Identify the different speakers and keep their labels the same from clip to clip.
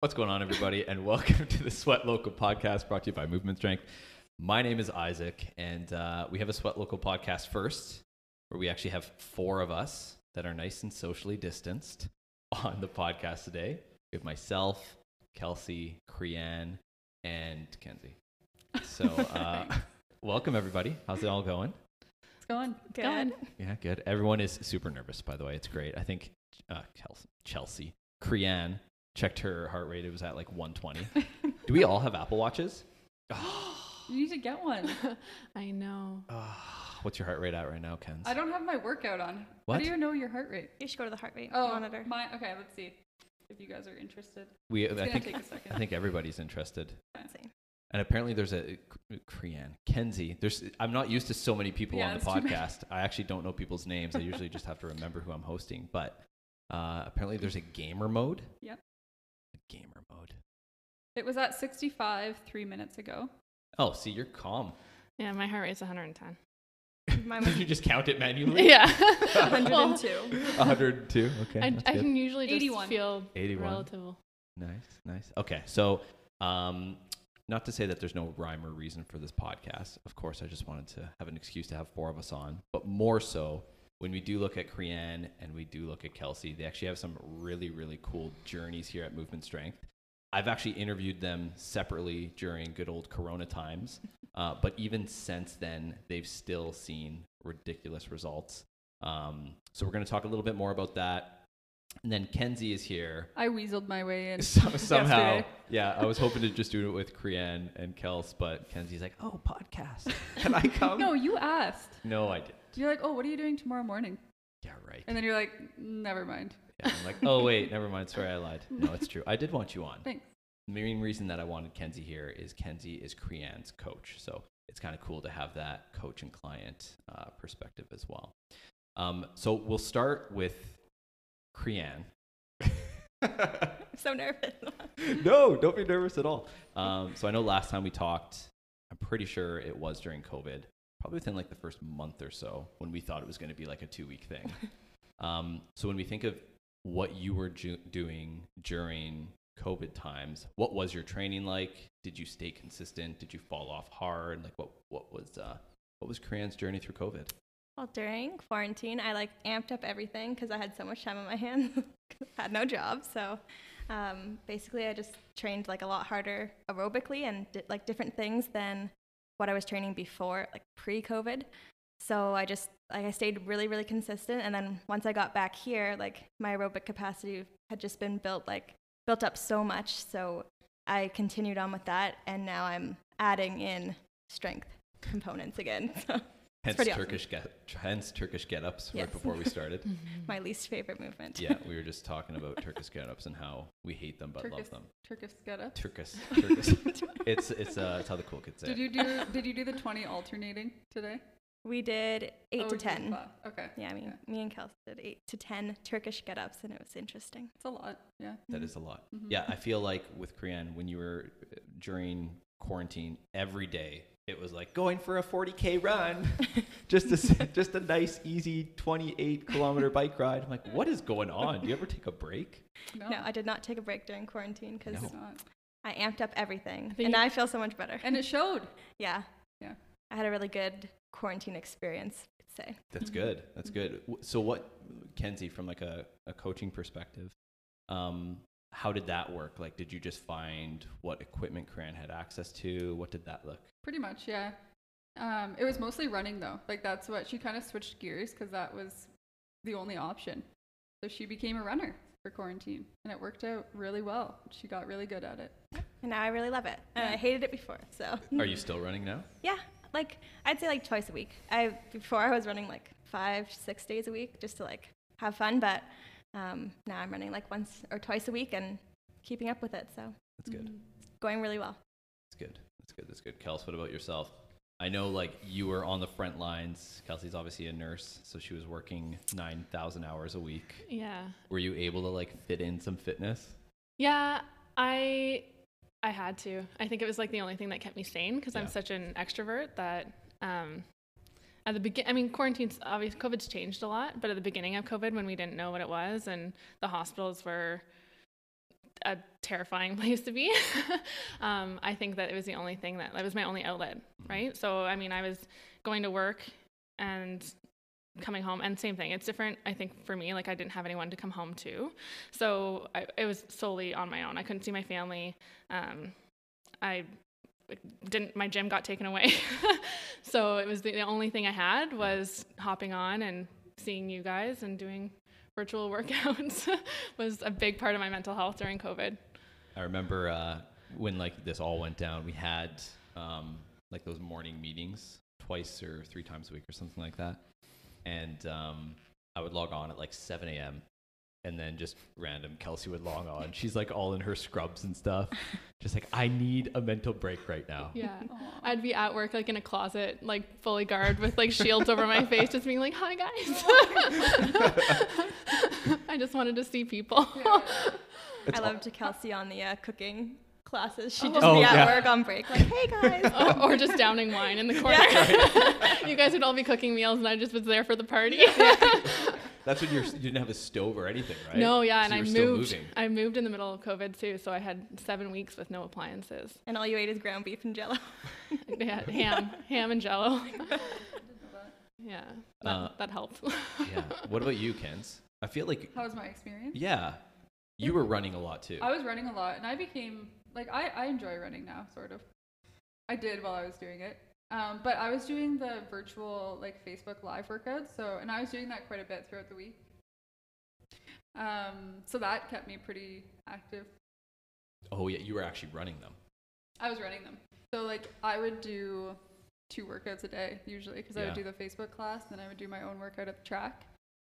Speaker 1: What's going on, everybody, and welcome to the Sweat Local podcast brought to you by Movement Strength. My name is Isaac, and uh, we have a Sweat Local podcast first, where we actually have four of us that are nice and socially distanced on the podcast today. We have myself, Kelsey, Crean, and Kenzie. So, uh, welcome, everybody. How's it all going?
Speaker 2: It's going.
Speaker 3: Good.
Speaker 2: Going.
Speaker 1: Yeah, good. Everyone is super nervous, by the way. It's great. I think uh, Kels- Chelsea, Crean checked her heart rate. It was at like 120. Do we all have Apple Watches?
Speaker 2: You need to get one.
Speaker 3: I know.
Speaker 1: Ah, what's your heart rate at right now, Kenz?
Speaker 2: I don't have my workout on. How
Speaker 1: What?
Speaker 2: do you know your heart rate?
Speaker 3: You should go to the heart rate
Speaker 2: Oh,
Speaker 3: monitor.
Speaker 2: My, okay, let's see if you guys are interested.
Speaker 1: We,
Speaker 2: It's
Speaker 1: I
Speaker 2: gonna
Speaker 1: think,
Speaker 2: take a
Speaker 1: I
Speaker 2: second.
Speaker 1: think everybody's interested.
Speaker 3: Let's see.
Speaker 1: And apparently, there's a uh, Crean, Kenzie. There's. I'm not used to so many people
Speaker 2: Yeah,
Speaker 1: on the
Speaker 2: that's too many.
Speaker 1: podcast. I actually don't know people's names. I usually just have to remember who I'm hosting. But uh, apparently, there's a gamer mode.
Speaker 2: Yep.
Speaker 1: A gamer mode.
Speaker 2: It was at 65 three minutes ago.
Speaker 1: Oh, see, you're calm.
Speaker 3: Yeah, my heart rate's 110.
Speaker 1: Did you just count it manually?
Speaker 3: yeah.
Speaker 2: 102.
Speaker 1: 102. Okay.
Speaker 3: I,
Speaker 1: that's
Speaker 3: I
Speaker 1: good.
Speaker 3: can usually just
Speaker 2: 81.
Speaker 3: feel
Speaker 1: 81.
Speaker 3: relative.
Speaker 1: Nice, nice. Okay, so um, not to say that there's no rhyme or reason for this podcast. Of course, I just wanted to have an excuse to have four of us on, but more so when we do look at Crean and we do look at Kelsey, they actually have some really, really cool journeys here at Movement Strength. I've actually interviewed them separately during good old Corona times, uh, but even since then, they've still seen ridiculous results. Um, so we're going to talk a little bit more about that. And then Kenzie is here.
Speaker 2: I weaseled my way in.
Speaker 1: So, somehow,
Speaker 2: yesterday.
Speaker 1: yeah, I was hoping to just do it with Crean and Kels, but Kenzie's like, "Oh, podcast, can I come?"
Speaker 2: No, you asked.
Speaker 1: No, I did.
Speaker 2: You're like, oh, what are you doing tomorrow morning?
Speaker 1: Yeah, right.
Speaker 2: And then you're like, never mind.
Speaker 1: Yeah, I'm like, "Oh, wait, never mind. Sorry, I lied. No, it's true. I did want you on."
Speaker 2: Thanks.
Speaker 1: The main reason that I wanted Kenzie here is Kenzie is Crean's coach, so it's kind of cool to have that coach and client uh, perspective as well. Um, so we'll start with Crean.
Speaker 3: I'm so nervous.
Speaker 1: no, don't be nervous at all. Um, so I know last time we talked, I'm pretty sure it was during COVID, probably within like the first month or so when we thought it was going to be like a two week thing. um, so when we think of what you were ju- doing during COVID times, what was your training like? Did you stay consistent? Did you fall off hard? Like what, what was, uh, what was Korean's journey through COVID?
Speaker 4: Well, during quarantine, I like amped up everything because I had so much time on my hands. had no job, so um, basically, I just trained like a lot harder aerobically and did like different things than what I was training before, like pre-COVID. So I just like I stayed really, really consistent, and then once I got back here, like my aerobic capacity had just been built like built up so much. So I continued on with that, and now I'm adding in strength components again. So
Speaker 1: Hence
Speaker 4: pretty awesome.
Speaker 1: Turkish, get, hence Turkish get ups right
Speaker 4: Yes.
Speaker 1: before we started.
Speaker 3: Mm-hmm.
Speaker 4: my least favorite movement.
Speaker 1: yeah, we were just talking about Turkish get-ups and how we hate them but love
Speaker 2: Turkish-
Speaker 1: them.
Speaker 2: Turkish get up.
Speaker 1: Turkish, Turkish. it's it's uh, it's how the cool kids say.
Speaker 2: Did
Speaker 1: it.
Speaker 2: you do did you do the 20 alternating today?
Speaker 4: We did eight
Speaker 2: Oh,
Speaker 4: to
Speaker 2: you did
Speaker 4: ten.
Speaker 2: five. Okay.
Speaker 4: Yeah, I mean,
Speaker 2: Okay.
Speaker 4: me and Kelsey did eight to ten Turkish get-ups, and it was interesting.
Speaker 2: It's a lot. Yeah. mm-hmm.
Speaker 1: That is a lot.
Speaker 2: Mm.
Speaker 1: Yeah, I feel like with Korean, when you were uh, during quarantine, every day it was like going for a 40k run, just a s- just a nice easy 28 kilometer bike ride. I'm like, what is going on? Do you ever take a break?
Speaker 2: No,
Speaker 4: No, I did not take a break during quarantine because
Speaker 1: No.
Speaker 2: it's not.
Speaker 4: I amped up everything,
Speaker 3: think
Speaker 4: and
Speaker 3: you-
Speaker 4: I feel so much better.
Speaker 2: And it showed.
Speaker 4: yeah,
Speaker 2: Yeah.
Speaker 4: I had a really good quarantine experience. I'd say
Speaker 1: That's good. That's good. W- So what, Kenzie, from like a, a coaching perspective, um, how did that work? Like, did you just find what equipment Korean had access to? What did that look?
Speaker 2: Pretty much, yeah. Um, it was mostly running though. Like that's what she kind of switched gears because that was the only option. So she became a runner for quarantine, and it worked out really well. She got really good at it.
Speaker 4: and now I really love it. And
Speaker 2: Yeah.
Speaker 4: I hated it before, so
Speaker 1: Are you still running now?
Speaker 4: yeah, like I'd say like twice a week. I before I was running like five, six days a week just to like have fun, but um, now I'm running like once or twice a week and keeping up with it. So
Speaker 1: That's good.
Speaker 4: going really well.
Speaker 1: That's good. That's good. That's good. Kels, what about yourself? I know, like, you were on the front lines. Kelsey's obviously a nurse, so she was working 9,000 hours a week.
Speaker 3: Yeah.
Speaker 1: Were you able to, like, fit in some fitness?
Speaker 3: Yeah, I I had to. I think it was like the only thing that kept me sane because
Speaker 1: Yeah.
Speaker 3: I'm such an extrovert that um at the begin I mean quarantine's obvious COVID's changed a lot, but at the beginning of COVID when we didn't know what it was and the hospitals were a terrifying place to be. um, I think that it was the only thing that that was my only outlet, right? So I mean, I was going to work and coming home and same thing it's different i think for me like i didn't have anyone to come home to so I, it was solely on my own i couldn't see my family um, i didn't my gym got taken away so it was the, the only thing i had was hopping on and seeing you guys and doing virtual workouts was a big part of my mental health during covid
Speaker 1: I remember uh, when like this all went down, we had um, like those morning meetings twice or three times a week or something like that, and um, I would log on at like 7 a.m. And then just random Kelsey would log on. She's like all in her scrubs and stuff, just like I need a mental break right now.
Speaker 3: yeah
Speaker 2: Mm-hmm.
Speaker 3: i'd be at work like in a closet like fully garbed with like shields over my face just being like hi guys i just wanted to see people
Speaker 4: I loved Kelsey on the uh, cooking classes. She'd just
Speaker 1: Oh,
Speaker 4: be at
Speaker 1: yeah.
Speaker 4: work on break, like, "Hey guys."
Speaker 3: or, or just downing wine in the corner. you guys would all be cooking meals, and I just was there for the party.
Speaker 1: That's when you're, you didn't have a stove or anything, right?
Speaker 3: No, yeah,
Speaker 1: So
Speaker 3: and I
Speaker 1: you were still
Speaker 3: moved.
Speaker 1: moving.
Speaker 3: I moved in the middle of COVID too, so I had seven weeks with no appliances.
Speaker 4: and all you ate is ground beef and jello.
Speaker 3: They had ham, ham and Jello. yeah, that,
Speaker 1: Uh,
Speaker 3: that helped.
Speaker 1: yeah. What about you, Kens? I feel like
Speaker 2: How was my experience?
Speaker 1: yeah, you were running a lot too.
Speaker 2: I was running a lot and I became like I, I enjoy running now, sort of. I did while I was doing it. Um, but I was doing the virtual like Facebook live workouts, so and I was doing that quite a bit throughout the week. Um, so that kept me pretty active.
Speaker 1: Oh yeah, you were actually running them.
Speaker 2: I was running them. So like I would do two workouts a day usually because I
Speaker 1: Yeah.
Speaker 2: would do the Facebook class, then I would do my own workout at the track,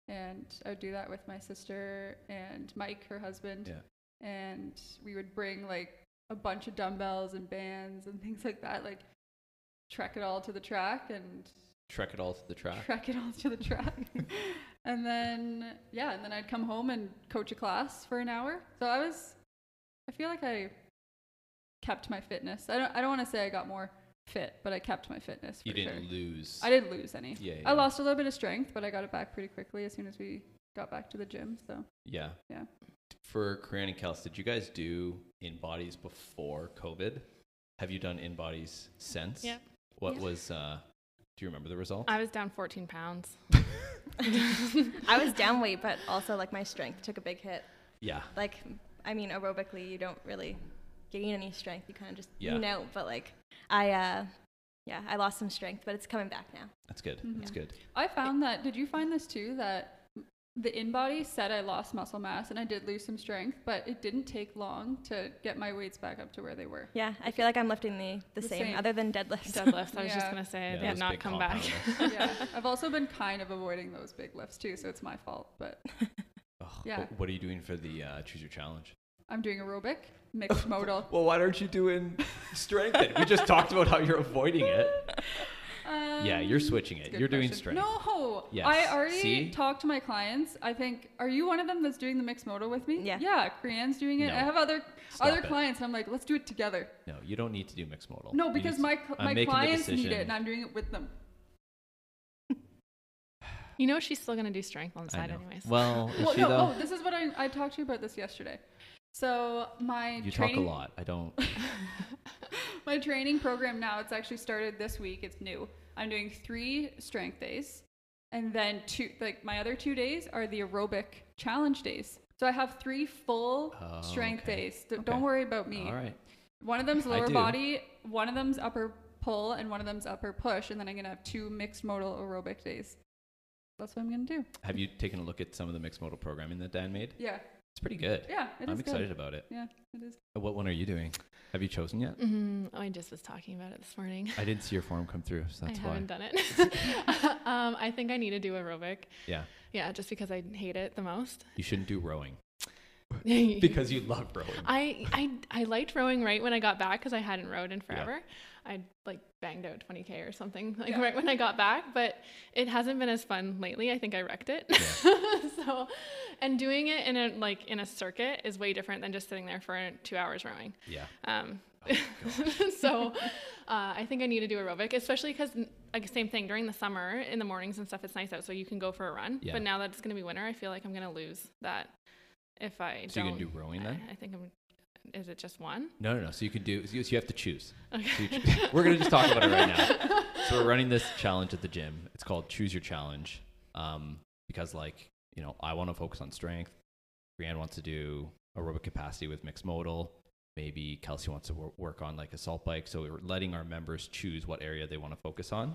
Speaker 2: and I would do that with my sister and Mike, her husband,
Speaker 1: Yeah.
Speaker 2: and we would bring like a bunch of dumbbells and bands and things like that, like trek it all to the track and
Speaker 1: Trek it all to the track.
Speaker 2: trek it all to the track. and then yeah, and then I'd come home and coach a class for an hour. So I was I feel like I kept my fitness. I don't I don't want to say I got more fit, but I kept my fitness for
Speaker 1: you didn't
Speaker 2: sure.
Speaker 1: lose.
Speaker 2: I didn't lose any.
Speaker 1: Yeah, yeah.
Speaker 2: I lost a little bit of strength, but I got it back pretty quickly as soon as we got back to the gym. So
Speaker 1: Yeah.
Speaker 2: Yeah.
Speaker 1: For Corinne and Kels, did you guys do in bodies before COVID? Have you done in bodies since?
Speaker 3: Yep.
Speaker 1: What
Speaker 3: Yeah.
Speaker 1: was? uh Do you remember the result?
Speaker 3: I was down 14 pounds.
Speaker 4: I was down weight, but also like my strength took a big hit.
Speaker 1: yeah.
Speaker 4: Like, I mean, aerobically, you don't really gain any strength. You kind of just
Speaker 1: Yeah.
Speaker 4: lean out. But like, I, uh, yeah, I lost some strength, but it's coming back now.
Speaker 1: That's good. That's good.
Speaker 2: Mhm. I found that did you find this too that the in body said I lost muscle mass and I did lose some strength, but it didn't take long to get my weights back up to where they were.
Speaker 4: Yeah, I feel like I'm lifting the, the,
Speaker 2: The
Speaker 4: same,
Speaker 2: same.
Speaker 4: other than deadlifts.
Speaker 3: Deadlifts. I was just
Speaker 2: Yeah.
Speaker 3: gonna say
Speaker 1: Yeah,
Speaker 3: they did
Speaker 1: those
Speaker 3: not
Speaker 1: big
Speaker 3: come back.
Speaker 1: compound
Speaker 2: yeah. I've also been kind of avoiding those big lifts too, so it's my fault. But
Speaker 1: Ugh,
Speaker 2: Yeah.
Speaker 1: wh- What are you doing for the uh, choose your challenge?
Speaker 2: I'm doing aerobic, mixed modal.
Speaker 1: Well, why aren't you doing strength? then? we just talked about how you're avoiding it.
Speaker 2: Um,
Speaker 1: Yeah, you're switching it.
Speaker 2: it's a good
Speaker 1: You're doing
Speaker 2: question.
Speaker 1: strength.
Speaker 2: No,
Speaker 1: Yes.
Speaker 2: I already
Speaker 1: See?
Speaker 2: talked to my clients. I think, are you one of them that's doing the mixed modal with me?
Speaker 4: Yeah.
Speaker 2: yeah. Creanne's doing it.
Speaker 1: No.
Speaker 2: I have other
Speaker 1: Stop
Speaker 2: other
Speaker 1: it.
Speaker 2: clients, and I'm like, let's do it together.
Speaker 1: No, you don't need to do mixed modal.
Speaker 2: No,
Speaker 1: You need
Speaker 2: because
Speaker 1: to-
Speaker 2: my cl-
Speaker 1: I'm
Speaker 2: my
Speaker 1: making the
Speaker 2: clients need
Speaker 1: decision.
Speaker 2: it, and I'm doing it with them.
Speaker 3: You know she's still gonna do strength on the
Speaker 1: I
Speaker 3: side,
Speaker 1: know.
Speaker 3: anyways.
Speaker 1: Well, is
Speaker 2: Well,
Speaker 1: she
Speaker 2: no,
Speaker 1: though?
Speaker 2: oh, this is what I, I talked to you about this yesterday. So my
Speaker 1: you
Speaker 2: training,
Speaker 1: talk a lot. I don't.
Speaker 2: my training program now it's actually started this week it's new i'm doing three strength days and then two like my other two days are the aerobic challenge days so i have three full
Speaker 1: Oh,
Speaker 2: strength
Speaker 1: okay.
Speaker 2: days D-
Speaker 1: Okay.
Speaker 2: don't worry about me
Speaker 1: All right.
Speaker 2: one of them's
Speaker 1: I
Speaker 2: lower
Speaker 1: do.
Speaker 2: body one of them's upper pull and one of them's upper push and then i'm gonna have two mixed modal aerobic days that's what i'm gonna do
Speaker 1: Have you taken a look at some of the mixed modal programming that Dan made?
Speaker 2: yeah
Speaker 1: It's pretty good.
Speaker 2: yeah it is
Speaker 1: I'm
Speaker 2: good.
Speaker 1: excited about it.
Speaker 2: yeah it is
Speaker 1: Uh, What one are you doing? Have you chosen yet?
Speaker 3: Mhm. oh, I just was talking about it this morning.
Speaker 1: I didn't see your form come through, so that's
Speaker 3: I
Speaker 1: why.
Speaker 3: haven't done it. um, I think I need to do aerobic.
Speaker 1: Yeah,
Speaker 3: Yeah, just because I hate it the most.
Speaker 1: you shouldn't do rowing because you love rowing.
Speaker 3: I, I I liked rowing right when I got back because I hadn't rowed in forever. I like banged out 20k or something like
Speaker 2: Yeah.
Speaker 3: right when I got back, but it hasn't been as fun lately. I think I wrecked it. so, and doing it in a like in a circuit is way different than just sitting there for two hours rowing.
Speaker 1: Yeah,
Speaker 3: Um,
Speaker 1: Oh,
Speaker 3: so uh, I think I need to do aerobic, especially because like same thing during the summer in the mornings and stuff. It's nice out, so you can go for a run.
Speaker 1: Yeah.
Speaker 3: But now that it's going to be winter, I feel like I'm going to lose that if I
Speaker 1: so
Speaker 3: don't.
Speaker 1: you're gonna do rowing then?
Speaker 3: I, I think I'm is it just one?
Speaker 1: No, no, no. So you can do. So you have to choose. So you
Speaker 3: Okay.
Speaker 1: choo- we're gonna just talk about it right now. So we're running this challenge at the gym. It's called Choose Your Challenge, um, because like you know, I want to focus on strength. Brianne wants to do aerobic capacity with mixed modal. Maybe Kelsey wants to wor- work on like assault bike. So we're letting our members choose what area they want to focus on.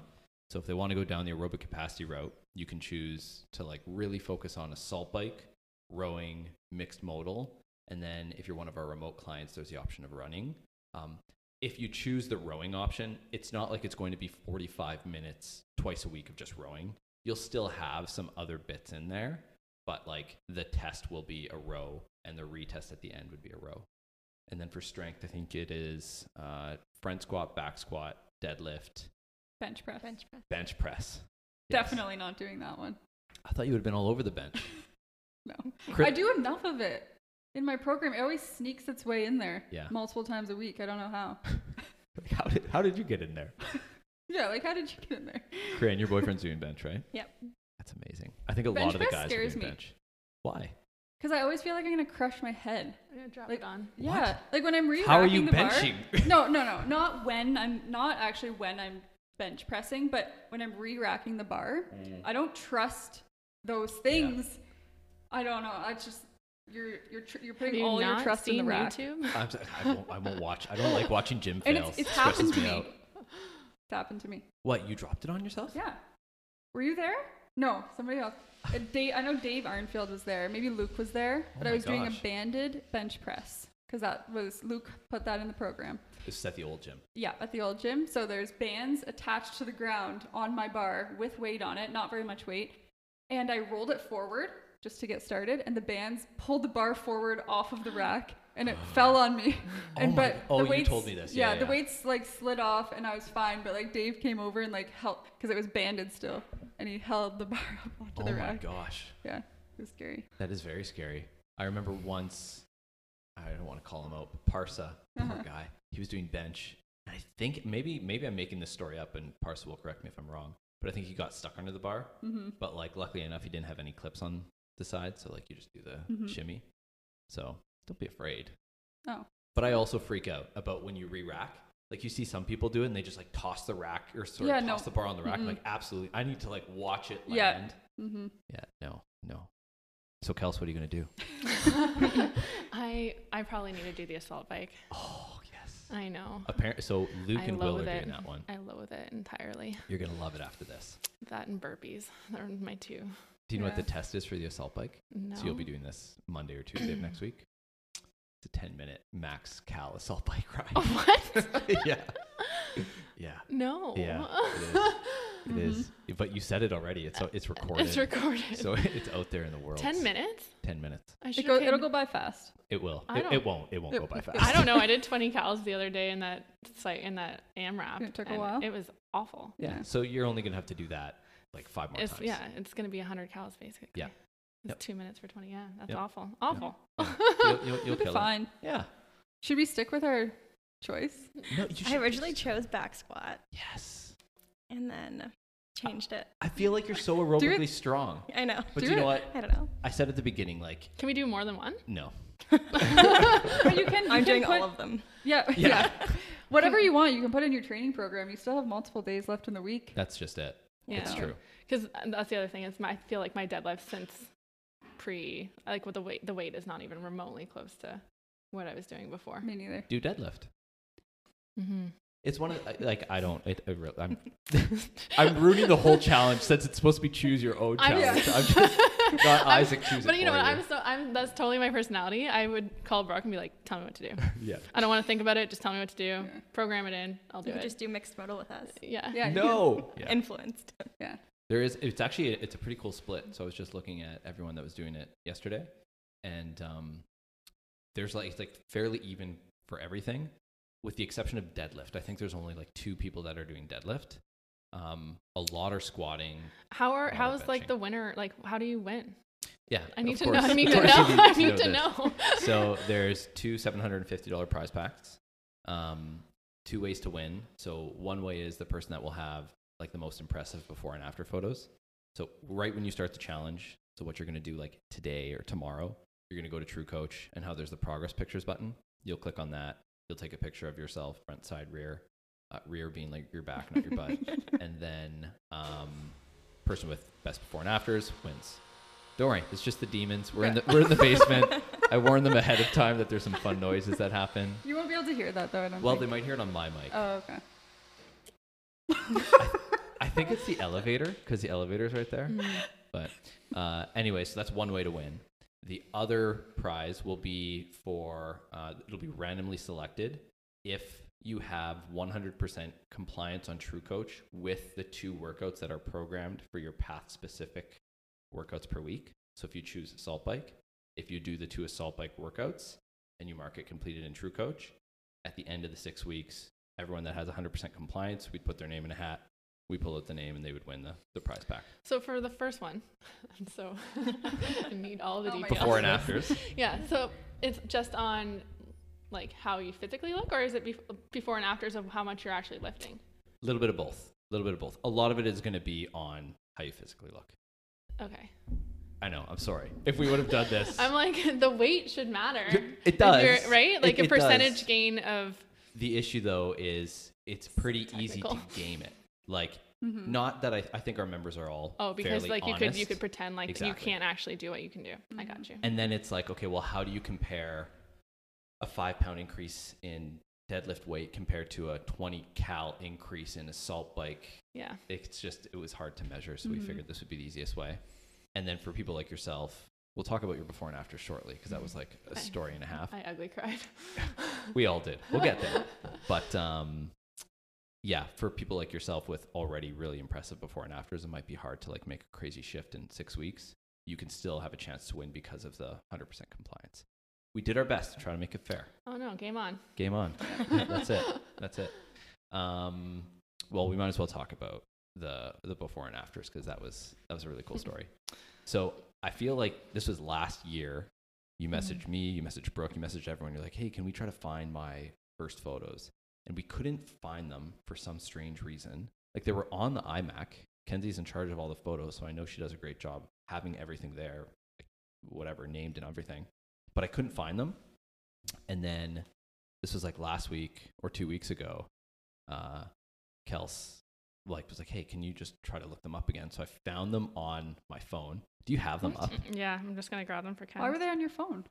Speaker 1: So if they want to go down the aerobic capacity route, you can choose to like really focus on assault bike, rowing, mixed modal, and then if you're one of our remote clients, there's the option of running. Um, if you choose the rowing option, it's not like it's going to be 45 minutes twice a week of just rowing. You'll still have some other bits in there, but like the test will be a row and the retest at the end would be a row. And then for strength, I think it is uh, front squat, back squat, deadlift,
Speaker 2: Bench press.
Speaker 4: Bench press.
Speaker 1: bench press. Yes.
Speaker 2: Definitely not doing that one.
Speaker 1: I thought you would have been all over the bench.
Speaker 2: No.
Speaker 1: Cri-
Speaker 2: I do enough of it in my program. It always sneaks its way in there
Speaker 1: Yeah.
Speaker 2: multiple times a week. I don't know how.
Speaker 1: Like, how, did, how did you get in there?
Speaker 2: Yeah, like how did you get in there?
Speaker 1: Korean, your boyfriend's doing bench, right?
Speaker 4: Yep.
Speaker 1: That's amazing. I think a
Speaker 2: Bench
Speaker 1: lot of the
Speaker 2: press
Speaker 1: guys are
Speaker 2: scares
Speaker 1: doing
Speaker 2: me.
Speaker 1: bench. Why?
Speaker 2: Because I always feel like I'm gonna crush my head.
Speaker 3: I'm gonna drop
Speaker 2: Like-
Speaker 3: it on.
Speaker 2: Yeah, like when I'm re
Speaker 1: How are you
Speaker 2: the bar-
Speaker 1: benching?
Speaker 2: no, no, no, not when I'm not actually when I'm bench pressing, but when I'm re-racking the bar,
Speaker 1: Mm.
Speaker 2: I don't trust those things. I don't know. I just you're you're tr- you're
Speaker 3: Have
Speaker 2: putting
Speaker 3: you
Speaker 2: all your
Speaker 3: not
Speaker 2: trust in the
Speaker 3: seen
Speaker 2: rack,
Speaker 3: YouTube?
Speaker 1: I'm so- I, won't, I won't watch. I don't like watching gym
Speaker 2: and
Speaker 1: fails.
Speaker 2: it's, it's
Speaker 1: It
Speaker 2: happened
Speaker 1: stresses
Speaker 2: to
Speaker 1: me
Speaker 2: me.
Speaker 1: out.
Speaker 2: It's happened to me.
Speaker 1: What? You dropped it on yourself?
Speaker 2: Yeah. Were you there? No, somebody else. Uh, Dave, I know Dave Arnfield was there. Maybe Luke was there,
Speaker 1: Oh
Speaker 2: but I
Speaker 1: my
Speaker 2: was doing a
Speaker 1: gosh.
Speaker 2: banded bench press because that was Luke put that in the program.
Speaker 1: This is at the old gym.
Speaker 2: Yeah, at the old gym. So there's bands attached to the ground on my bar with weight on it, not very much weight. And I rolled it forward just to get started, and the bands pulled the bar forward off of the rack and it fell on me. And
Speaker 1: my-
Speaker 2: but
Speaker 1: oh,
Speaker 2: the
Speaker 1: you
Speaker 2: weights,
Speaker 1: told me this.
Speaker 2: Yeah,
Speaker 1: Yeah,
Speaker 2: the
Speaker 1: yeah.
Speaker 2: weights like slid off and I was fine, but like Dave came over and like helped because it was banded still and he held the bar up onto
Speaker 1: Oh
Speaker 2: the
Speaker 1: my
Speaker 2: rack.
Speaker 1: gosh,
Speaker 2: Yeah, it was scary.
Speaker 1: that is very scary. I remember once. I don't want to call him out, but Parsa,
Speaker 2: Uh-huh.
Speaker 1: poor guy. He was doing bench. And I think maybe maybe I'm making this story up, and Parsa will correct me if I'm wrong. But I think he got stuck under the bar.
Speaker 2: hmm
Speaker 1: But like, luckily enough, he didn't have any clips on the side, so like you just do the
Speaker 2: Mhm.
Speaker 1: shimmy. So don't be afraid.
Speaker 2: Oh.
Speaker 1: But I also freak out about when you re-rack. Like you see some people do it, and they just like toss the rack or sort
Speaker 2: Yeah,
Speaker 1: of toss
Speaker 2: no.
Speaker 1: the bar on the rack. I'm
Speaker 2: Mm-mm.
Speaker 1: like, absolutely, I need to like watch it
Speaker 2: Yeah.
Speaker 1: land.
Speaker 2: hmm
Speaker 1: Yeah. No. No. So Kels, what are you gonna do?
Speaker 3: I I probably need to do the assault bike.
Speaker 1: Oh yes.
Speaker 3: I know.
Speaker 1: Apparently, so Luke
Speaker 3: I
Speaker 1: and Will are
Speaker 3: loathe
Speaker 1: doing
Speaker 3: it.
Speaker 1: that one.
Speaker 3: I loathe it entirely.
Speaker 1: You're gonna love it after this.
Speaker 3: That and burpees. They're my two.
Speaker 1: Do you know what the
Speaker 2: Yeah.
Speaker 1: test is for the assault bike?
Speaker 3: No.
Speaker 1: So you'll be doing this Monday or Tuesday of next week. It's a 10 minute max cal assault bike ride.
Speaker 3: Oh, what?
Speaker 1: yeah. Yeah.
Speaker 3: No.
Speaker 1: Yeah, It
Speaker 2: Mhm.
Speaker 1: is. But you said it already. It's it's recorded.
Speaker 3: It's recorded.
Speaker 1: so it's out there in the world.
Speaker 3: 10 minutes?
Speaker 1: 10 minutes.
Speaker 3: I
Speaker 2: It
Speaker 3: should
Speaker 2: go, it'll go by fast.
Speaker 1: It will.
Speaker 3: I
Speaker 1: It,
Speaker 3: don't-
Speaker 1: it won't. It won't
Speaker 2: It-
Speaker 1: go by fast.
Speaker 3: I don't know. I did 20 cows the other day in that site in that AMRAP.
Speaker 2: It took a
Speaker 3: and
Speaker 2: while?
Speaker 3: It was awful.
Speaker 1: Yeah. So you're only going to have to do that like five more
Speaker 3: It's
Speaker 1: times.
Speaker 3: yeah, it's going to be 100 cows basically.
Speaker 1: Yeah.
Speaker 3: It's
Speaker 1: Yep.
Speaker 3: 2 minutes for 20. Yeah, that's
Speaker 1: Yep.
Speaker 3: awful. Awful.
Speaker 1: You'll, you'll, you'll
Speaker 2: It'll be
Speaker 1: kill it.
Speaker 2: fine.
Speaker 1: Yeah.
Speaker 2: Should we stick with our choice?
Speaker 1: No, you
Speaker 4: I
Speaker 1: should-
Speaker 4: originally chose back squat
Speaker 1: Yes.
Speaker 4: and then changed it.
Speaker 1: I feel like you're so
Speaker 2: Do it.
Speaker 1: aerobically strong.
Speaker 4: I know.
Speaker 1: But
Speaker 2: Do
Speaker 1: you know
Speaker 2: it.
Speaker 1: what?
Speaker 4: I don't know.
Speaker 1: I said at the beginning, like,
Speaker 3: Can we do more than one?
Speaker 1: no.
Speaker 2: But you can. You can
Speaker 4: I'm doing
Speaker 2: put,
Speaker 4: all of them.
Speaker 2: Yeah, yeah. Whatever you want, you can put in your training program. You still have multiple days left in the week.
Speaker 1: That's just it.
Speaker 3: Yeah.
Speaker 1: It's true.
Speaker 3: Cuz that's the other thing is my, I feel like my deadlift since pre like with the weight the weight is not even remotely close to what I was doing before.
Speaker 2: Me neither.
Speaker 1: Do deadlift. Mm-hmm.
Speaker 3: Mhm.
Speaker 1: It's one of the, I- like I don't. It, I re- I'm I'm ruining the whole challenge since it's supposed to be choose your own
Speaker 3: I'm
Speaker 1: challenge. I'm
Speaker 3: just-
Speaker 1: just, not Isaac choose it
Speaker 3: But you know
Speaker 1: for
Speaker 3: what?
Speaker 1: you.
Speaker 3: I'm so I'm that's totally my personality. I would call Brock and be like, "Tell me what to do.
Speaker 1: yeah.
Speaker 3: I don't want to think about it. Just tell me what to do.
Speaker 2: Yeah.
Speaker 3: Program it in. I'll do
Speaker 4: You
Speaker 3: it."
Speaker 4: just do mixed modal with us.
Speaker 3: yeah.
Speaker 2: Yeah. you
Speaker 1: No. Yeah.
Speaker 4: Influenced.
Speaker 1: There is. It's actually. it's a pretty cool split. So I was just looking at everyone that was doing it yesterday, and um, there's like it's like fairly even for everything, with the exception of deadlift. I think there's only like two people that are doing deadlift. Um, a lot are squatting.
Speaker 3: How are
Speaker 1: Lot
Speaker 3: how
Speaker 1: of
Speaker 3: is like
Speaker 1: benching.
Speaker 3: the winner? Like how do you win?
Speaker 1: Yeah.
Speaker 3: I
Speaker 1: of
Speaker 3: need to know.
Speaker 1: course.
Speaker 3: I need
Speaker 1: Of
Speaker 3: to know.
Speaker 1: course you
Speaker 3: I need to
Speaker 1: this.
Speaker 3: know.
Speaker 1: so there's two $750 prize packs um, two ways to win so one way is the person that will have like the most impressive before and after photos so right when you start the challenge so what you're going to do like today or tomorrow you're going to go to true coach and how there's the progress pictures button You'll click on that. You'll take a picture of yourself, front, side, rear, uh, rear being like your back, not your butt. and then um, person with best before and afters wins. Don't worry, it's just the demons. We're in the we're in the basement. I warned them ahead of time that there's some fun noises that happen.
Speaker 2: You won't be able to hear that though. I don't.
Speaker 1: Well, they
Speaker 2: think.
Speaker 1: might hear it on my mic.
Speaker 2: Oh, okay.
Speaker 1: I think it's the elevator because the elevator's right there. But uh, anyway, so that's one way to win. The other prize will be for uh, it'll be randomly selected if you have 100% compliance on TrueCoach with the two workouts that are programmed for your path-specific workouts per week. So if you choose assault bike, if you do the two assault bike workouts and you mark it completed in TrueCoach, at the end of the six weeks, everyone that has 100% compliance, we'd put their name in a hat, we pull out the name, and they would win the, the prize pack.
Speaker 3: So for the first one, and so I need all the
Speaker 2: Oh my
Speaker 3: details.
Speaker 2: Yeah.
Speaker 1: Before and afters.
Speaker 3: Yeah. So it's just on like how you physically look, or is it bef- before and afters of how much you're actually lifting?
Speaker 1: A little bit of both. A little bit of both. A lot of it is going to be on how you physically look.
Speaker 3: Okay.
Speaker 1: I know. I'm sorry. If we would have done this,
Speaker 3: I'm like the weight should matter.
Speaker 1: It- it
Speaker 3: If you're-
Speaker 1: does.
Speaker 3: right? Like
Speaker 1: It-
Speaker 3: a
Speaker 1: it does.
Speaker 3: percentage gain of
Speaker 1: the issue though is it's pretty easy to
Speaker 3: technical. Mm.
Speaker 1: game it. Like,
Speaker 2: Mm-hmm.
Speaker 1: not that I, I think our members are all
Speaker 3: oh, because
Speaker 1: fairly
Speaker 3: like you could you
Speaker 1: honest.
Speaker 3: could pretend like you
Speaker 1: Exactly.
Speaker 3: can't actually do what you can do. I got you.
Speaker 1: and then it's like, okay, well, how do you compare a five pound increase in deadlift weight compared to a 20 cal increase in assault bike
Speaker 3: Yeah.
Speaker 1: it's just it was hard to measure so we figured this would be the easiest way and then for people like yourself we'll talk about your before and after shortly because that was like a
Speaker 3: Okay.
Speaker 1: story and a half
Speaker 3: I ugly cried.
Speaker 1: we all did we'll get there but um yeah for people like yourself with already really impressive before and afters it might be hard to like make a crazy shift in six weeks you can still have a chance to win because of the 100% compliance we did our best to try to make it fair
Speaker 3: oh no, game on.
Speaker 1: game on that's it that's it um, well we might as well talk about the the before and afters because that was that was a really cool story so i feel like this was last year you messaged me you messaged brooke you messaged everyone you're like hey can we try to find my first photos and we couldn't find them for some strange reason like they were on the imac kenzie's in charge of all the photos so i know she does a great job having everything there like whatever named and everything but i couldn't find them and then this was like last week or two weeks ago uh kels like was like hey can you just try to look them up again so i found them on my phone do you have them up
Speaker 3: Mm-hmm. Yeah, I'm just gonna grab them for Ken.
Speaker 2: Why were they on your phone?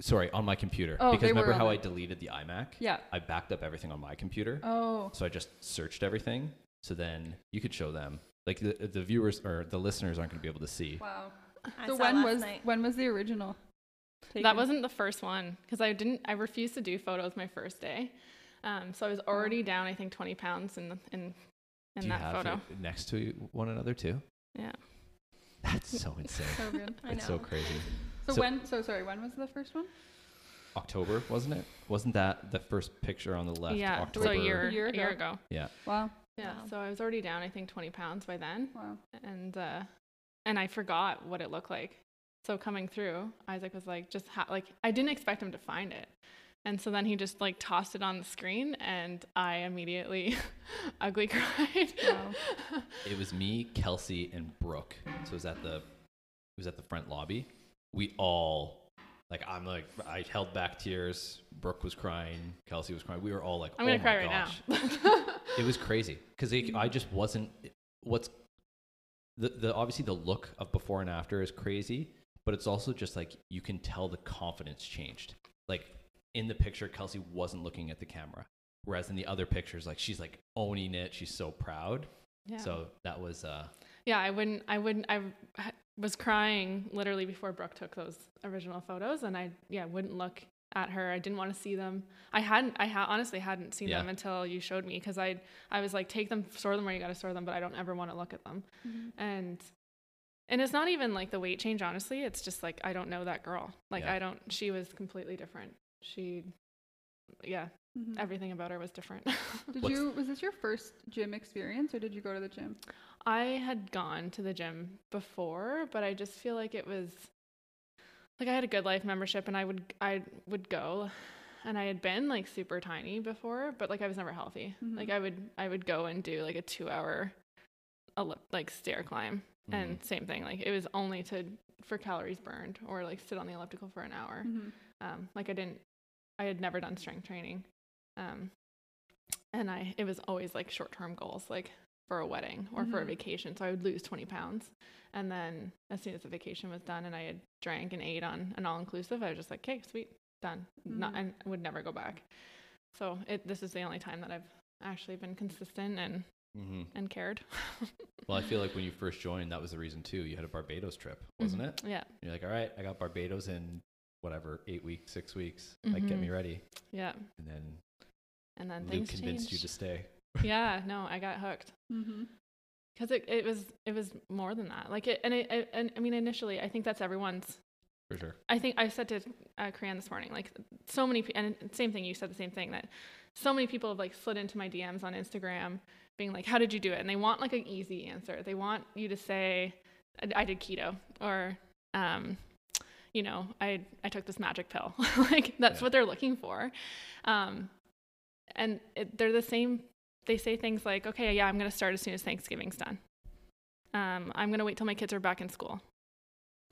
Speaker 1: sorry on my computer
Speaker 2: Oh,
Speaker 1: because
Speaker 2: they were
Speaker 1: remember
Speaker 2: on
Speaker 1: how
Speaker 2: the-
Speaker 1: i deleted the imac
Speaker 2: Yeah.
Speaker 1: i backed up everything on my computer
Speaker 2: Oh.
Speaker 1: so i just searched everything so then you could show them like the, the viewers or the listeners aren't going to be able to see
Speaker 2: Wow.
Speaker 4: I
Speaker 2: so
Speaker 4: saw
Speaker 2: when
Speaker 4: last
Speaker 2: was
Speaker 4: night.
Speaker 2: when was the original?
Speaker 3: That wasn't the first one because I didn't. I refused to do photos my first day, um, so I was
Speaker 2: Oh.
Speaker 3: already down. I think twenty pounds in the, in in
Speaker 1: do you
Speaker 3: that
Speaker 1: have
Speaker 3: photo.
Speaker 1: it next to one another too
Speaker 3: Yeah.
Speaker 1: that's so insane
Speaker 2: So good.
Speaker 4: I
Speaker 1: it's so
Speaker 4: know.
Speaker 1: crazy
Speaker 2: So,
Speaker 1: So-
Speaker 2: when? So sorry. When was the first one?
Speaker 1: october wasn't it wasn't that the first picture on the left
Speaker 3: yeah,
Speaker 1: october
Speaker 3: so a year,
Speaker 2: A year
Speaker 3: a year
Speaker 2: ago.
Speaker 3: ago.
Speaker 1: yeah
Speaker 2: Wow.
Speaker 3: Yeah,
Speaker 4: Wow.
Speaker 3: so I was already down. I think twenty pounds by then,
Speaker 2: Wow.
Speaker 3: and uh, and I forgot what it looked like. So coming through, Isaac was like, just ha- like I didn't expect him to find it, and so then he just like tossed it on the screen, and I immediately ugly cried.
Speaker 2: Wow.
Speaker 1: It was me, Kelsey, and Brooke. So it was at the it was at the front lobby. We all like I'm like I held back tears. Brooke was crying. Kelsey was crying. We were all like,
Speaker 3: I'm gonna
Speaker 1: oh
Speaker 3: cry
Speaker 1: my
Speaker 3: right
Speaker 1: gosh.
Speaker 3: now.
Speaker 1: It was crazy because I just wasn't. What's the the obviously the look of before and after is crazy, but it's also just like you can tell the confidence changed. Like in the picture, Kelsey wasn't looking at the camera, whereas in the other pictures, like she's like owning it. She's so proud.
Speaker 3: yeah.
Speaker 1: So that was uh
Speaker 3: Yeah, I wouldn't. I wouldn't. I h- was crying literally before Brooke took those original photos, and I yeah wouldn't look at her. I didn't want to see them. I hadn't. I ha- honestly hadn't seen
Speaker 1: Yeah.
Speaker 3: them until you showed me because I I was like, take them, store them where you got to store them, but I don't ever want to look at them.
Speaker 4: Mm-hmm.
Speaker 3: And and it's not even like the weight change. Honestly, it's just like I don't know that girl. Like
Speaker 1: Yeah.
Speaker 3: I don't. She was completely different. She. Yeah,
Speaker 2: Mhm.
Speaker 3: everything about her was different.
Speaker 2: Did
Speaker 1: What's-
Speaker 2: you? Was this your first gym experience, or did you go to the gym?
Speaker 3: I had gone to the gym before, but I just feel like it was like I had a good life membership and I would I would go and I had been like super tiny before, but like I was never healthy.
Speaker 2: Mhm.
Speaker 3: Like I would I would go and do like a 2-hour like stair climb
Speaker 1: Mm-hmm.
Speaker 3: and same thing. Like it was only to for calories burned or like sit on the elliptical for an hour.
Speaker 2: Mm-hmm.
Speaker 3: Um like I didn't I had never done strength training. Um, and I, it was always like short term goals, like for a wedding or for a
Speaker 2: Mhm.
Speaker 3: vacation. So I would lose 20 pounds. And then as soon as the vacation was done and I had drank and ate on an all inclusive, I was just like, okay, sweet, done. Not,
Speaker 2: Mhm.
Speaker 3: and I would never go back. So it, this is the only time that I've actually been consistent and,
Speaker 1: Mm-hmm.
Speaker 3: and cared.
Speaker 1: Well, I feel like when you first joined, that was the reason too. You had a Barbados trip, wasn't it?
Speaker 3: yeah.
Speaker 1: You're like, all right, I got Barbados in whatever eight weeks, six weeks. Like, get
Speaker 3: Mhm.
Speaker 1: me ready.
Speaker 3: Yeah.
Speaker 1: And then
Speaker 3: And then
Speaker 1: Luke
Speaker 3: things
Speaker 1: convinced
Speaker 3: changed.
Speaker 1: you to stay.
Speaker 3: yeah. No, I got hooked.
Speaker 2: Mm-hmm.
Speaker 3: because it, it was it was more than that like it and it, it- and i mean initially i think that's everyone's
Speaker 1: For sure.
Speaker 3: i think i said to uh, Korean this morning like so many pe- and same thing you said the same thing that so many people have like slid into my dms on instagram being like how did you do it and they want like an easy answer they want you to say i, I did keto or um you know i i took this magic pill like that's
Speaker 1: Yeah.
Speaker 3: what they're looking for um and it, they're the same they say things like okay yeah i'm going to start as soon as thanksgiving's done um, i'm going to wait till my kids are back in school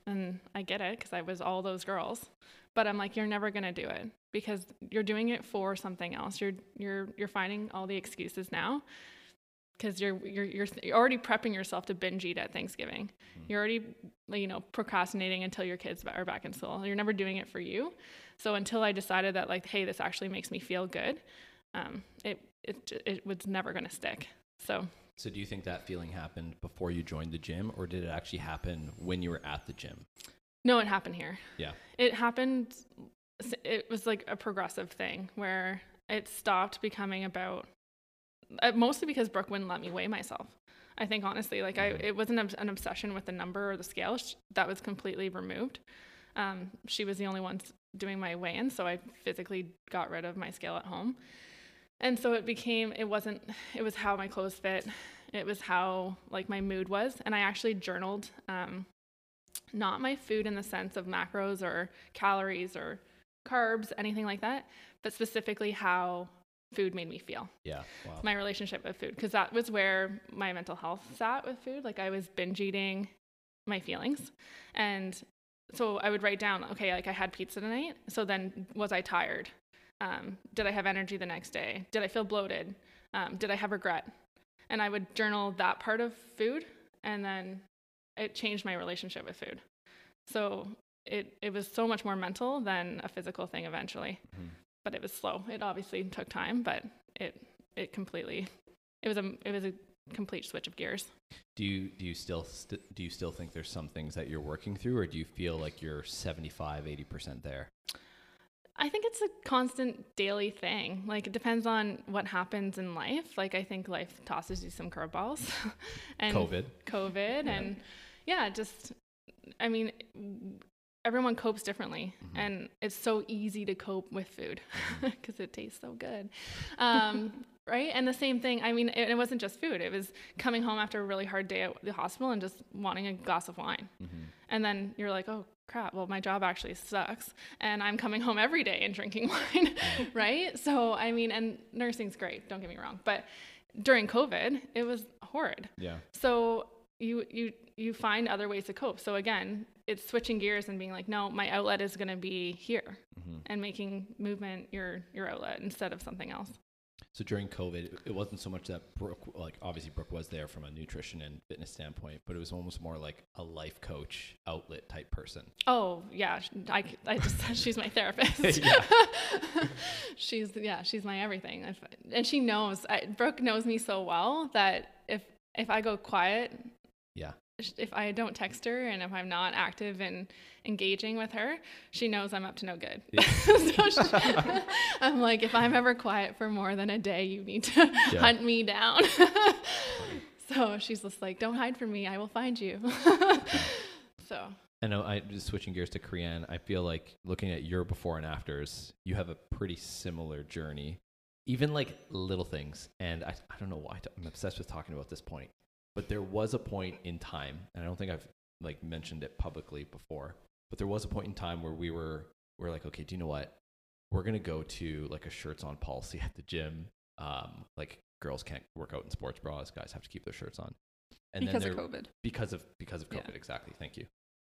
Speaker 3: and i get it because i was all those girls but i'm like you're never going to do it because you're doing it for something else you're you're you're finding all the excuses now because you're, you're you're you're already prepping yourself to binge eat at thanksgiving you're already you know procrastinating until your kids are back in school you're never doing it for you so until i decided that like hey this actually makes me feel good um, it, it j- it was never going to stick so
Speaker 1: So, do you think that feeling happened before you joined the gym, or did it actually happen when you were at the gym?
Speaker 3: No, it happened here.
Speaker 1: Yeah.
Speaker 3: It happened. It was like a progressive thing where it stopped becoming about uh, mostly because Brooke wouldn't let me weigh myself. I think honestly, like I,
Speaker 1: Mhm.
Speaker 3: it wasn't obs- an obsession with the number or the scale. Sh- That was completely removed. Um, she was the only one s- doing my weigh-in, so I physically got rid of my scale at home. And so it became, it wasn't, it was how my clothes fit. It was how like my mood was. And I actually journaled, um, not my food in the sense of macros or calories or carbs, anything like that, but specifically how food made me feel
Speaker 1: Yeah. Wow.
Speaker 3: my relationship with food because that was where my mental health sat with food like i was binge eating my feelings and so i would write down okay like i had pizza tonight so then was i tired um, did i have energy the next day did i feel bloated um, did i have regret and i would journal that part of food and then it changed my relationship with food so it, it was so much more mental than a physical thing eventually
Speaker 1: Mhm.
Speaker 3: but it was slow it obviously took time but it it completely it was a it was a complete switch of gears
Speaker 1: do you do you still st- do you still think there's some things that you're working through, or do you feel like you're 75, 80 percent there?
Speaker 3: i think it's a constant daily thing like it depends on what happens in life like i think life tosses you some curveballs and
Speaker 1: COVID.
Speaker 3: covid
Speaker 1: Yeah.
Speaker 3: and yeah just i mean everyone copes differently
Speaker 1: Mhm.
Speaker 3: and it's so easy to cope with food because it tastes so good um, right and the same thing i mean it, it wasn't just food it was coming home after a really hard day at the hospital and just wanting a glass of wine
Speaker 1: Mm-hmm.
Speaker 3: And then you're like, oh crap, well, my job actually sucks. And I'm coming home every day and drinking wine, right? So, I mean, and nursing's great, don't get me wrong. But during COVID, it was horrid.
Speaker 1: Yeah.
Speaker 3: So you, you, you find other ways to cope. So again, it's switching gears and being like, no, my outlet is going to be here
Speaker 1: Mm-hmm.
Speaker 3: and making movement your, your outlet instead of something else.
Speaker 1: So during COVID, it- it wasn't so much that Brooke, like obviously Brooke was there from a nutrition and fitness standpoint, but it was almost more like a life coach outlet type person.
Speaker 3: Oh yeah, sh- I, I just she's my therapist.
Speaker 1: Yeah.
Speaker 3: she's yeah, she's my everything, if, and she knows. I, Brooke knows me so well that if if I go quiet,
Speaker 1: Yeah.
Speaker 3: sh- if I don't text her and if I'm not active and engaging with her, she knows I'm up to no good.
Speaker 1: Yeah.
Speaker 3: so she, I'm like, if I'm ever quiet for more than a day, you need to hunt me down. so she's just like, don't hide from me, I will find you. so.
Speaker 1: And I I- just switching gears to Korean, I feel like looking at your before and afters, you have a pretty similar journey, even like little things. And I, I don't know why t- I'm obsessed with talking about this point, but there was a point in time, and I don't think I've like mentioned it publicly before, but there was a point in time where we were, we are like, okay, do you know what? We're going to go to like a shirts on policy at the gym. Um, like girls can't work out in sports bras, guys have to keep their shirts on. And
Speaker 2: Because
Speaker 1: then
Speaker 2: of
Speaker 1: there,
Speaker 2: COVID.
Speaker 1: because of because of
Speaker 3: Yeah.
Speaker 1: COVID. Exactly. Thank you.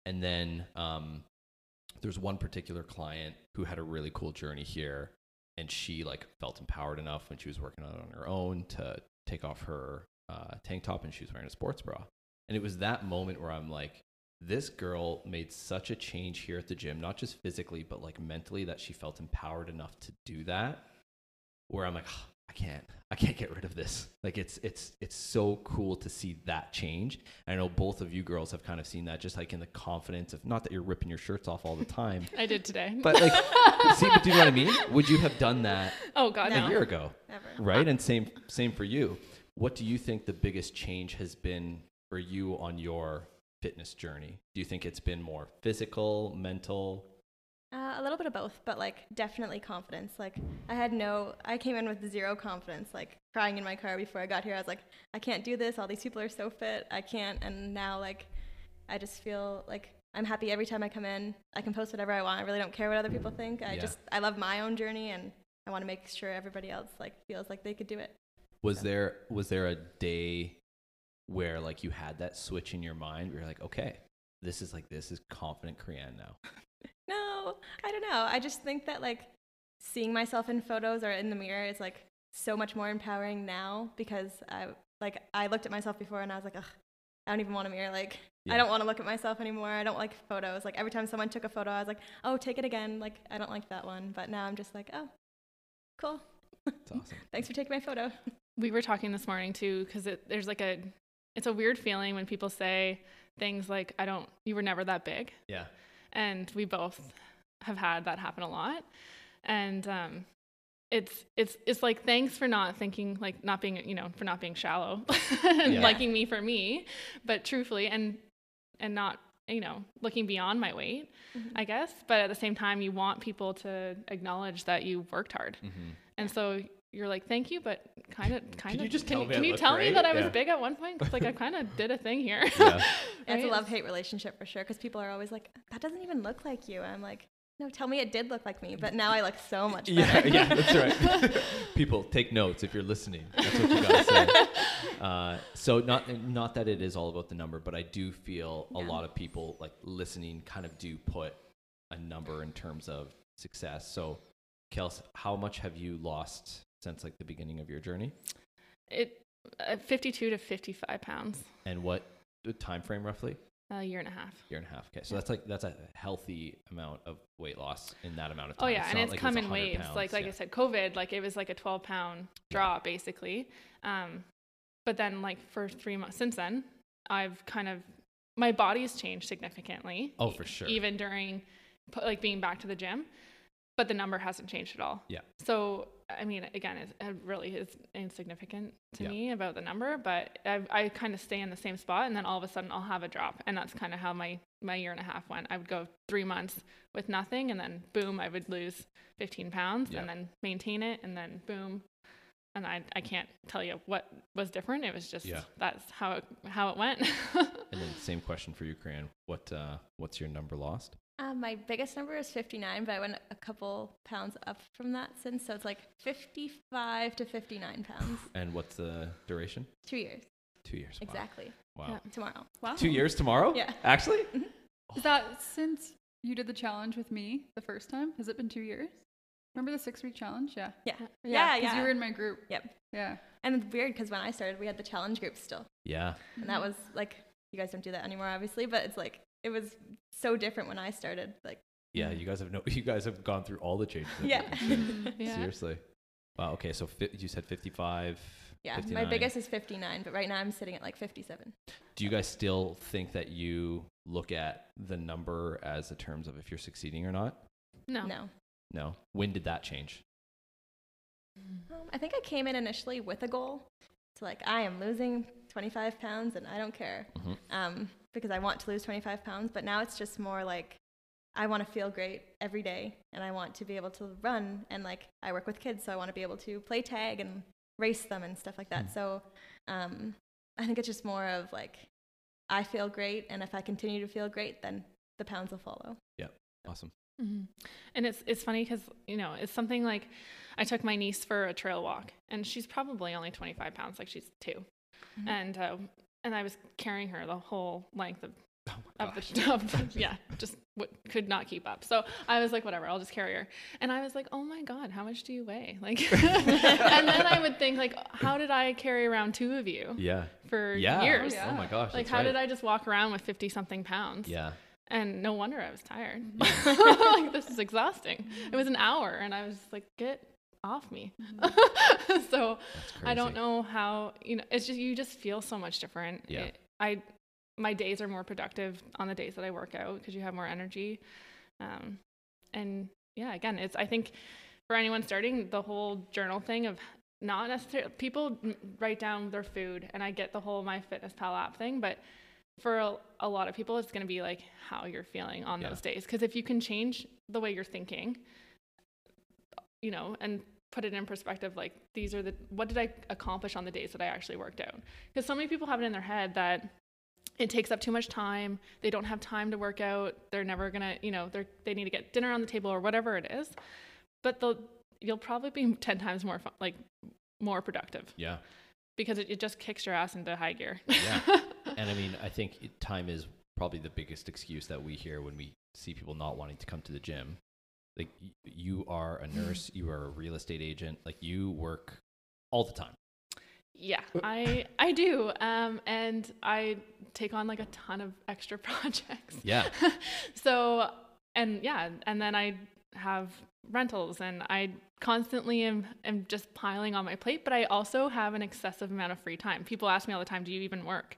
Speaker 1: And then um, there's one particular client who had a really cool journey here and she like felt empowered enough when she was working on it on her own to take off her uh, tank top and she was wearing a sports bra and it was that moment where i'm like this girl made such a change here at the gym not just physically but like mentally that she felt empowered enough to do that where i'm like "Ah, i can't i can't get rid of this like it's it's it's so cool to see that change i know both of you girls have kind of seen that just like in the confidence of not that you're ripping your shirts off all the time
Speaker 3: I did today.
Speaker 1: but like see but do you know what i mean would you have done that
Speaker 3: oh God,
Speaker 1: a
Speaker 3: no.
Speaker 1: year ago
Speaker 4: Never.
Speaker 1: right and same same for you what do you think the biggest change has been for you on your fitness journey do you think it's been more physical mental
Speaker 4: Uh, a little bit of both, but like definitely confidence. Like I had no, I came in with zero confidence. Like crying in my car before I got here, I was like, I can't do this. All these people are so fit. I can't. And now like, I just feel like I'm happy every time I come in. I can post whatever I want. I really don't care what other people think. I
Speaker 1: Yeah.
Speaker 4: just I love my own journey, and I want to make sure everybody else like feels like they could do it.
Speaker 1: was there was there a day where like you had that switch in your mind where you're like okay this is like this is confident korean now
Speaker 4: No, I don't know. I just think that like seeing myself in photos or in the mirror is like so much more empowering now because I like I looked at myself before and I was like, Ugh, I don't even want a mirror. Like
Speaker 1: Yeah.
Speaker 4: I don't want to look at myself anymore. I don't like photos. Like every time someone took a photo, I was like, oh, take it again. Like I don't like that one. But now I'm just like, oh, cool.
Speaker 1: it's awesome
Speaker 4: Thanks for taking my photo.
Speaker 3: we were talking this morning too because there's like a it's a weird feeling when people say things like i don't you were never that big
Speaker 1: yeah
Speaker 3: and we both have had that happen a lot and um it's it's it's like thanks for not thinking like not being you know for not being shallow and
Speaker 1: Yeah.
Speaker 3: liking me for me but truthfully and and not you know looking beyond my weight i guess but at the same time you want people to acknowledge that you worked hard
Speaker 1: hmm
Speaker 3: and so you're like, thank you, but kind of, kind of.
Speaker 1: you just
Speaker 3: can
Speaker 1: tell
Speaker 3: you,
Speaker 1: me I
Speaker 3: can you
Speaker 1: look
Speaker 3: tell me
Speaker 1: great?
Speaker 3: that I was
Speaker 1: Yeah.
Speaker 3: big at one point? 'Cause, like I kind of did a thing here.
Speaker 1: yeah
Speaker 4: It's a
Speaker 3: Right?
Speaker 4: love hate relationship for sure because people are always like, that doesn't even look like you. And I'm like, no, tell me it did look like me. But now I look so much better.
Speaker 1: Yeah, yeah, that's right. People take notes if you're listening. That's what you gotta say. Uh, so not not that it is all about the number, but I do feel a lot of people like listening kind of do put a number in terms of success. So, Kels, how much have you lost since like the beginning of your journey,
Speaker 3: It uh, 52 to 55 pounds
Speaker 1: and what time frame roughly?
Speaker 3: a year and a half.
Speaker 1: Year and a half. Okay, so that's like that's a healthy amount of weight loss in that amount of
Speaker 3: Oh
Speaker 1: time.
Speaker 3: yeah, and
Speaker 1: not
Speaker 3: it's
Speaker 1: like
Speaker 3: come in
Speaker 1: 100
Speaker 3: waves.
Speaker 1: pounds.
Speaker 3: Like like
Speaker 1: Yeah.
Speaker 3: I said, COVID, like it was like a 12 pound drop basically. Um, but then like for three months since then, I've kind of my body's changed significantly.
Speaker 1: Oh, for sure.
Speaker 3: e Even during pu- like being back to the gym, but the number hasn't changed at all.
Speaker 1: Yeah.
Speaker 3: So I mean, again, it, it really is insignificant to
Speaker 1: Yeah.
Speaker 3: me about the number, but I, I kind of stay in the same spot, and then all of a sudden I'll have a drop, and that's kind of how my my year and a half went. I would go three months with nothing, and then boom, I would lose 15 pounds,
Speaker 1: Yeah.
Speaker 3: and then maintain it, and then boom. And I, I can't tell you what was different. It was just
Speaker 1: Yeah.
Speaker 3: that's how it, how it went.
Speaker 1: And then same question for you, Korean. What uh, what's your number lost?
Speaker 4: Uh, my biggest number is 59, but I went a couple pounds up from that since. So it's like 55 to 59 pounds.
Speaker 1: And what's the duration?
Speaker 4: Two years.
Speaker 1: Two years. Wow.
Speaker 4: Exactly.
Speaker 1: Wow.
Speaker 3: Yeah.
Speaker 4: Tomorrow.
Speaker 2: Wow.
Speaker 1: Two years tomorrow?
Speaker 4: Yeah.
Speaker 1: Actually?
Speaker 2: Is that since you did the challenge with me the first time? Has it been two years? Remember the six week challenge? Yeah.
Speaker 4: Yeah. Yeah. Yeah.
Speaker 2: Because you were in my group.
Speaker 4: Yep.
Speaker 2: Yeah.
Speaker 4: And it's weird because when I started, we had the challenge group still.
Speaker 1: Yeah.
Speaker 4: And
Speaker 2: Mm-hmm.
Speaker 4: that was like, you guys don't do that anymore, obviously, but it's like, it was so different when I started. Like,
Speaker 1: Yeah. You guys have no. You guys have gone through all the changes. that
Speaker 4: Yeah.
Speaker 1: we can do.
Speaker 2: Mm-hmm.
Speaker 3: yeah.
Speaker 1: Seriously. Wow. Okay. So fi- you said fifty-five.
Speaker 4: yeah,
Speaker 1: 59.
Speaker 4: my biggest is 59, but right now I'm sitting at like 57.
Speaker 1: Do you guys still think that you look at the number as the terms of if you're succeeding or not?
Speaker 3: No.
Speaker 4: No.
Speaker 1: No. When did that change?
Speaker 4: Um, I think I came in initially with a goal. So, like, I am losing 25 pounds and I don't care.
Speaker 1: Mhm.
Speaker 4: um, because I want to lose 25 pounds. But now it's just more like I want to feel great every day and I want to be able to run. And like I work with kids, so I want to be able to play tag and race them and stuff like that.
Speaker 1: Hmm.
Speaker 4: So um, I think it's just more of like I feel great. And if I continue to feel great, then the pounds will follow.
Speaker 1: Awesome.
Speaker 3: Mhm. And it's it's funny because you know it's something like I took my niece for a trail walk, and she's probably only 25 pounds, like she's 2
Speaker 1: Mm-hmm.
Speaker 4: Mhm.
Speaker 3: and uh, and I was carrying her the whole length of
Speaker 1: Oh
Speaker 3: of the, of the yeah, just w- could not keep up. So I was like, whatever, I'll just carry her. And I was like, oh my god, how much do you weigh? Like, and then I would think like, how did I carry around two of you
Speaker 1: Yeah.
Speaker 3: for
Speaker 1: Yeah.
Speaker 3: years?
Speaker 1: Oh my gosh.
Speaker 3: Like,
Speaker 1: that's
Speaker 3: how
Speaker 1: right.
Speaker 3: did I just walk around with fifty something pounds?
Speaker 1: Yeah.
Speaker 3: And no wonder I was tired. like this is exhausting. It was an hour, and I was just like, get off me. so
Speaker 1: That's crazy.
Speaker 3: I don't know how you know. It's just you just feel so much different.
Speaker 1: Yeah.
Speaker 3: It- I my days are more productive on the days that I work out because you have more energy. Um, and yeah, again, it's I think for anyone starting the whole journal thing of not necessarily people m- write down their food, and I get the whole my fitness pal app thing, but for a, a lot of people, it's going to be like how you're feeling on
Speaker 1: Yeah.
Speaker 3: those days because if you can change the way you're thinking, you know, and put it in perspective like these are the what did i accomplish on the days that i actually worked out because so many people have it in their head that it takes up too much time they don't have time to work out they're never gonna you know they're they need to get dinner on the table or whatever it is but they'll you'll probably be 10 times more fun, like more productive
Speaker 1: Yeah.
Speaker 3: because it, it just kicks your ass into high gear
Speaker 1: Yeah. and I mean, I think it- time is probably the biggest excuse that we hear when we see people not wanting to come to the gym. Like y- you are a
Speaker 3: Mm-hmm.
Speaker 1: nurse, you are a real estate agent, like you work all the time.
Speaker 3: Yeah,
Speaker 1: Uh.
Speaker 3: I I do, um, and I take on like a ton of extra projects.
Speaker 1: Yeah.
Speaker 3: so and yeah, and then I have rentals, and I constantly am am just piling on my plate. But I also have an excessive amount of free time. People ask me all the time, "Do you even work?"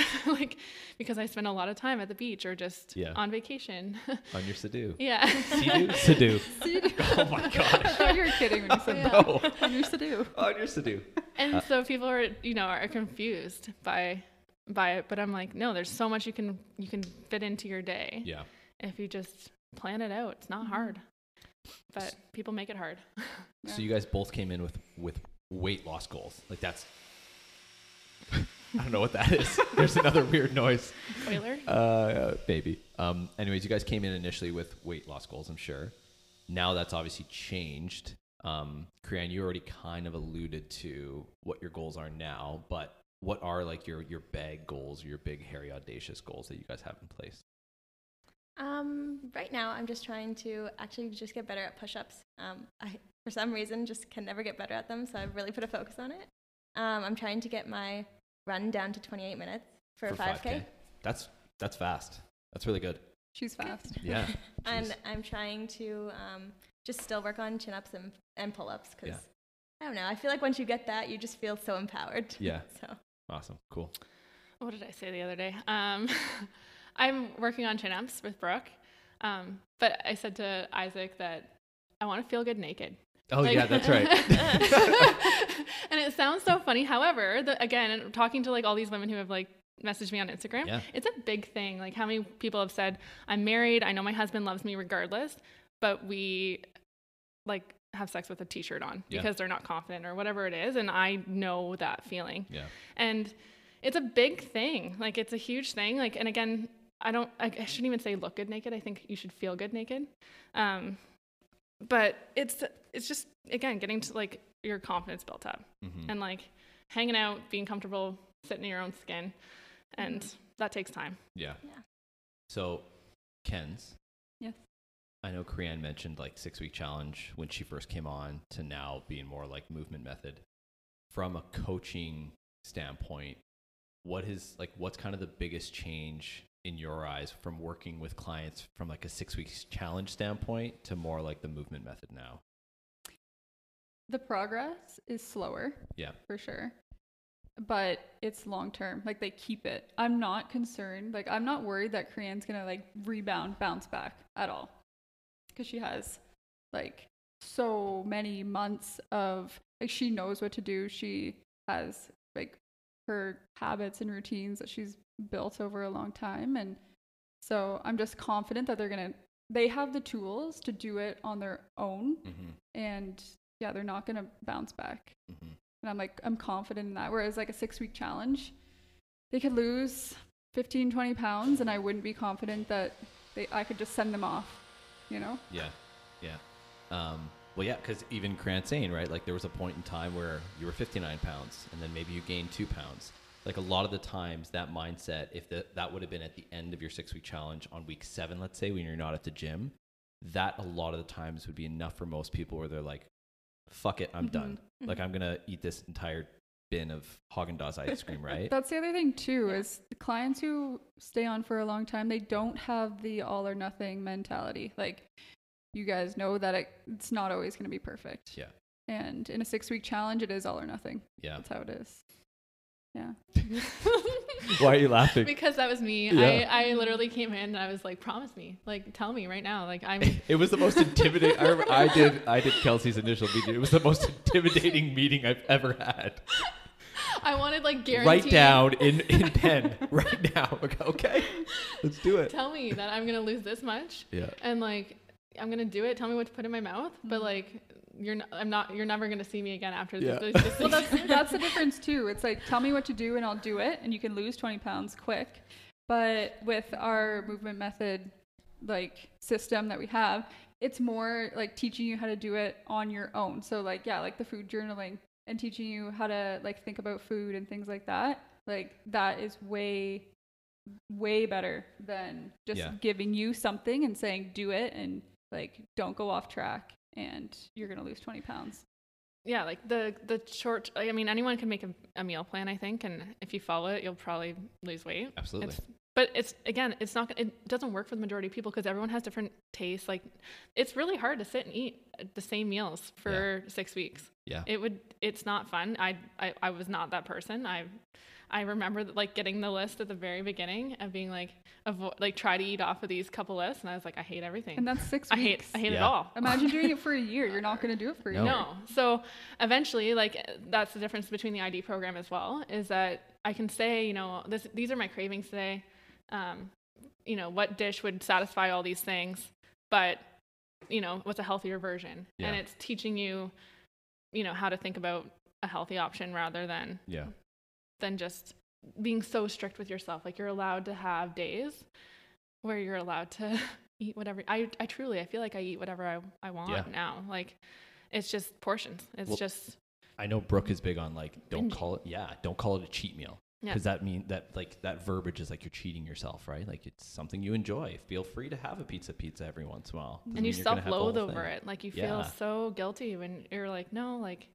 Speaker 3: like because I spend a lot of time at the beach or just
Speaker 1: Yeah.
Speaker 3: on vacation.
Speaker 1: On your Sadoo.
Speaker 3: yeah.
Speaker 1: Sadoo? Sadoo. Oh my
Speaker 2: I
Speaker 1: gosh.
Speaker 2: thought you were kidding when you said that.
Speaker 1: No.
Speaker 2: On your Sadoo.
Speaker 1: On your Sadoo.
Speaker 3: and so people are you know are confused by by it but i'm like no there's so much you can you can fit into your day
Speaker 1: Yeah.
Speaker 3: if you just plan it out it's not hard but people make it hard
Speaker 1: So you guys both came in with with weight loss goals. Like that's I don't know what that is. There's another weird noise.
Speaker 3: spoiler
Speaker 1: Uh, maybe. Um, anyways, you guys came in initially with weight loss goals, I'm sure. Now that's obviously changed. Um, Krian, you already kind of alluded to what your goals are now, but what are like your your big goals, your big hairy audacious goals that you guys have in place?
Speaker 4: Um, right now, I'm just trying to actually just get better at push-ups. Um, I, for some reason, just can never get better at them, so I've really put a focus on it. Um, I'm trying to get my run down to 28 minutes for, 5K.
Speaker 1: That's that's fast. That's really good.
Speaker 2: She's fast.
Speaker 1: Yeah.
Speaker 4: and
Speaker 1: Jeez.
Speaker 4: I'm trying to um, just still work on chin-ups and, and pull-ups because
Speaker 1: Yeah.
Speaker 4: I don't know. I feel like once you get that, you just feel so empowered.
Speaker 1: Yeah.
Speaker 4: so
Speaker 1: Awesome. Cool.
Speaker 3: what did i say the other day um i'm working on chin-ups with brooke um but i said to isaac that i want to feel good naked
Speaker 1: Oh
Speaker 3: Like-
Speaker 1: yeah, that's right.
Speaker 3: and it sounds so funny. However, the, again, talking to like all these women who have like messaged me on Instagram,
Speaker 1: Yeah.
Speaker 3: it's a big thing. Like how many people have said, "I'm married. I know my husband loves me regardless, but we like have sex with a t-shirt on
Speaker 1: Yeah.
Speaker 3: because they're not confident or whatever it is." And I know that feeling
Speaker 1: Yeah.
Speaker 3: and it's a big thing like it's a huge thing like and again i don't i, I shouldn't even say look good naked i think you should feel good naked um but it's it's just again getting to like your confidence built up
Speaker 1: Mhm.
Speaker 3: and like hanging out being comfortable sitting in your own skin and that takes time
Speaker 1: Yeah.
Speaker 4: Yeah.
Speaker 1: So, Ken's.
Speaker 2: Yes.
Speaker 1: I know Krian mentioned like six week challenge when she first came on to now being more like movement method. From a coaching standpoint, what is like what's kind of the biggest change in your eyes from working with clients from like a six weeks challenge standpoint to more like the movement method now?
Speaker 2: The progress is slower.
Speaker 1: Yeah.
Speaker 2: For sure. But it's long term. Like they keep it. I'm not concerned. Like I'm not worried that Korean's gonna like rebound, bounce back at all. Cause she has like so many months of like she knows what to do. She has like her habits and routines that she's built over a long time. And so I'm just confident that they're gonna they have the tools to do it on their own
Speaker 1: Mm-hmm.
Speaker 2: and yeah, they're not gonna bounce back.
Speaker 1: Mhm.
Speaker 2: And I'm like, I'm confident in that. Whereas like a six week challenge, they could lose 15, 20 pounds, and I wouldn't be confident that they I could just send them off, you know?
Speaker 1: Yeah, yeah. Um, well, yeah, because even Krantz saying, right, like there was a point in time where you were 59 pounds, and then maybe you gained two pounds, like a lot of the times that mindset, if the, that would have been at the end of your six week challenge on week seven, let's say, when you're not at the gym, that a lot of the times would be enough for most people where they're like, fuck it,
Speaker 2: Mm-hmm,
Speaker 1: I'm done. Like, I'm going to eat this entire bin of Haagen Dazs ice cream, right?
Speaker 2: That's the other thing too
Speaker 3: Yeah.
Speaker 2: is the clients who stay on for a long time, they don't have the all or nothing mentality. Like you guys know that it, it's not always going to be perfect.
Speaker 1: Yeah.
Speaker 2: And in a 6-week challenge it is all or nothing.
Speaker 1: Yeah.
Speaker 2: That's how it is. Yeah.
Speaker 1: Why are you laughing?
Speaker 3: because that was me.
Speaker 1: Yeah.
Speaker 3: I, I literally came in and I was like, promise me, like, tell me right now. Like, I'm
Speaker 1: It was the most intimidating. I, remember I did. I did Kelsey's initial meeting. It was the most intimidating meeting I've ever had.
Speaker 3: I wanted like guaranteed.
Speaker 1: Write down in in pen right now. Okay, let's do it.
Speaker 3: Tell me that I'm gonna lose this much,
Speaker 1: Yeah.
Speaker 3: and like I'm gonna do it. Tell me what to put in my mouth, but like you're not, I'm not. You're never gonna see me again after
Speaker 1: Mm-hmm. Yeah.
Speaker 3: this. this-
Speaker 2: Well, that's that's the difference too. It's like tell me what to do and I'll do it, and you can lose twenty pounds quick. But with our movement method, like system that we have, it's more like teaching you how to do it on your own. So like yeah, like the food journaling and teaching you how to like think about food and things like that. Like that is way way better than just
Speaker 1: Yeah.
Speaker 2: giving you something and saying do it and like don't go off track and you're going to lose 20 pounds.
Speaker 3: yeah, like the the short. I mean, anyone can make a, a meal plan, I think, and if you follow it, you'll probably lose weight.
Speaker 1: Absolutely.
Speaker 3: It's, but it's again, it's not. It doesn't work for the majority of people because everyone has different tastes. Like, it's really hard to sit and eat the same meals for six weeks.
Speaker 1: Yeah.
Speaker 3: it would. It's not fun. I, I I was not that person. I I remember that, like getting the list at the very beginning and being like, avo- like try to eat off of these couple lists, and I was like, I hate everything.
Speaker 2: And that's 6
Speaker 3: I hate
Speaker 2: weeks.
Speaker 3: I hate it
Speaker 1: Yeah.
Speaker 3: all.
Speaker 2: Imagine doing it for a year. You're not going to do it for a
Speaker 1: No.
Speaker 2: year.
Speaker 3: No. So eventually, like that's the difference between the ID program as well is that I can say, you know, this, these are my cravings today. Um, you know, what dish would satisfy all these things, but you know, what's a healthier version? And
Speaker 1: Yeah.
Speaker 3: it's teaching you, you know, how to think about a healthy option rather than
Speaker 1: yeah.
Speaker 3: than just being so strict with yourself. Like you're allowed to have days where you're allowed to eat whatever. I, I truly, I feel like I eat whatever I, I want
Speaker 1: Yeah.
Speaker 3: now. Like it's just portions. It's
Speaker 1: Well-
Speaker 3: just,
Speaker 1: I know Brooke is big on like don't
Speaker 3: Binging.
Speaker 1: call it yeah don't call it a cheat meal
Speaker 3: Yeah.
Speaker 1: because that mean that like that verbiage is like you're cheating yourself right like it's something you enjoy feel free to have a pizza pizza every once in a while Doesn't
Speaker 3: and you
Speaker 1: mean you're gonna have
Speaker 3: self
Speaker 1: the
Speaker 3: loathe
Speaker 1: whole
Speaker 3: over
Speaker 1: thing.
Speaker 3: it. Like you
Speaker 1: Yeah.
Speaker 3: feel so guilty when you're like, no, like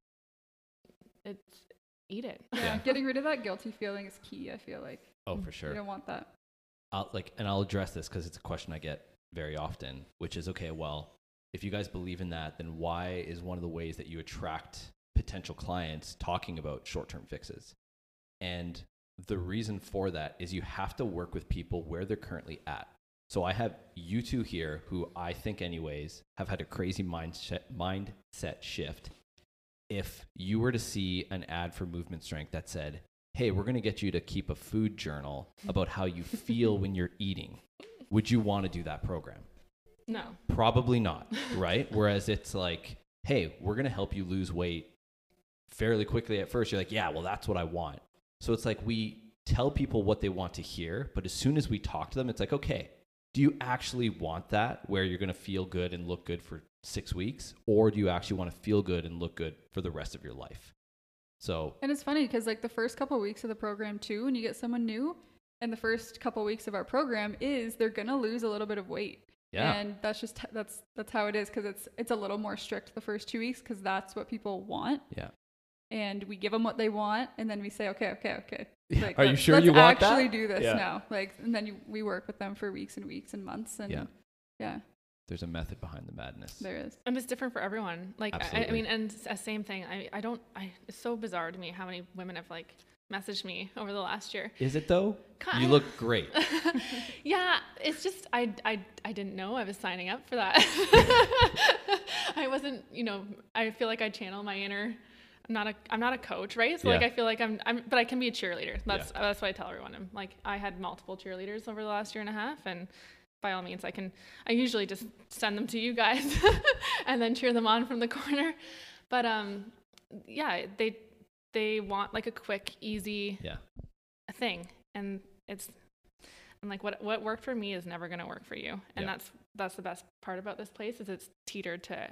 Speaker 3: it's eat it.
Speaker 1: Yeah.
Speaker 2: Getting rid of that guilty feeling is key, I feel like.
Speaker 1: oh for
Speaker 2: You
Speaker 1: sure
Speaker 2: don't want that.
Speaker 1: I'll, like and I'll address this because it's a question I get very often which is okay well if you guys believe in that then why is one of the ways that you attract potential clients talking about short term fixes and the reason for that is you have to work with people where they're currently at So I have you two here who I think, anyways, have had a crazy mindset, mindset shift. If you were to see an ad for Movement Strength that said, Hey, we're going to get you to keep a food journal about how you feel when you're eating, would you want to do that program?
Speaker 3: No.
Speaker 1: Probably not, right? Whereas it's like, Hey, we're going to help you lose weight fairly quickly at first. You're like, Yeah, well, that's what I want. So it's like we tell people what they want to hear, but as soon as we talk to them, it's like, okay, do you actually want that where you're going to feel good and look good for six weeks? Or do you actually want to feel good and look good for the rest of your life? So,
Speaker 2: And it's funny because, like, the first couple weeks of the program, too, when you get someone new, and the first couple weeks of our program is they're going to lose a little bit of weight.
Speaker 1: yeah.
Speaker 2: And that's just that's that's how it is because it's it's a little more strict the first 2 weeks because that's what people want
Speaker 1: yeah.
Speaker 2: and we give them what they want and then we say okay okay okay
Speaker 1: Yeah.
Speaker 2: like,
Speaker 1: Are you
Speaker 2: let's-
Speaker 1: sure
Speaker 2: let's
Speaker 1: you want that?
Speaker 2: actually do this
Speaker 1: Yeah.
Speaker 2: now like and then you, we work with them for weeks and weeks and months and
Speaker 1: Yeah.
Speaker 2: yeah
Speaker 1: There's a method behind the madness.
Speaker 2: there is
Speaker 3: And it's different for everyone. Like, I, I
Speaker 1: Absolutely.
Speaker 3: mean, and s- uh, same thing. I, I don't, I, it's so bizarre to me how many women have like messaged me over the last year.
Speaker 1: Is it though?
Speaker 3: Ki-
Speaker 1: You look great.
Speaker 3: yeah, it's just I, I I didn't know I was signing up for that. I wasn't, you know, I feel like I channel my inner I'm not a I'm not a coach, right? So like
Speaker 1: Yeah.
Speaker 3: I feel like I'm I'm but I can be a cheerleader. That's that's what I tell everyone. I'm like I had multiple cheerleaders over the last year and a half and by all means I can I usually just send them to you guys and then cheer them on from the corner. But um yeah, they they want like a quick, easy
Speaker 1: Yeah.
Speaker 3: a thing and it's and like what what worked for me is never going to work for you
Speaker 1: Yeah.
Speaker 3: and that's that's the best part about this place is it's teetered to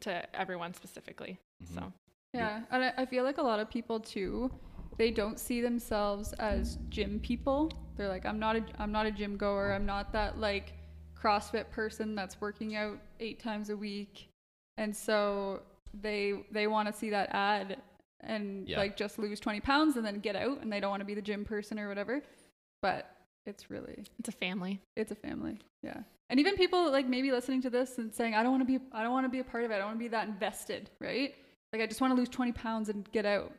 Speaker 3: to everyone specifically
Speaker 1: Mhm.
Speaker 3: so
Speaker 2: Yeah, and I, I feel like a lot of people too they don't see themselves as gym people. They're like, I'm not a, I'm not a gym goer. I'm not that like CrossFit person that's working out eight times a week, and so they they want to see that ad and
Speaker 1: Yeah.
Speaker 2: like just lose 20 pounds and then get out, and they don't want to be the gym person or whatever. But it's really
Speaker 3: It's a family.
Speaker 2: it's a family, yeah. And even people like maybe listening to this and saying, I don't want to be I don't want to be a part of it. I don't want to be that invested, right? Like I just want to lose 20 pounds and get out,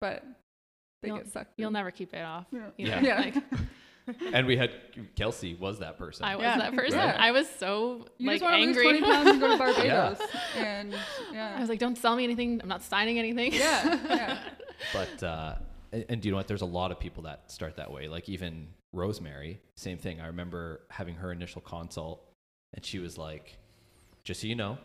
Speaker 2: but they
Speaker 3: You'll-
Speaker 2: get sucked.
Speaker 3: You'll
Speaker 2: in.
Speaker 3: never keep it off.
Speaker 2: Yeah.
Speaker 3: you know,
Speaker 1: Yeah.
Speaker 2: Yeah.
Speaker 3: like,
Speaker 1: and we had Kelsey was that person.
Speaker 3: I was
Speaker 2: Yeah.
Speaker 3: that person.
Speaker 1: Right.
Speaker 3: I was so
Speaker 2: You
Speaker 3: like
Speaker 2: just want to lose
Speaker 3: angry.
Speaker 2: 20 pounds and go to Barbados. And
Speaker 3: I
Speaker 2: yeah.
Speaker 3: was like, don't sell me anything. I'm not signing anything.
Speaker 2: Yeah. Yeah.
Speaker 1: But uh, and, and do you know what? There's a lot of people that start that way. Like even Rosemary, same thing. I remember having her initial consult, and she was like, "Just so you know,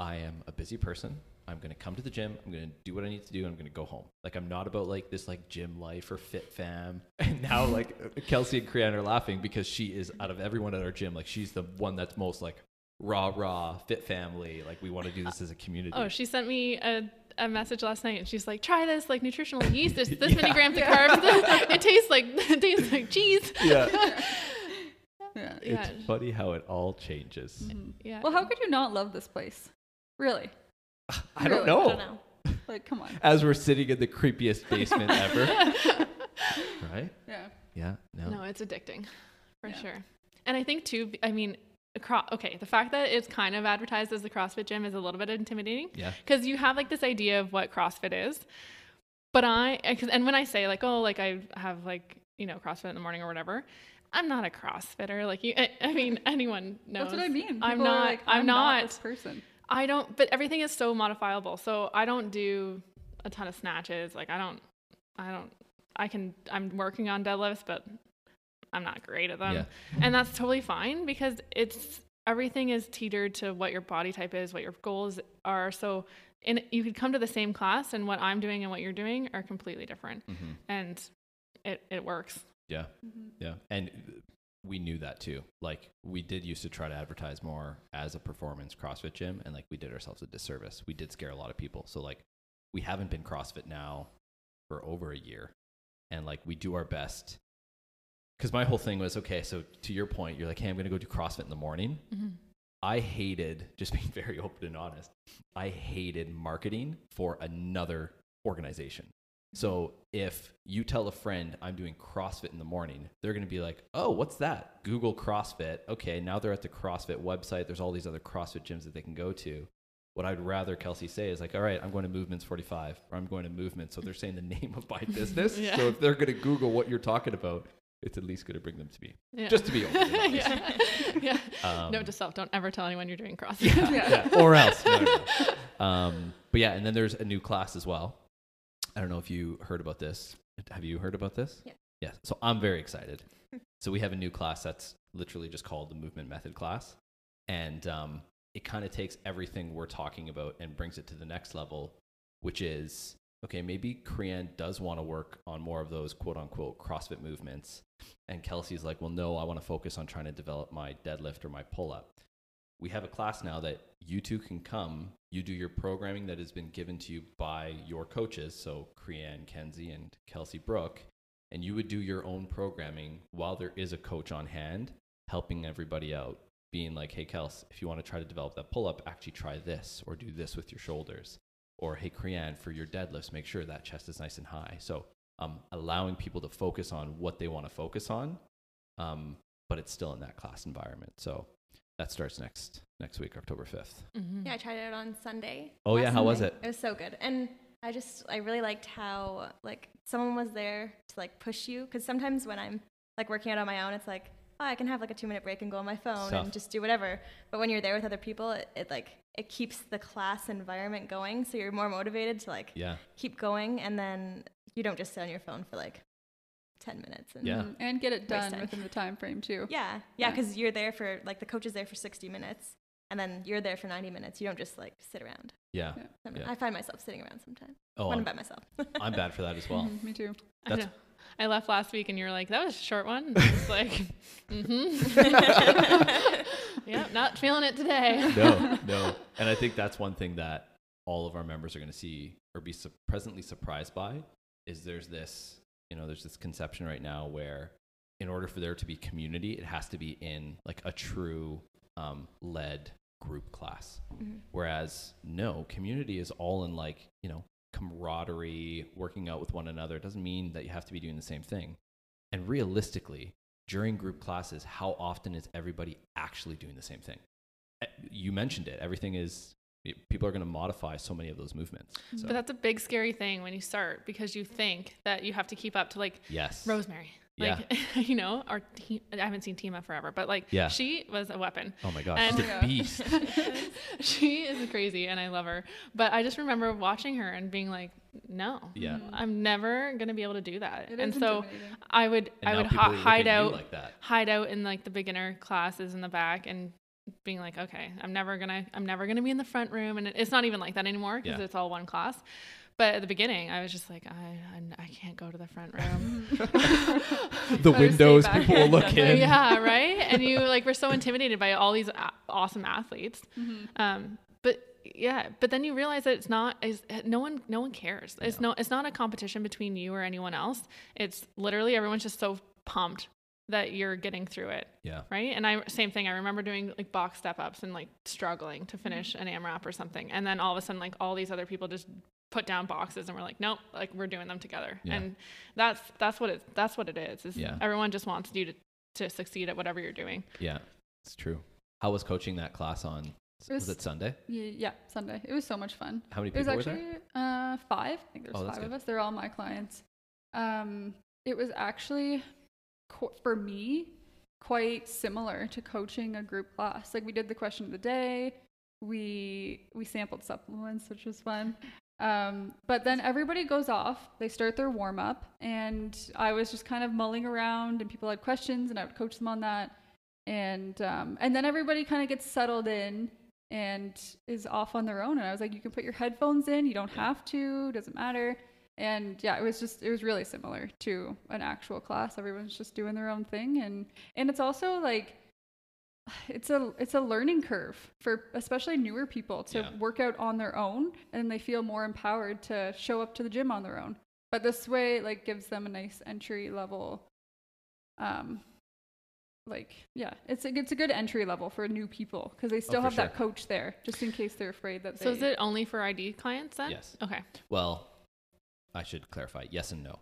Speaker 1: I am a busy person. I'm gonna come to the gym. I'm gonna do what I need to do. and I'm gonna go home. Like I'm not about like this like gym life or fit fam." And now like Kelsey and Krian are laughing because she is out of everyone at our gym, like she's the one that's most like raw raw fit family. Like we want to do this as a community.
Speaker 3: Oh, she sent me a, a message last night, and she's like, "Try this, like nutritional yeast. There's this
Speaker 1: Yeah.
Speaker 3: many grams of carbs. it tastes like it tastes like cheese."
Speaker 1: yeah.
Speaker 2: yeah.
Speaker 3: Yeah.
Speaker 1: It's funny how it all changes.
Speaker 2: Mhm.
Speaker 3: Yeah.
Speaker 2: Well, how could you not love this place? Really?
Speaker 1: I don't
Speaker 2: Really?
Speaker 1: know.
Speaker 4: I don't know.
Speaker 2: Like, come on.
Speaker 1: As we're sitting in the creepiest basement ever. right?
Speaker 2: Yeah.
Speaker 1: Yeah. No.
Speaker 3: No, it's addicting for
Speaker 2: Yeah.
Speaker 3: sure. And I think too, b- I mean, acro- okay, the fact that it's kind of advertised as the CrossFit gym is a little bit intimidating
Speaker 1: Yeah.
Speaker 3: because you have like this idea of what CrossFit is. But I, I- cause, and when I say like, oh, like I have like, you know, CrossFit in the morning or whatever, I'm not a CrossFitter. Like you, I, I mean, anyone knows.
Speaker 2: That's what I mean.
Speaker 3: I'm
Speaker 2: People are
Speaker 3: not,
Speaker 2: like,
Speaker 3: I'm, not,
Speaker 2: this person.
Speaker 3: I don't, but everything is so modifiable. So I don't do a ton of snatches. Like I don't, I don't, I can, I'm working on deadlifts, but I'm not great at them.
Speaker 1: Yeah.
Speaker 3: And that's totally fine because it's, everything is teetered to what your body type is, what your goals are. So, and you could come to the same class and what I'm doing and what you're doing are completely different.
Speaker 1: Mhm.
Speaker 3: And it, it works.
Speaker 1: Yeah.
Speaker 2: Mhm.
Speaker 1: Yeah. And we knew that too. Like we did used to try to advertise more as a performance CrossFit gym and like we did ourselves a disservice. We did scare a lot of people. So like we haven't been CrossFit now for over a year. And like we do our best. Cause my whole thing was okay, so to your point, you're like, hey, I'm gonna go do CrossFit in the morning. I hated, just being very open and honest, I hated marketing for another organization. So if you tell a friend I'm doing CrossFit in the morning, they're going to be like, oh, what's that? Google CrossFit. Okay, now they're at the CrossFit website. There's all these other CrossFit gyms that they can go to. What I'd rather Kelsey say is like, all right, I'm going to Movements 45 or I'm going to Movement. So they're saying the name of my business.
Speaker 3: Yeah.
Speaker 1: So if they're going to Google what you're talking about, it's at least going to bring them to me.
Speaker 3: Yeah.
Speaker 1: Just to be open. and honest.
Speaker 3: yeah. yeah.
Speaker 1: Um,
Speaker 3: Note to self, don't ever tell anyone you're doing CrossFit.
Speaker 1: yeah,
Speaker 2: Yeah.
Speaker 1: yeah, or else. No, no, no. Um, but yeah, and then there's a new class as well. I don't know if you heard about this. Have you heard about this?
Speaker 4: Yeah.
Speaker 1: Yeah. So I'm very excited. so we have a new class that's literally just called the Movement Method class, and um, it kind of takes everything we're talking about and brings it to the next level, which is okay. Maybe Krian does want to work on more of those quote unquote CrossFit movements, and Kelsey's like, well, no, I want to focus on trying to develop my deadlift or my pull up we have a class now that you two can come. You do your programming that has been given to you by your coaches, so Crean Kenzie and Kelsey Brook, and you would do your own programming while there is a coach on hand helping everybody out, being like, hey, Kels, if you want to try to develop that pull up, actually try this or do this with your shoulders. Or, hey, Crean, for your deadlifts, make sure that chest is nice and high. So, um, allowing people to focus on what they want to focus on, um, but it's still in that class environment. So, that starts next next week, October fifth.
Speaker 3: Mhm.
Speaker 4: Yeah, I tried it out on Sunday.
Speaker 1: Oh, yeah,
Speaker 4: last
Speaker 1: how was
Speaker 4: Sunday.
Speaker 1: it?
Speaker 4: It was so good, and I just I really liked how like someone was there to like push you because sometimes when I'm like working out on my own, it's like oh I can have like a two minute break and go on my phone
Speaker 1: Tough.
Speaker 4: and just do whatever. But when you're there with other people, it, it like it keeps the class environment going, so you're more motivated to like
Speaker 1: Yeah,
Speaker 4: keep going, and then you don't just sit on your phone for like ten minutes. And,
Speaker 1: Yeah.
Speaker 2: Mhm. And get it done
Speaker 4: time.
Speaker 2: within the time frame too.
Speaker 4: Yeah, yeah,
Speaker 2: Yeah.
Speaker 4: because you're there for like the coach is there for 60 minutes, and then you're there for 90 minutes. You don't just like sit around.
Speaker 1: yeah.
Speaker 2: Yeah.
Speaker 4: Some-
Speaker 1: Yeah.
Speaker 4: I find myself sitting around sometimes
Speaker 1: Oh,
Speaker 4: when I'm
Speaker 1: I'm,
Speaker 4: by myself.
Speaker 1: I'm bad for that as well.
Speaker 2: Mhm, me too.
Speaker 3: I
Speaker 1: That's-
Speaker 3: know. I left last week and you were like, that was a short one. And I was like, mm-hmm. yeah, not feeling it today.
Speaker 1: no, no. And I think that's one thing that all of our members are going to see or be su- presently surprised by is there's this you know there's this conception right now where in order for there to be community it has to be in like a true um, led group class
Speaker 4: Mhm.
Speaker 1: whereas no community is all in like you know camaraderie working out with one another it doesn't mean that you have to be doing the same thing and realistically during group classes how often is everybody actually doing the same thing Eh, you mentioned it everything is people are going to modify so many of those movements so,
Speaker 3: Mm, But that's a big scary thing when you start because you think that you have to keep up to like
Speaker 1: yes
Speaker 3: Rosemary. Like, you know, our team, I haven't seen Tima forever, but like,
Speaker 1: Yeah.
Speaker 3: she was a weapon.
Speaker 1: oh my gosh
Speaker 3: And-
Speaker 1: she's
Speaker 2: Yeah.
Speaker 1: a beast
Speaker 3: she is crazy and I love her. But I just remember watching her and being like, no,
Speaker 1: yeah
Speaker 3: I'm never going to be able to do that.
Speaker 2: It
Speaker 3: and
Speaker 2: is
Speaker 3: so
Speaker 2: intimidating.
Speaker 3: I would,
Speaker 1: And
Speaker 3: I
Speaker 1: now
Speaker 3: would
Speaker 1: people
Speaker 3: hi-
Speaker 1: look at
Speaker 3: hide
Speaker 1: you
Speaker 3: out,
Speaker 1: like that
Speaker 3: hide out in like the beginner classes in the back and being like, okay, I'm never going to, I'm never going to be in the front room. And it- it's not even like that anymore because
Speaker 1: Yeah.
Speaker 3: it's all one class. But at the beginning, I was just like, I, I'm- I can't go to the front room.
Speaker 1: the
Speaker 2: Better stay windows, back. people will look
Speaker 3: But yeah, right. And you like were so intimidated by all these a- awesome athletes. Um, but yeah, but then you realize that it's not is no one no one cares. It's no it's not a competition between you or anyone else. It's literally everyone's just so pumped that you're getting through it,
Speaker 1: yeah
Speaker 3: right? And I same thing. I remember doing like box step ups and like struggling to finish an AMRAP or something, and then all of a sudden like all these other people just put down boxes and we're like nope like we're doing them together
Speaker 1: Yeah.
Speaker 3: and that's that's what it that's what it is, is
Speaker 1: Yeah.
Speaker 3: everyone just wants you to to succeed at whatever you're doing
Speaker 1: yeah it's true how was coaching that class on was
Speaker 2: was-
Speaker 1: it sunday
Speaker 2: Yeah, yeah, Sunday. It was so much fun.
Speaker 1: how many
Speaker 2: It was
Speaker 1: people were there
Speaker 2: actually uh, five. I think there's
Speaker 1: Oh,
Speaker 2: five
Speaker 1: that's
Speaker 2: of
Speaker 1: good.
Speaker 2: us. They're all my clients. Um, it was actually qu- for me quite similar to coaching a group class. Like we did the question of the day. We we sampled supplements, which was fun. Um, but then everybody goes off. They start their warm up, and I was just kind of mulling around, and people had questions, and I would coach them on that. And um, and then everybody kind of gets settled in and is off on their own. And I was like, you can put your headphones in. You don't have to. Doesn't matter. And yeah, it was just it was really similar to an actual class. Everyone's just doing their own thing, and and it's also like it's a it's a learning curve for especially newer people to
Speaker 1: Yeah.
Speaker 2: work out on their own and they feel more empowered to show up to the gym on their own but this way it, like gives them a nice entry level um like yeah it's a, it's a good entry level for new people because they still
Speaker 1: Oh, for
Speaker 2: have that coach there just in case they're afraid that
Speaker 3: so is
Speaker 2: they-
Speaker 3: it only for id clients then
Speaker 1: Yes.
Speaker 3: okay
Speaker 1: Well, I should clarify yes and no.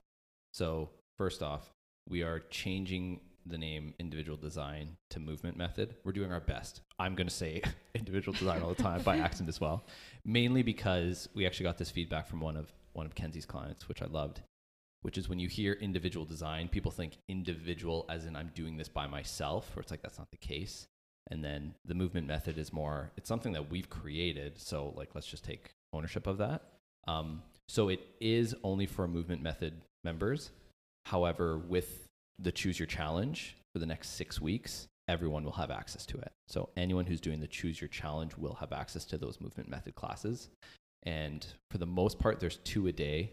Speaker 1: So, first off, we are changing the name individual design to movement method. We're doing our best. I'm going to say individual design all the time by accident as well, mainly because we actually got this feedback from one of one of Kenzie's clients, which I loved, which is when you hear individual design, people think individual as in I'm doing this by myself, where it's like that's not the case. And then the movement method is more it's something that we've created, so like let's just take ownership of that. Um, so it is only for movement method members. However, with the choose your challenge for the next six weeks, everyone will have access to it. So anyone who's doing the choose your challenge will have access to those movement method classes. And for the most part, there's two a day.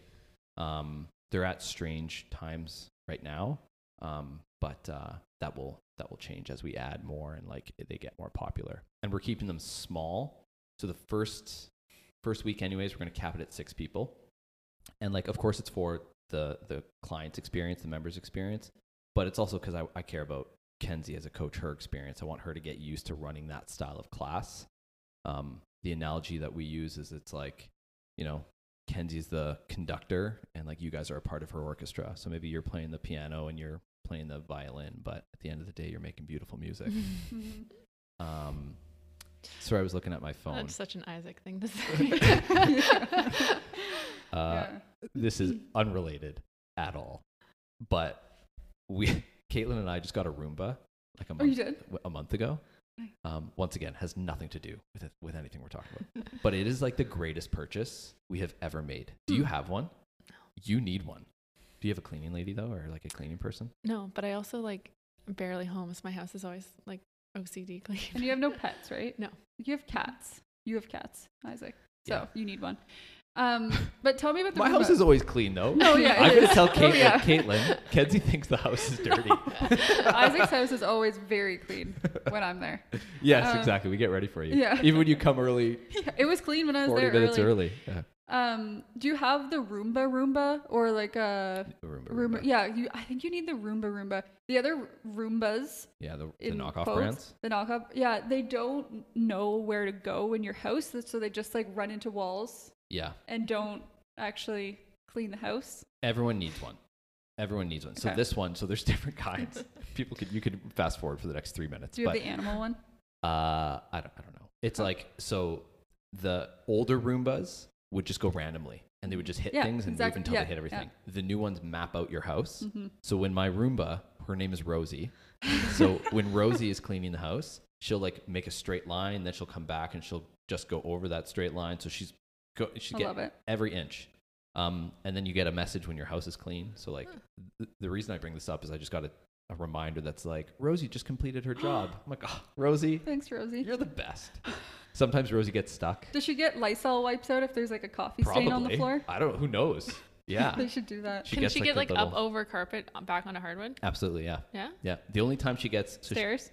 Speaker 1: Um, they're at strange times right now, um, but uh, that will that will change as we add more and like they get more popular. And we're keeping them small. So the first first week anyways we're going to cap it at six people and like of course it's for the the client's experience the members experience but it's also because I, I care about kenzie as a coach her experience i want her to get used to running that style of class um, the analogy that we use is it's like you know kenzie's the conductor and like you guys are a part of her orchestra so maybe you're playing the piano and you're playing the violin but at the end of the day you're making beautiful music
Speaker 2: Mhm.
Speaker 1: um, sorry i was looking at my phone
Speaker 3: that's such an isaac thing to say
Speaker 1: uh,
Speaker 2: yeah.
Speaker 1: this is unrelated at all. But we, Caitlin and I, just got a Roomba like a
Speaker 2: oh you
Speaker 1: month,
Speaker 2: did
Speaker 1: a month ago.
Speaker 2: Nice.
Speaker 1: Um, once again, has nothing to do with it, with anything we're talking about. but it is like the greatest purchase we have ever made. Do
Speaker 2: Hmm.
Speaker 1: you have one? You need one. Do you have a cleaning lady though, or like a cleaning person?
Speaker 3: no but i also like am barely home so my house is always like ocd clean
Speaker 2: And you have no pets, right?
Speaker 3: No.
Speaker 2: You have cats. You have cats, Isaac. So
Speaker 1: Yeah.
Speaker 2: you need one. Um, but tell me about the
Speaker 1: My house
Speaker 2: Roomba.
Speaker 1: is always clean though.
Speaker 2: No, yeah,
Speaker 1: I'm
Speaker 2: it
Speaker 1: gonna
Speaker 2: is.
Speaker 1: tell
Speaker 2: Oh,
Speaker 1: Caitlin.
Speaker 2: yeah.
Speaker 1: Caitlin, Kenzie thinks the house is dirty.
Speaker 2: Isaac's house is always very clean when I'm there.
Speaker 1: yes,
Speaker 2: Um,
Speaker 1: exactly. We get ready for you.
Speaker 2: yeah.
Speaker 1: Even when you come early,
Speaker 2: It was clean when I was
Speaker 1: forty
Speaker 2: there
Speaker 1: minutes
Speaker 2: early.
Speaker 1: early. Yeah.
Speaker 2: Um, do you have the Roomba Roomba or like a
Speaker 1: Roomba,
Speaker 2: Roomba?
Speaker 1: Roomba. Yeah,
Speaker 2: Yeah, you. I think you need the Roomba Roomba. The other Roombas,
Speaker 1: the, the
Speaker 2: in
Speaker 1: knockoff
Speaker 2: quotes,
Speaker 1: brands.
Speaker 2: the knockoff, yeah, they don't know where to go in your house, so they just like run into walls
Speaker 1: Yeah,
Speaker 2: and don't actually clean the house.
Speaker 1: everyone needs one. Everyone needs one. So
Speaker 2: Okay.
Speaker 1: this one, so there's different kinds. People could you could fast forward for the next three minutes.
Speaker 2: Do you have
Speaker 1: but-
Speaker 2: the animal one?
Speaker 1: Uh, I don't, I don't know. It's like so the older Roombas would just go randomly and they would just hit
Speaker 2: Yeah,
Speaker 1: things and
Speaker 2: exactly.
Speaker 1: move until
Speaker 2: Yeah,
Speaker 1: they hit
Speaker 2: yeah.
Speaker 1: everything. The new ones map out your house.
Speaker 2: Mhm.
Speaker 1: So when my Roomba, her name is Rosie. so when Rosie is cleaning the house, she'll like make a straight line, then she'll come back and she'll just go over that straight line. So she's go, she's
Speaker 2: I love
Speaker 1: getting
Speaker 2: it.
Speaker 1: every inch. Um, and then you get a message when your house is clean. So like
Speaker 2: Hmm.
Speaker 1: th- the reason I bring this up is I just got a, a reminder that's like Rosie just completed her job. I'm like, oh, Rosie,
Speaker 2: Thanks, Rosie.
Speaker 1: you're the best. Sometimes Rosie gets stuck.
Speaker 2: Does she get Lysol wipes out if there's like a coffee
Speaker 1: Probably.
Speaker 2: stain on the floor?
Speaker 1: I don't. Who knows?
Speaker 2: They
Speaker 1: Yeah.
Speaker 2: should do that.
Speaker 1: She
Speaker 3: Can
Speaker 1: gets,
Speaker 3: she
Speaker 1: like,
Speaker 3: get
Speaker 1: the
Speaker 3: like up
Speaker 1: little-
Speaker 3: over carpet uh, back onto hardwood?
Speaker 1: Absolutely. Yeah.
Speaker 3: Yeah.
Speaker 1: Yeah. The only time she gets so she-
Speaker 2: Stairs.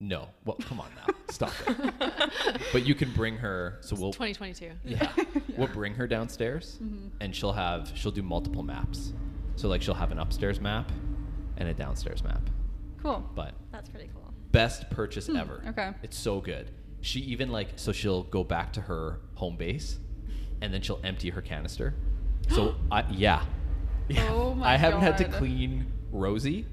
Speaker 1: no. Well, come on now. Stop it. But you can bring her. So we'll
Speaker 3: 2022.
Speaker 1: yeah, we'll bring her downstairs,
Speaker 2: Mm-hmm.
Speaker 1: and she'll have she'll do multiple maps. So like she'll have an upstairs map and a downstairs map.
Speaker 2: Cool.
Speaker 1: But
Speaker 4: That's pretty cool.
Speaker 1: best purchase ever.
Speaker 2: Hmm, okay.
Speaker 1: It's so good. She even like so she'll go back to her home base and then she'll empty her canister. So I yeah. Yeah.
Speaker 2: Oh my
Speaker 1: I haven't had to
Speaker 2: God.
Speaker 1: clean Rosie.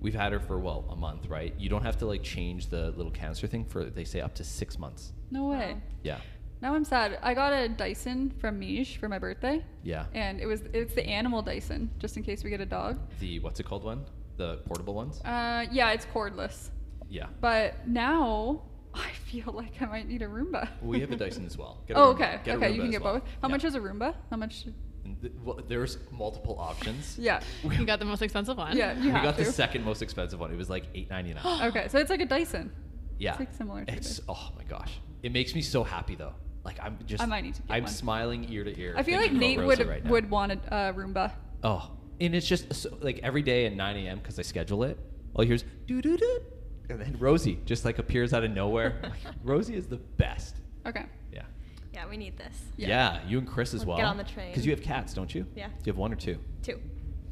Speaker 1: We've had her for well, a month, right? You don't have to like change the little canister thing for they say up to 6 months.
Speaker 2: No way.
Speaker 1: Yeah.
Speaker 2: Now I'm sad. I got a Dyson from Mish for my birthday,
Speaker 1: Yeah.
Speaker 2: and it was it's the animal Dyson, just in case we get a dog.
Speaker 1: The what's it called one? The portable ones?
Speaker 2: Uh, yeah, it's cordless,
Speaker 1: Yeah.
Speaker 2: but now I feel like I might need a Roomba.
Speaker 1: We have a Dyson as well. Get a
Speaker 2: oh,
Speaker 1: Roomba.
Speaker 2: okay,
Speaker 1: Get a
Speaker 2: okay,
Speaker 1: Roomba
Speaker 2: you can
Speaker 1: as
Speaker 2: get
Speaker 1: well.
Speaker 2: both.
Speaker 1: Yeah.
Speaker 2: How much is a Roomba? How much?
Speaker 1: And th- well, there's multiple options.
Speaker 2: Yeah,
Speaker 3: You got the most expensive one.
Speaker 2: yeah, you
Speaker 1: we
Speaker 2: have
Speaker 1: got uh,
Speaker 2: to.
Speaker 1: the second most expensive one. It was like 8.99.
Speaker 2: okay, so it's like a Dyson.
Speaker 1: Yeah.
Speaker 2: It's, like, similar to
Speaker 1: It's oh my gosh. It makes me so happy though. Like I'm just
Speaker 2: I might need to get
Speaker 1: I'm
Speaker 2: one.
Speaker 1: smiling ear to ear.
Speaker 2: I feel like
Speaker 1: thinking about Rosa
Speaker 2: Nate would
Speaker 1: right now.
Speaker 2: would want a uh, Roomba.
Speaker 1: Oh. And it's just so, like every day at 9 a.m. because I schedule it. All you hear is doo doo doo, and then Rosie just like appears out of nowhere. Like, Rosie is the best.
Speaker 2: Okay.
Speaker 1: Yeah.
Speaker 4: Yeah, we need this.
Speaker 1: yeah.
Speaker 2: Yeah.
Speaker 1: You and Chris as
Speaker 4: We'll
Speaker 1: well.
Speaker 4: get on the train.
Speaker 1: Because you have cats, don't you?
Speaker 4: Yeah.
Speaker 1: Do you have one or two?
Speaker 4: Two.
Speaker 1: Do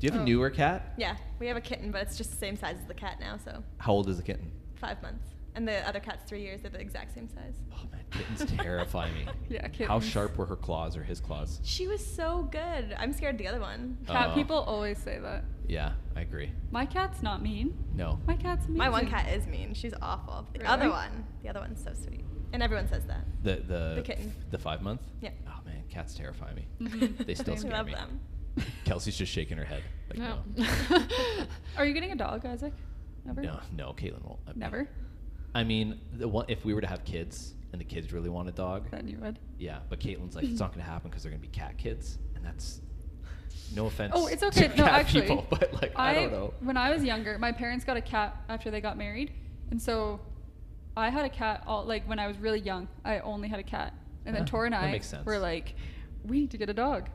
Speaker 1: you have a
Speaker 2: Oh.
Speaker 1: newer cat?
Speaker 4: Yeah, we have a kitten, but it's just the same size as the cat now, so
Speaker 1: How old is the kitten?
Speaker 4: five months. And the other cat's three years. They're the exact same size.
Speaker 1: Oh man, kittens terrify me.
Speaker 2: Yeah.
Speaker 1: How
Speaker 2: kittens.
Speaker 1: sharp were her claws or his claws?
Speaker 4: She was so good. I'm scared of the other one.
Speaker 2: Cat
Speaker 1: Oh.
Speaker 2: people always say that.
Speaker 1: Yeah, I agree.
Speaker 2: My cat's not mean.
Speaker 1: No.
Speaker 2: My cat's amazing.
Speaker 4: My one cat is mean. She's awful. The
Speaker 2: Really?
Speaker 4: other one, the other one's so sweet. And everyone says that.
Speaker 1: The the
Speaker 4: The kitten.
Speaker 1: f- the five month.
Speaker 4: Yeah.
Speaker 1: Oh man, cats terrify me.
Speaker 2: Mhm.
Speaker 1: They still
Speaker 2: Same.
Speaker 1: scare
Speaker 4: love
Speaker 1: me.
Speaker 4: them.
Speaker 1: Kelsey's just shaking her head. Like, no.
Speaker 3: No.
Speaker 2: Are you getting a dog, Isaac? Never.
Speaker 1: No, no, Caitlin won't. let me.
Speaker 2: Never.
Speaker 1: I mean, the one, if we were to have kids and the kids really want a dog,
Speaker 2: Then you would.
Speaker 1: yeah. But Caitlin's like, it's not going to happen because they're going to be cat kids, and that's no offense.
Speaker 2: Oh, it's
Speaker 1: to
Speaker 2: okay. No,
Speaker 1: cat
Speaker 2: actually,
Speaker 1: people, but like, I, don't know.
Speaker 2: When I was younger, my parents got a cat after they got married, and so I had a cat all like when I was really young. I only had a cat, and then
Speaker 1: Huh,
Speaker 2: Tor and
Speaker 1: Ah, that
Speaker 2: I
Speaker 1: makes sense.
Speaker 2: were like, we need to get a dog,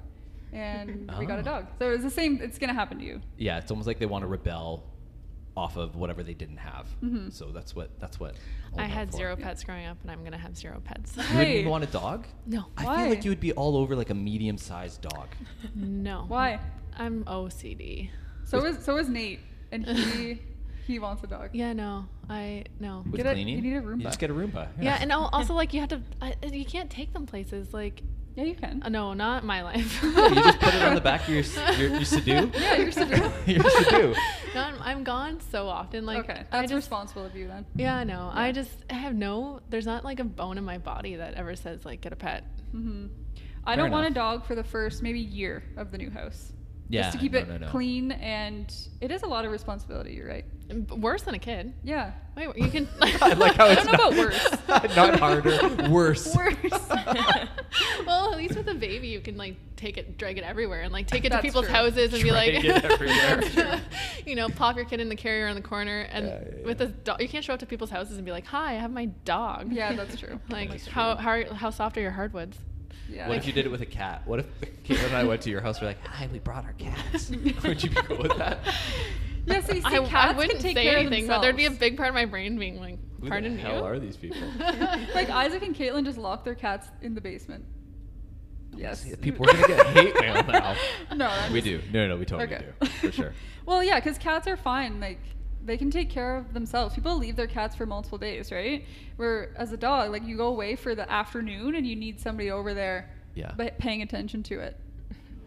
Speaker 2: and we got
Speaker 1: Oh.
Speaker 2: a dog. So it was the same. It's gonna happen to you.
Speaker 1: Yeah, it's almost like they want to rebel off of whatever they didn't have.
Speaker 2: Mm-hmm.
Speaker 1: So that's what that's what. I'm
Speaker 3: I
Speaker 1: holding out
Speaker 3: had
Speaker 1: for.
Speaker 3: zero pets growing up, and I'm gonna have zero pets.
Speaker 1: You wouldn't even
Speaker 2: Hey.
Speaker 1: want a dog.
Speaker 3: no.
Speaker 1: I feel
Speaker 2: Why?
Speaker 1: like you would be all over like a medium-sized dog.
Speaker 3: No.
Speaker 2: Why?
Speaker 3: I'm OCD.
Speaker 2: So is so is Nate, and he he wants a dog.
Speaker 3: Yeah. No. I no.
Speaker 1: With
Speaker 2: Get a-
Speaker 1: cleaning,
Speaker 2: you need a
Speaker 1: You
Speaker 2: Roomba.
Speaker 1: just get a Roomba.
Speaker 3: Yeah, and al- also like you have to, I, you can't take them places. Like,
Speaker 2: Yeah, you can.
Speaker 3: uh, no, not my life.
Speaker 1: you just put it on the back of your s- your, your Sadoo.
Speaker 2: Yeah, your Sadoo.
Speaker 1: your Sadoo.
Speaker 3: No, I'm, I'm gone so often. Like,
Speaker 2: okay,
Speaker 3: I
Speaker 2: that's
Speaker 3: just,
Speaker 2: responsible of you then.
Speaker 3: yeah, I know. I just I have no. There's not like a bone in my body that ever says like get a pet.
Speaker 2: hmm I
Speaker 1: Fair
Speaker 2: don't want a
Speaker 1: enough.
Speaker 2: dog for the first maybe year of the new house.
Speaker 1: Yeah,
Speaker 2: just to keep
Speaker 1: no,
Speaker 2: it
Speaker 1: no, no.
Speaker 2: clean and it is a lot of responsibility. You're right.
Speaker 3: And b- Worse than a kid.
Speaker 2: Yeah.
Speaker 3: Wait, you can.
Speaker 1: I like how
Speaker 2: I
Speaker 1: it's
Speaker 2: don't know
Speaker 1: not, not harder, worse.
Speaker 2: Worse.
Speaker 3: well, at least with a baby, you can like take it, drag it everywhere, and like take it to
Speaker 2: That's
Speaker 3: people's
Speaker 2: true.
Speaker 3: houses and be like,
Speaker 1: Drag it everywhere. That's
Speaker 3: you know, pop your kid in the carrier in the corner, and
Speaker 1: Yeah, yeah,
Speaker 3: with
Speaker 1: yeah.
Speaker 3: a dog, you can't show up to people's houses and be like, "Hi, I have my dog."
Speaker 2: Yeah, that's true.
Speaker 3: like,
Speaker 1: That's
Speaker 3: how,
Speaker 1: true.
Speaker 3: how are- how soft are your hardwoods?
Speaker 2: Yeah.
Speaker 1: What if you did it with a cat? What if Caitlin and I went to your house? We're like, "Hi, we brought our cats." Would you be cool with that?
Speaker 2: Yeah, so you see,
Speaker 3: I,
Speaker 2: cats
Speaker 3: I
Speaker 2: can
Speaker 3: wouldn't
Speaker 2: take
Speaker 3: say
Speaker 2: care of
Speaker 3: anything, but there'd be a
Speaker 2: themselves.
Speaker 3: big part of my brain being like,
Speaker 1: Who
Speaker 3: "Pardon
Speaker 1: the
Speaker 3: you."
Speaker 1: hell are these people?
Speaker 2: like Isaac and Caitlin just lock their cats in the basement. Yes.
Speaker 1: People are gonna get hate mail now.
Speaker 2: No, that's
Speaker 1: We do. No, no, we totally
Speaker 2: Okay.
Speaker 1: do for sure.
Speaker 2: Well, yeah, because cats are fine. Like they can take care of themselves. People leave their cats for multiple days, right? Where as a dog, like you go away for the afternoon and you need somebody over there,
Speaker 1: Yeah.
Speaker 2: but paying attention to it.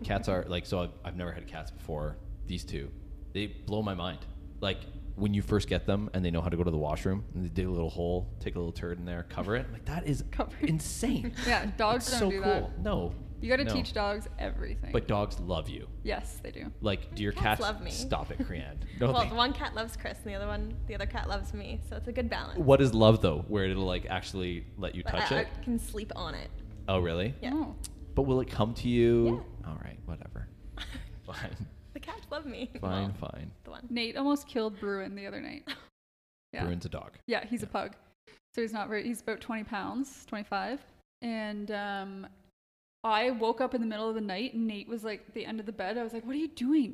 Speaker 1: cats are like so I've, I've never had cats before these two they blow my mind like when you first get them and they know how to go to the washroom and they dig a little hole take a little turd in there cover it I'm like that is
Speaker 2: Cover it.
Speaker 1: insane
Speaker 2: Yeah, dogs
Speaker 1: It's so
Speaker 2: don't do
Speaker 1: cool
Speaker 2: that.
Speaker 1: no
Speaker 2: You got to
Speaker 1: no.
Speaker 2: teach dogs everything.
Speaker 1: but dogs love you
Speaker 2: yes, they do.
Speaker 1: like do your
Speaker 4: Cats
Speaker 1: cats,
Speaker 4: love me.
Speaker 1: stop it Crean no,
Speaker 4: Well,
Speaker 1: they-
Speaker 4: one cat loves Chris, and the other one, the other cat loves me. So it's a good balance.
Speaker 1: what is love though where it'll like actually let you
Speaker 4: But
Speaker 1: touch
Speaker 4: I,
Speaker 1: it
Speaker 4: I can sleep on it.
Speaker 1: oh really
Speaker 4: Yeah.
Speaker 2: Oh.
Speaker 1: but will it come to you
Speaker 4: Yeah.
Speaker 1: all right whatever fine
Speaker 4: the cats love me.
Speaker 1: fine
Speaker 4: Well,
Speaker 1: fine
Speaker 4: The one.
Speaker 2: Nate almost killed Bruin the other night. Yeah.
Speaker 1: Bruin's a dog
Speaker 2: Yeah, he's a pug. So he's not very, he's about 20 pounds, 25. And um, I woke up in the middle of the night and Nate was like at the end of the bed. I was like, what are you doing?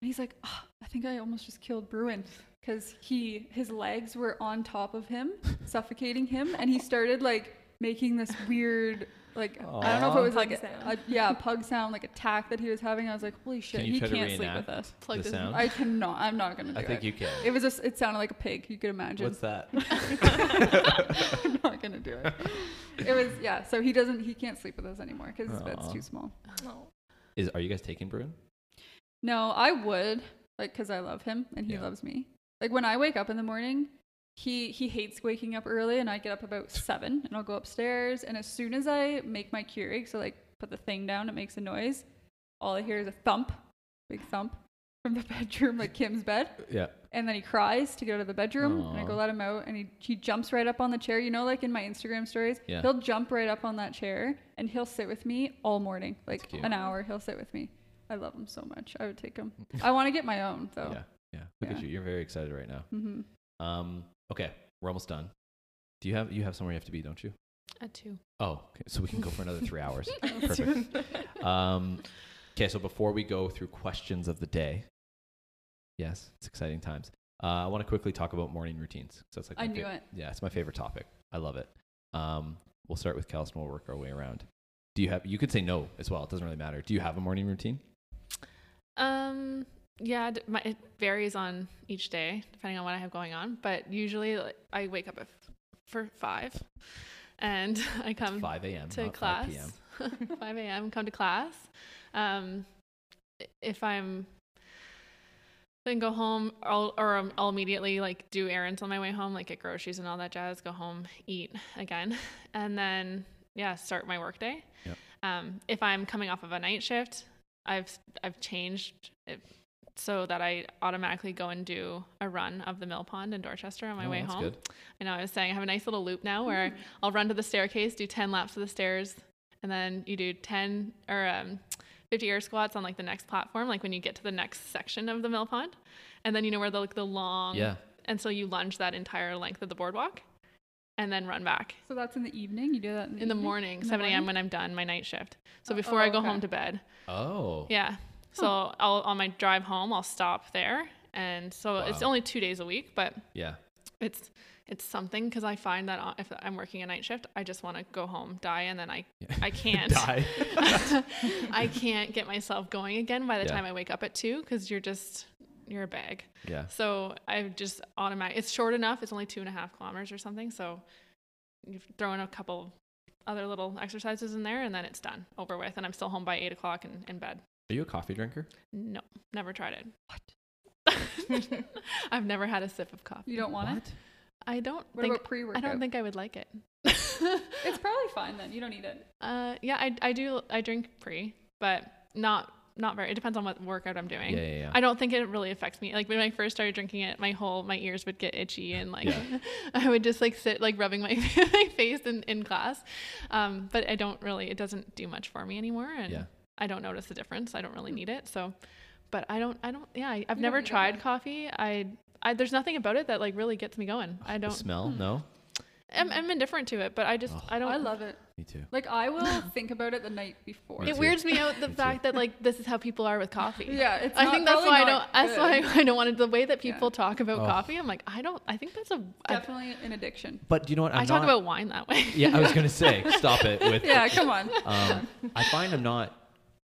Speaker 2: And he's like, oh, I think I almost just killed Bruin because he, his legs were on top of him, suffocating him. And he started like making this weird, like, I don't know if
Speaker 1: Aw.
Speaker 2: it was like,
Speaker 4: Pug
Speaker 2: a,
Speaker 4: sound.
Speaker 2: a- yeah, pug sound, like attack that he was having. I was like, holy shit,
Speaker 1: Can you
Speaker 2: he
Speaker 1: try to
Speaker 2: can't sleep
Speaker 1: reenact
Speaker 2: with us.
Speaker 3: Plug
Speaker 1: the
Speaker 3: this in.
Speaker 1: sound
Speaker 2: I cannot, I'm not going to do
Speaker 1: I think
Speaker 2: it.
Speaker 1: you can
Speaker 2: It was just, it sounded like a pig. You could imagine.
Speaker 1: what's that
Speaker 2: I'm not gonna do it. It was yeah. So he doesn't. He can't sleep with us anymore because his bed's
Speaker 1: Aw.
Speaker 2: too small.
Speaker 4: Oh.
Speaker 1: Is are you guys taking Bruin?
Speaker 2: No, I would like because I love him and he
Speaker 1: Yeah.
Speaker 2: loves me. Like when I wake up in the morning, he he hates waking up early, and I get up about seven, and I'll go upstairs, and as soon as I make my Keurig, so like put the thing down, it makes a noise. All I hear is a thump, big thump from the bedroom, like Kim's bed.
Speaker 1: Yeah.
Speaker 2: And then he cries to get out of the bedroom. And I
Speaker 1: Aw.
Speaker 2: go let him out. And he, he jumps right up on the chair. You know, like in my Instagram stories,
Speaker 1: Yeah.
Speaker 2: he'll jump right up on that chair and he'll sit with me all morning. Like
Speaker 1: cute.
Speaker 2: an hour, he'll sit with me. I love him so much. I would take him. I want to get my own, though.
Speaker 1: Yeah. Yeah. Look at
Speaker 2: Oh. Yeah.
Speaker 1: you. You're very excited right now.
Speaker 2: hmm
Speaker 1: Um, okay. We're almost done. Do you have you have somewhere you have to be, don't you?
Speaker 3: At two.
Speaker 1: Oh, okay. so we can go for another three hours. Perfect. Um, okay, so before we go through questions of the day, yes, it's exciting times. Uh, I want to quickly talk about morning routines. So it's like
Speaker 2: I
Speaker 1: my
Speaker 2: knew
Speaker 1: fav-
Speaker 2: it.
Speaker 1: Yeah, it's my favorite topic. I love it. Um, we'll start with Kels and we'll work our way around. Do you have? You could say no as well. It doesn't really matter. Do you have a morning routine?
Speaker 3: Um, yeah, d- my, it varies on each day depending on what I have going on, but usually like, I wake up at f- for five, and I come
Speaker 1: Five a.m.
Speaker 3: to
Speaker 1: not
Speaker 3: class.
Speaker 1: uh, Five p.m.
Speaker 3: 5 a.m. Come to class. Um, i- if I'm then go home, I'll, or um, I'll immediately like do errands on my way home, like get groceries and all that jazz. Go home, eat again, and then yeah, start my work day.
Speaker 1: Yep.
Speaker 3: Um, if I'm coming off of a night shift, I've I've changed it so that I automatically go and do a run of the mill pond in Dorchester on my
Speaker 1: Oh,
Speaker 3: way
Speaker 1: that's
Speaker 3: home.
Speaker 1: good.
Speaker 3: I know I was saying I have a nice little loop now
Speaker 2: Hmm.
Speaker 3: where I'll run to the staircase, do 10 laps of the stairs, and then you do 10 or um, 50 air squats on like the next platform, like when you get to the next section of the mill pond. And then you know where the, like, the long.
Speaker 1: Yeah.
Speaker 3: And so you lunge that entire length of the boardwalk and then run back
Speaker 2: So that's in the evening. You do that in the,
Speaker 3: in the
Speaker 2: evening?
Speaker 3: morning,
Speaker 2: Mm-hmm. In the
Speaker 3: 7 a.m.
Speaker 2: morning?
Speaker 3: when I'm done my night shift. So
Speaker 2: Oh,
Speaker 3: before
Speaker 2: oh,
Speaker 3: I go
Speaker 2: okay.
Speaker 3: home to bed.
Speaker 1: Oh.
Speaker 3: Yeah. So I'll, on my drive home, I'll stop there. And so it's
Speaker 1: Wow.
Speaker 3: only two days a week, but
Speaker 1: Yeah.
Speaker 3: it's it's something because I find that uh, if I'm working a night shift, I just want to go home, die, and then I I can't
Speaker 1: Die.
Speaker 3: I can't get myself going again by the
Speaker 1: Yeah.
Speaker 3: time I wake up at two because you're just you're a bag.
Speaker 1: Yeah.
Speaker 3: So I just automatic. It's short enough. It's only two and a half kilometers or something. So you throw in a couple other little exercises in there, and then it's done over with. And I'm still home by eight o'clock and in bed.
Speaker 1: Are you a coffee drinker?
Speaker 3: No, never tried it. What? I've never had a sip of coffee.
Speaker 2: You don't want it?
Speaker 3: I don't
Speaker 2: What
Speaker 3: think
Speaker 2: about pre
Speaker 3: I
Speaker 2: workout?
Speaker 3: don't think I would like it.
Speaker 2: It's probably fine then. You don't need it.
Speaker 3: uh, yeah, I, I do. I drink pre, but not not very. It depends on what workout I'm
Speaker 1: Yeah,
Speaker 3: doing.
Speaker 1: yeah, yeah.
Speaker 3: I don't think it really affects me. Like when I first started drinking it, my whole my ears would get itchy and like
Speaker 1: Yeah.
Speaker 3: I would just like sit like rubbing my, my face in in class. Um, but I don't really. It doesn't do much for me anymore, and
Speaker 1: Yeah. Hmm.
Speaker 3: I don't notice the difference. I don't really need it. So, but I don't. I don't. Yeah, I, I've
Speaker 2: don't
Speaker 3: never
Speaker 2: need it,
Speaker 3: tried
Speaker 2: yeah.
Speaker 3: coffee. I. I, there's nothing about it that like really gets me going. I
Speaker 1: The
Speaker 3: don't. Hmm.
Speaker 1: smell? No.
Speaker 3: I'm, I'm indifferent to it, but I just
Speaker 1: Oh.
Speaker 3: I don't.
Speaker 2: I love it.
Speaker 1: Me too.
Speaker 2: Like I will think about it the night before.
Speaker 1: Me
Speaker 3: It
Speaker 1: too.
Speaker 3: weirds me out the
Speaker 1: Me too.
Speaker 3: fact that like this is how people are with coffee.
Speaker 2: Yeah, it's
Speaker 3: I
Speaker 2: not-
Speaker 3: think that's
Speaker 2: probably
Speaker 3: why I don't.
Speaker 2: not
Speaker 3: That's why
Speaker 2: good.
Speaker 3: I don't want it. The way that people talk about
Speaker 1: Oh.
Speaker 3: coffee, I'm like, I don't. I think that's a. I,
Speaker 2: Definitely an addiction.
Speaker 1: But do you know what? I'm
Speaker 3: I talk
Speaker 1: not-
Speaker 3: about wine that way.
Speaker 1: Yeah, I was gonna say, stop it with.
Speaker 2: Yeah, come on.
Speaker 1: Um, I find I'm not.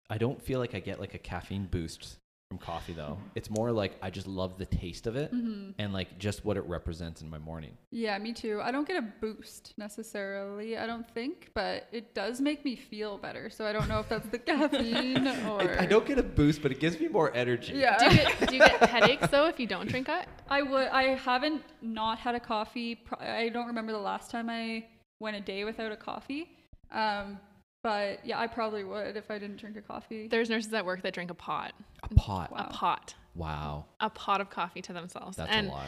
Speaker 1: I don't feel like I get like a caffeine boost from coffee though. It's more like I just love the taste of it
Speaker 2: Mm-hmm.
Speaker 1: and like just what it represents in my morning.
Speaker 2: Yeah, me too. I don't get a boost necessarily, I don't think, but it does make me feel better. So I don't know if that's the caffeine or
Speaker 1: I don't get a boost, but it gives me more energy.
Speaker 2: Yeah.
Speaker 3: do, you get, do you get headaches though if you don't drink it?
Speaker 2: I would. I haven't not had a coffee. pro- I don't remember the last time I went a day without a coffee. Um, but yeah, I probably would if I didn't drink a coffee.
Speaker 3: There's nurses at work that drink a pot,
Speaker 1: A pot.
Speaker 2: Wow.
Speaker 3: a pot,
Speaker 1: Wow,
Speaker 3: a pot of coffee to themselves,
Speaker 1: that's
Speaker 3: and
Speaker 1: a lot.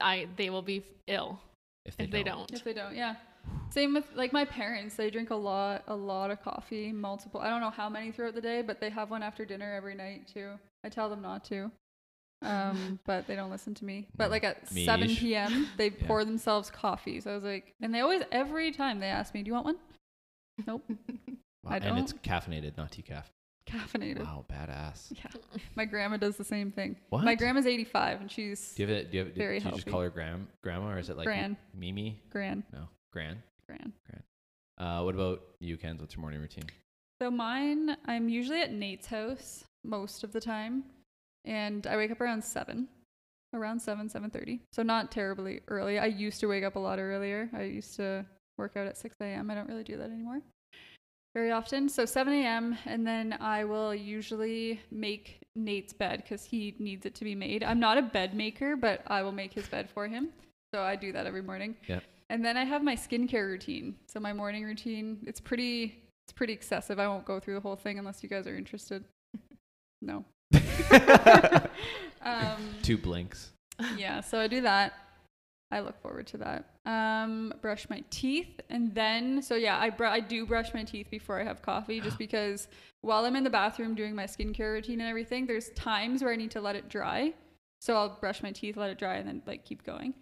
Speaker 3: I they will be ill
Speaker 1: If they,
Speaker 3: if they
Speaker 1: don't,
Speaker 3: don't.
Speaker 2: If they don't, yeah. Same with like my parents. They drink a lot, a lot of coffee, multiple. I don't know how many throughout the day, but they have one after dinner every night too. I tell them not to, um, but they don't listen to me. But like at
Speaker 1: Me
Speaker 2: seven
Speaker 1: ish.
Speaker 2: p.m., they pour themselves coffee. So I was like, and they always every time they ask me, "Do you want one?" Nope,
Speaker 1: Wow,
Speaker 2: I
Speaker 1: and it's caffeinated, not decaf.
Speaker 2: caffeinated.
Speaker 1: Wow, badass.
Speaker 2: Yeah, my grandma does the same thing.
Speaker 1: What?
Speaker 2: My grandma's eighty-five, and she's
Speaker 1: Do you have it? Do you, have, do, do
Speaker 2: Very
Speaker 1: you just
Speaker 2: healthy.
Speaker 1: call her Gram, Grandma, or is it like
Speaker 2: Gran.
Speaker 1: Mimi?
Speaker 2: grand,
Speaker 1: No, Gran.
Speaker 2: grand.
Speaker 1: Uh, what about you, Ken's? What's your morning routine?
Speaker 2: So mine, I'm usually at Nate's house most of the time, and I wake up around seven, around seven, seven thirty. So not terribly early. I used to wake up a lot earlier. I used to work out at six a.m. I don't really do that anymore very often. So seven a.m. and then I will usually make Nate's bed because he needs it to be made. I'm not a bed maker, but I will make his bed for him. So I do that every morning.
Speaker 1: Yep.
Speaker 2: And then I have my skincare routine. So my morning routine, it's pretty it's pretty excessive. I won't go through the whole thing unless you guys are interested. No. Um,
Speaker 1: Two blinks.
Speaker 2: yeah, so I do that. I look forward to that. Um, brush my teeth, and then so yeah, I br- I do brush my teeth before I have coffee, just because while I'm in the bathroom doing my skincare routine and everything, there's times where I need to let it dry. So I'll brush my teeth, let it dry, and then like keep going.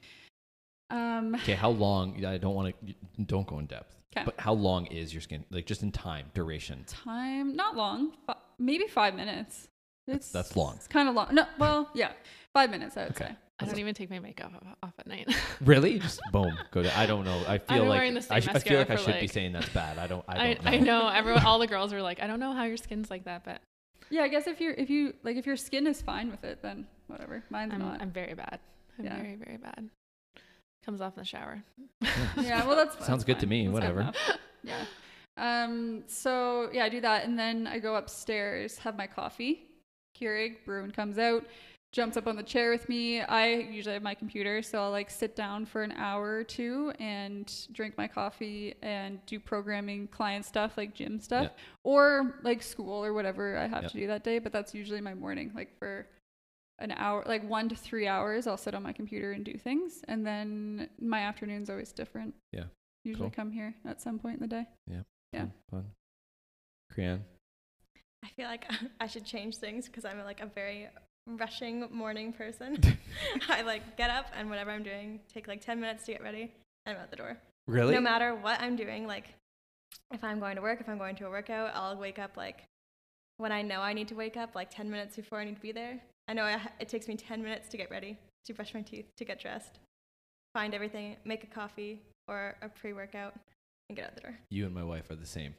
Speaker 2: Um,
Speaker 1: Okay, how long? I don't want to. Don't go in depth.
Speaker 2: 'Kay.
Speaker 1: But how long is your skin? Like just in time, duration.
Speaker 2: time not long, fi- maybe five minutes. It's
Speaker 1: that's long.
Speaker 2: It's kind of long. No, well, yeah, five minutes. I would
Speaker 1: Okay.
Speaker 2: say.
Speaker 3: I don't even take my makeup off- off at night.
Speaker 1: Really? Just boom. Go to. I don't know. I feel
Speaker 3: been
Speaker 1: like
Speaker 3: wearing the same
Speaker 1: I, sh- I feel
Speaker 3: mascara
Speaker 1: like I
Speaker 3: for,
Speaker 1: should be
Speaker 3: like-
Speaker 1: saying that's bad. I don't. I
Speaker 3: I,
Speaker 1: don't.
Speaker 3: I
Speaker 1: know.
Speaker 3: know everyone. All the girls were like, I don't know how your skin's like that, but
Speaker 2: Yeah, I guess if you're if you like if your skin is fine with it, then whatever. Mine's
Speaker 3: I'm,
Speaker 2: not.
Speaker 3: I'm very bad. I'm
Speaker 2: Yeah.
Speaker 3: very, very bad. Comes off in the shower.
Speaker 2: yeah, well, that's
Speaker 1: Sounds good to
Speaker 2: fine.
Speaker 1: me,
Speaker 2: That's
Speaker 1: whatever.
Speaker 2: enough. yeah. Um. So yeah, I do that, and then I go upstairs, have my coffee. Keurig Bruin comes out, jumps up on the chair with me. I usually have my computer, so I'll like sit down for an hour or two and drink my coffee and do programming, client stuff like gym stuff
Speaker 1: Yeah.
Speaker 2: or like school or whatever I have
Speaker 1: Yeah.
Speaker 2: to do that day. But that's usually my morning, like for an hour, like one to three hours, I'll sit on my computer and do things. And then my afternoon's always different.
Speaker 1: Yeah.
Speaker 2: Usually
Speaker 1: Cool.
Speaker 2: come here at some point in the day. yeah.
Speaker 1: Fun, Fun. Crean.
Speaker 4: I feel like I should change things because I'm like a very rushing morning person. I like get up and whatever I'm doing, take like 10 minutes to get ready, and I'm out the door.
Speaker 1: Really?
Speaker 4: No matter what I'm doing, like if I'm going to work, if I'm going to a workout, I'll wake up like when I know I need to wake up, like 10 minutes before I need to be there. I know I, ha- it takes me 10 minutes to get ready, to brush my teeth, to get dressed, find everything, make a coffee or a pre workout, and get out the door.
Speaker 1: you and my wife are the same.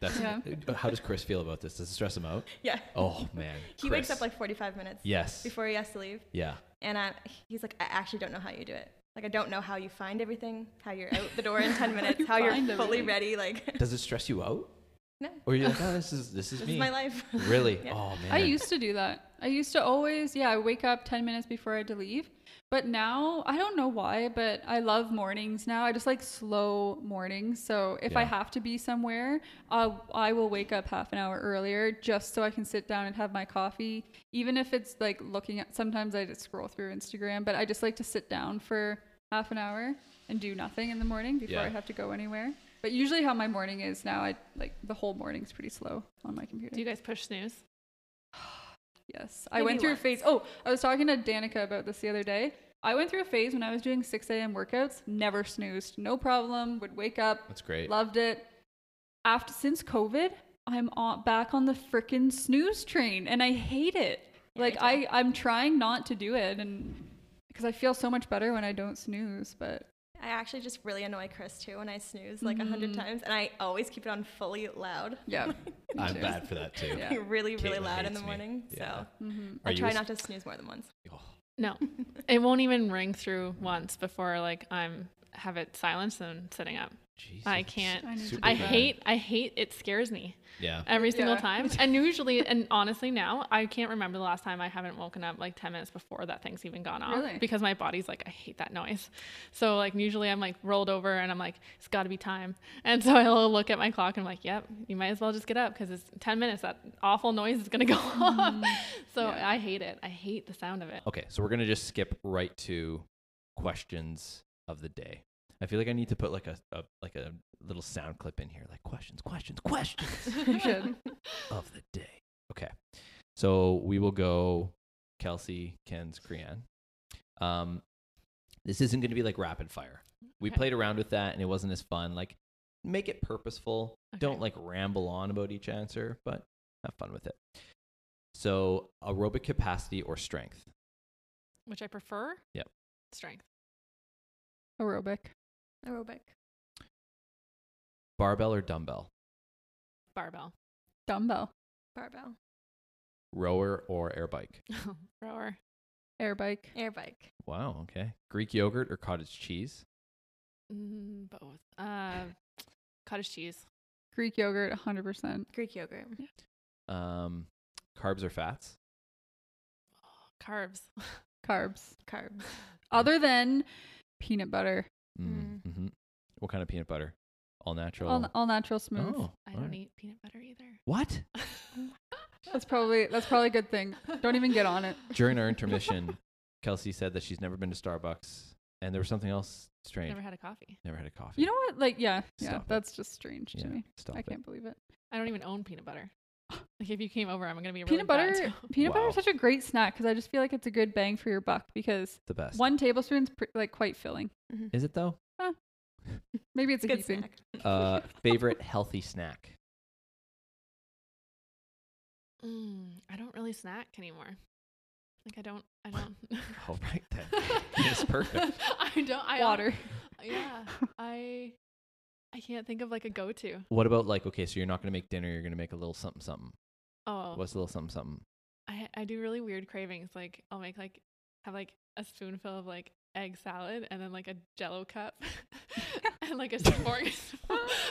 Speaker 1: That's uh,
Speaker 2: Yeah.
Speaker 1: how does Chris feel about this? Does it stress him out?
Speaker 4: Yeah.
Speaker 1: Oh man.
Speaker 4: He wakes
Speaker 1: Chris.
Speaker 4: up like 45 minutes
Speaker 1: Yes.
Speaker 4: before he has to leave.
Speaker 1: yeah.
Speaker 4: And I, he's like, I actually don't know how you do it. Like, I don't know how you find everything, how you're out the door in 10 minutes,
Speaker 2: you
Speaker 4: how you're
Speaker 2: find
Speaker 4: fully
Speaker 2: everything.
Speaker 4: ready. Like,
Speaker 1: Does it stress you out?
Speaker 4: No.
Speaker 1: Or you're like, oh, this is this is
Speaker 4: this
Speaker 1: me.
Speaker 4: is my life.
Speaker 1: Really?
Speaker 4: Yeah.
Speaker 1: Oh man.
Speaker 2: I used to do that. I used to always, yeah, I wake up 10 minutes before I had to leave. But now, I don't know why, but I love mornings now. I just like slow mornings. So if I
Speaker 1: Yeah.
Speaker 2: have to be somewhere, uh, I will wake up half an hour earlier just so I can sit down and have my coffee. Even if it's like looking at, sometimes I just scroll through Instagram, but I just like to sit down for half an hour and do nothing in the morning before
Speaker 1: Yeah.
Speaker 2: I have to go anywhere. But usually, how my morning is now, I like the whole morning's pretty slow on my computer.
Speaker 3: Do you guys push snooze?
Speaker 2: Yes. I
Speaker 4: Maybe
Speaker 2: went through a
Speaker 4: once.
Speaker 2: phase. Oh, I was talking to Danica about this the other day. I went through a phase when I was doing 6 a.m. workouts, never snoozed, no problem, would wake up,
Speaker 1: That's great.
Speaker 2: loved it. After since COVID, I'm on, back on the frickin' snooze train and I hate it.
Speaker 4: Yeah,
Speaker 2: like I,
Speaker 4: me
Speaker 2: I'm trying not to do it and because I feel so much better when I don't snooze, but
Speaker 4: I actually just really annoy Chris too when I snooze like a hundred times, and I always keep it on fully loud.
Speaker 2: yeah. me
Speaker 1: I'm
Speaker 2: too.
Speaker 1: bad for that too.
Speaker 2: Yeah.
Speaker 4: really, really
Speaker 1: Caitlin
Speaker 4: loud in
Speaker 1: hates
Speaker 4: the
Speaker 1: me.
Speaker 4: morning.
Speaker 1: Yeah.
Speaker 4: So
Speaker 2: Mhm.
Speaker 1: Are
Speaker 4: I
Speaker 1: you
Speaker 4: try
Speaker 1: as-
Speaker 4: not to snooze more than once.
Speaker 1: Oh,
Speaker 3: No, it won't even ring through once before like I'm have it silenced and sitting up.
Speaker 1: Jesus.
Speaker 3: I can't.
Speaker 2: I need to
Speaker 1: Super
Speaker 3: I
Speaker 1: bad.
Speaker 3: hate. I hate. It scares me
Speaker 1: Yeah.
Speaker 3: every single
Speaker 2: Yeah.
Speaker 3: time. And usually, and honestly, now I can't remember the last time I haven't woken up like ten minutes before that thing's even gone off
Speaker 2: Really?
Speaker 3: because my body's like, I hate that noise. So like usually I'm like rolled over and I'm like, it's got to be time. And so I'll look at my clock and I'm like, yep, you might as well just get up because it's ten minutes. That awful noise is gonna go off. So
Speaker 2: Mm-hmm. Yeah.
Speaker 3: I hate it. I hate the sound of it.
Speaker 1: Okay, so we're gonna just skip right to questions of the day. I feel like I need to put like a, a like a little sound clip in here, like questions, questions, questions
Speaker 2: You should.
Speaker 1: of the day. Okay, so we will go Kelsey, Ken's, Crean. Um, this isn't gonna be like rapid fire. We
Speaker 3: Okay.
Speaker 1: played around with that and it wasn't as fun. Like, make it purposeful. Don't
Speaker 3: Okay.
Speaker 1: like ramble on about each answer, but have fun with it. So, aerobic capacity or strength?
Speaker 3: which I prefer.
Speaker 1: Yep.
Speaker 3: Strength.
Speaker 2: Aerobic.
Speaker 4: Aerobic.
Speaker 1: Barbell or dumbbell?
Speaker 3: Barbell.
Speaker 2: Dumbbell.
Speaker 4: Barbell.
Speaker 1: rower or air bike.
Speaker 3: Rower.
Speaker 2: Air bike.
Speaker 4: Air bike.
Speaker 1: Wow, okay. Greek yogurt or cottage cheese?
Speaker 3: Mm, both. Uh, cottage cheese.
Speaker 2: Greek yogurt, 100%.
Speaker 4: Greek yogurt.
Speaker 1: Um, carbs or fats?
Speaker 3: Carbs.
Speaker 2: Carbs.
Speaker 4: Carbs.
Speaker 2: Other than peanut butter.
Speaker 1: Mm, hmm What kind of peanut butter? All natural.
Speaker 2: All, mm, all natural smooth.
Speaker 1: Oh,
Speaker 3: I
Speaker 1: all
Speaker 3: don't
Speaker 1: right.
Speaker 3: eat peanut butter either.
Speaker 1: What?
Speaker 2: That's probably that's probably a good thing. Don't even get on it.
Speaker 1: During our intermission, Kelsey said that she's never been to Starbucks, and there was something else strange.
Speaker 3: Never
Speaker 1: Never,
Speaker 3: had a coffee.
Speaker 1: had a coffee.
Speaker 2: You know what? Like yeah, yeah.
Speaker 1: Stop it.
Speaker 2: that's just strange
Speaker 1: yeah,
Speaker 2: to me.
Speaker 1: stop
Speaker 2: I
Speaker 1: it.
Speaker 2: can't believe it.
Speaker 3: I don't even own peanut butter. Like if you came over, I'm gonna be really
Speaker 2: Peanut butter,
Speaker 3: bad,
Speaker 2: peanut butter
Speaker 1: Wow.
Speaker 2: is such a great snack because I just feel like it's a good bang for your buck because
Speaker 1: The best.
Speaker 2: one tablespoon's pr- like quite filling.
Speaker 1: Is it though?
Speaker 2: Maybe it's,
Speaker 4: It's a
Speaker 2: a
Speaker 4: good
Speaker 2: heaping.
Speaker 4: snack.
Speaker 1: Uh, favorite healthy snack?
Speaker 3: so- Mm, I don't really snack anymore. Like I don't. I don't.
Speaker 1: All right then. Yes, perfect.
Speaker 3: I don't. I al-
Speaker 2: Water.
Speaker 3: Yeah. I. I can't think of like a go-to.
Speaker 1: What about like okay, so you're not gonna make dinner, you're gonna make a little something something.
Speaker 3: Oh.
Speaker 1: What's a little something something?
Speaker 3: I I do really weird cravings. Like I'll make like have like a spoonful of like egg salad and then like a jello cup and like a smorgasbord,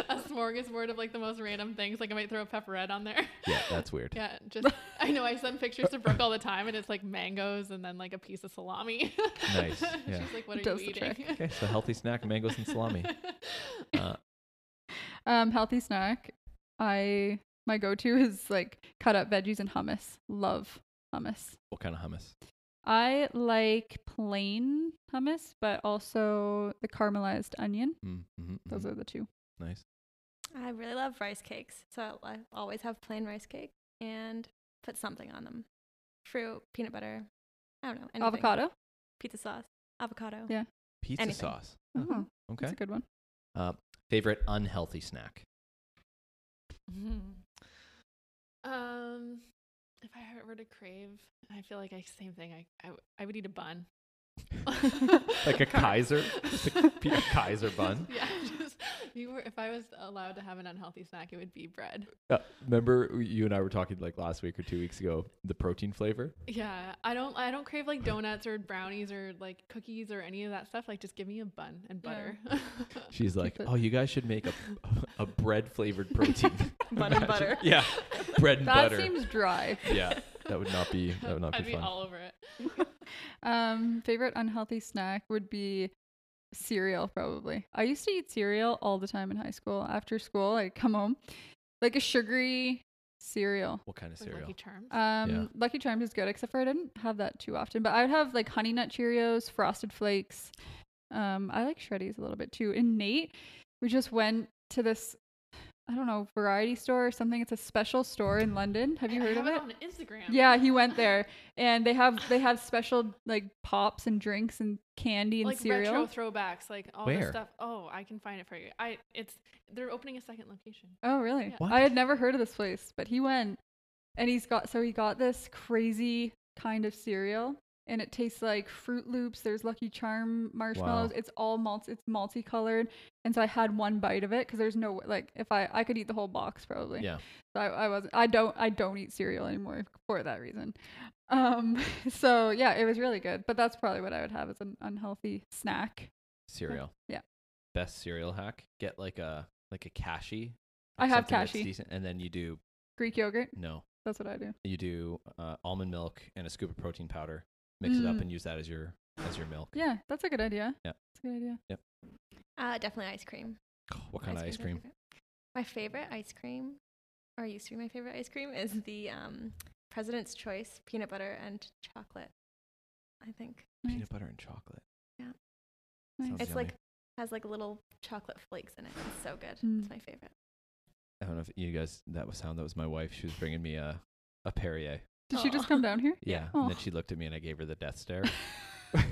Speaker 3: a smorgasbord of like the most random things. Like I might throw a pepperette on there.
Speaker 1: Yeah, that's weird.
Speaker 3: Yeah, just I know I send pictures to Brooke all the time and it's like mangoes and then like a piece of salami.
Speaker 1: Nice, yeah.
Speaker 3: She's like, What are
Speaker 2: Does
Speaker 3: you
Speaker 2: the trick.
Speaker 3: eating?
Speaker 1: Okay, so healthy snack, mangoes and salami. Uh,
Speaker 2: Um, healthy snack. I my go-to is like cut up veggies and hummus. Love hummus.
Speaker 1: what kind of hummus?
Speaker 2: I like plain hummus, but also the caramelized onion.
Speaker 1: Mm, mhm, mhm.
Speaker 2: Those are the two.
Speaker 1: Nice.
Speaker 4: I really love rice cakes, so I always have plain rice cake and put something on them. Fruit, peanut butter. I don't know. Anything.
Speaker 2: Avocado.
Speaker 4: Pizza sauce. Avocado.
Speaker 2: Yeah.
Speaker 1: Pizza
Speaker 4: Anything.
Speaker 1: sauce.
Speaker 2: Oh,
Speaker 1: Uh-huh.
Speaker 2: that's
Speaker 1: Okay.
Speaker 2: a good one.
Speaker 1: Favorite unhealthy snack?
Speaker 3: Mhm. Um, if I were to crave, I feel like I same thing. I I, w- I would eat a bun,
Speaker 1: Like a
Speaker 3: Car-
Speaker 1: Kaiser? Just a pe- a Kaiser bun?
Speaker 3: yeah, just if you were. If I was allowed to have an unhealthy snack, it would be bread.
Speaker 1: Uh, remember you and I were talking like last week or two weeks ago, the protein flavor?
Speaker 3: Yeah, I don't. I don't crave like donuts or brownies or like cookies or any of that stuff. Like, just give me a bun and butter.
Speaker 1: She's like,
Speaker 2: it.
Speaker 1: oh, you guys should make a, a bread flavored protein.
Speaker 4: Bun and butter.
Speaker 1: yeah. Bread and
Speaker 2: That
Speaker 1: butter.
Speaker 2: seems dry.
Speaker 1: yeah. That would not be, that would not
Speaker 3: I'd
Speaker 1: be
Speaker 3: be
Speaker 1: fun.
Speaker 3: all over it.
Speaker 2: Um, favorite unhealthy snack would be cereal, probably. I used to eat cereal all the time in high school. After school, I'd come home like a sugary cereal.
Speaker 1: what kind of
Speaker 3: Like
Speaker 1: cereal?
Speaker 3: Lucky Charms.
Speaker 2: Um,
Speaker 1: Yeah.
Speaker 2: Lucky Charms is good, except for I didn't have that too often. But I would have like Honey Nut Cheerios, Frosted Flakes. Um, I like Shreddies a little bit too. And Nate, we just went to this. I don't know, variety store or something. It's a special store in London. Have you
Speaker 3: I
Speaker 2: heard of
Speaker 3: have
Speaker 2: it?
Speaker 3: on Instagram?
Speaker 2: Yeah, he went there, and they have they have special like pops and drinks and candy and
Speaker 3: like
Speaker 2: cereal.
Speaker 3: retro throwbacks, like all
Speaker 1: Where?
Speaker 3: this stuff. Oh, I can find it for you. I it's they're opening a second location.
Speaker 2: oh, really?
Speaker 3: Yeah.
Speaker 1: What?
Speaker 2: I had never heard of this place, but he went, and he's got so he got this crazy kind of cereal, and it tastes like Fruit Loops. There's Lucky Charm marshmallows. It's all malts. It's multicolored, and so I had one bite of it because there's no like if I I could eat the whole box probably.
Speaker 1: Yeah.
Speaker 2: So I, I wasn't. I don't. I don't eat cereal anymore for that reason. Um. So yeah, it was really good. But that's probably what I would have as an unhealthy snack.
Speaker 1: Cereal.
Speaker 2: Yeah.
Speaker 1: Best cereal hack. Get like a like a cashew.
Speaker 2: I have
Speaker 1: something that's
Speaker 2: cashew.
Speaker 1: decent, and then you do
Speaker 2: Greek yogurt.
Speaker 1: no,
Speaker 2: That's what I do.
Speaker 1: you do uh, almond milk and a scoop of protein powder. Mix it up
Speaker 2: Mm.
Speaker 1: and use that as your as your milk.
Speaker 2: Yeah, that's a good idea.
Speaker 1: Yeah.
Speaker 2: That's a good idea.
Speaker 4: Uh, definitely ice cream.
Speaker 1: What kind of ice cream?
Speaker 4: My favorite ice cream, or used to be my favorite ice cream, is the um, President's Choice peanut butter and chocolate. I think
Speaker 2: Nice.
Speaker 1: Peanut butter and chocolate.
Speaker 4: Yeah.
Speaker 2: Nice.
Speaker 1: Sounds
Speaker 4: it's
Speaker 1: yummy.
Speaker 4: like has like little chocolate flakes in it. It's so good.
Speaker 2: Mm.
Speaker 4: It's my favorite.
Speaker 1: I don't know if you guys that was sound that was my wife. She was bringing me a a Perrier.
Speaker 2: Did she just
Speaker 4: Aw.
Speaker 2: come down here?
Speaker 1: Yeah.
Speaker 2: Oh.
Speaker 1: And then she looked at me and I gave her the death stare.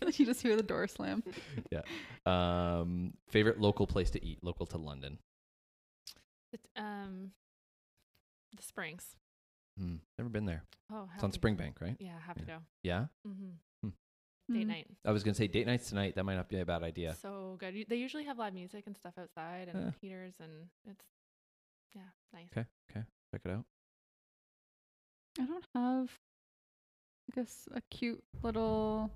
Speaker 2: Did you just hear the door slam?
Speaker 1: um favorite local place to eat, local to London.
Speaker 3: It's, um, the Springs.
Speaker 1: Hmm. Never been there.
Speaker 3: Oh,
Speaker 1: It's on
Speaker 3: happy-
Speaker 1: Springbank, right?
Speaker 3: Yeah, have to go.
Speaker 1: Yeah.
Speaker 3: Mm-hmm.
Speaker 2: Mm.
Speaker 3: Date night.
Speaker 1: I was gonna say date nights tonight. That might not be a bad idea.
Speaker 3: So good. You- They usually have live music and stuff outside and
Speaker 1: Yeah.
Speaker 3: heaters and it's yeah, nice.
Speaker 1: Okay. Okay. Check it out.
Speaker 2: I don't have, I guess, a cute little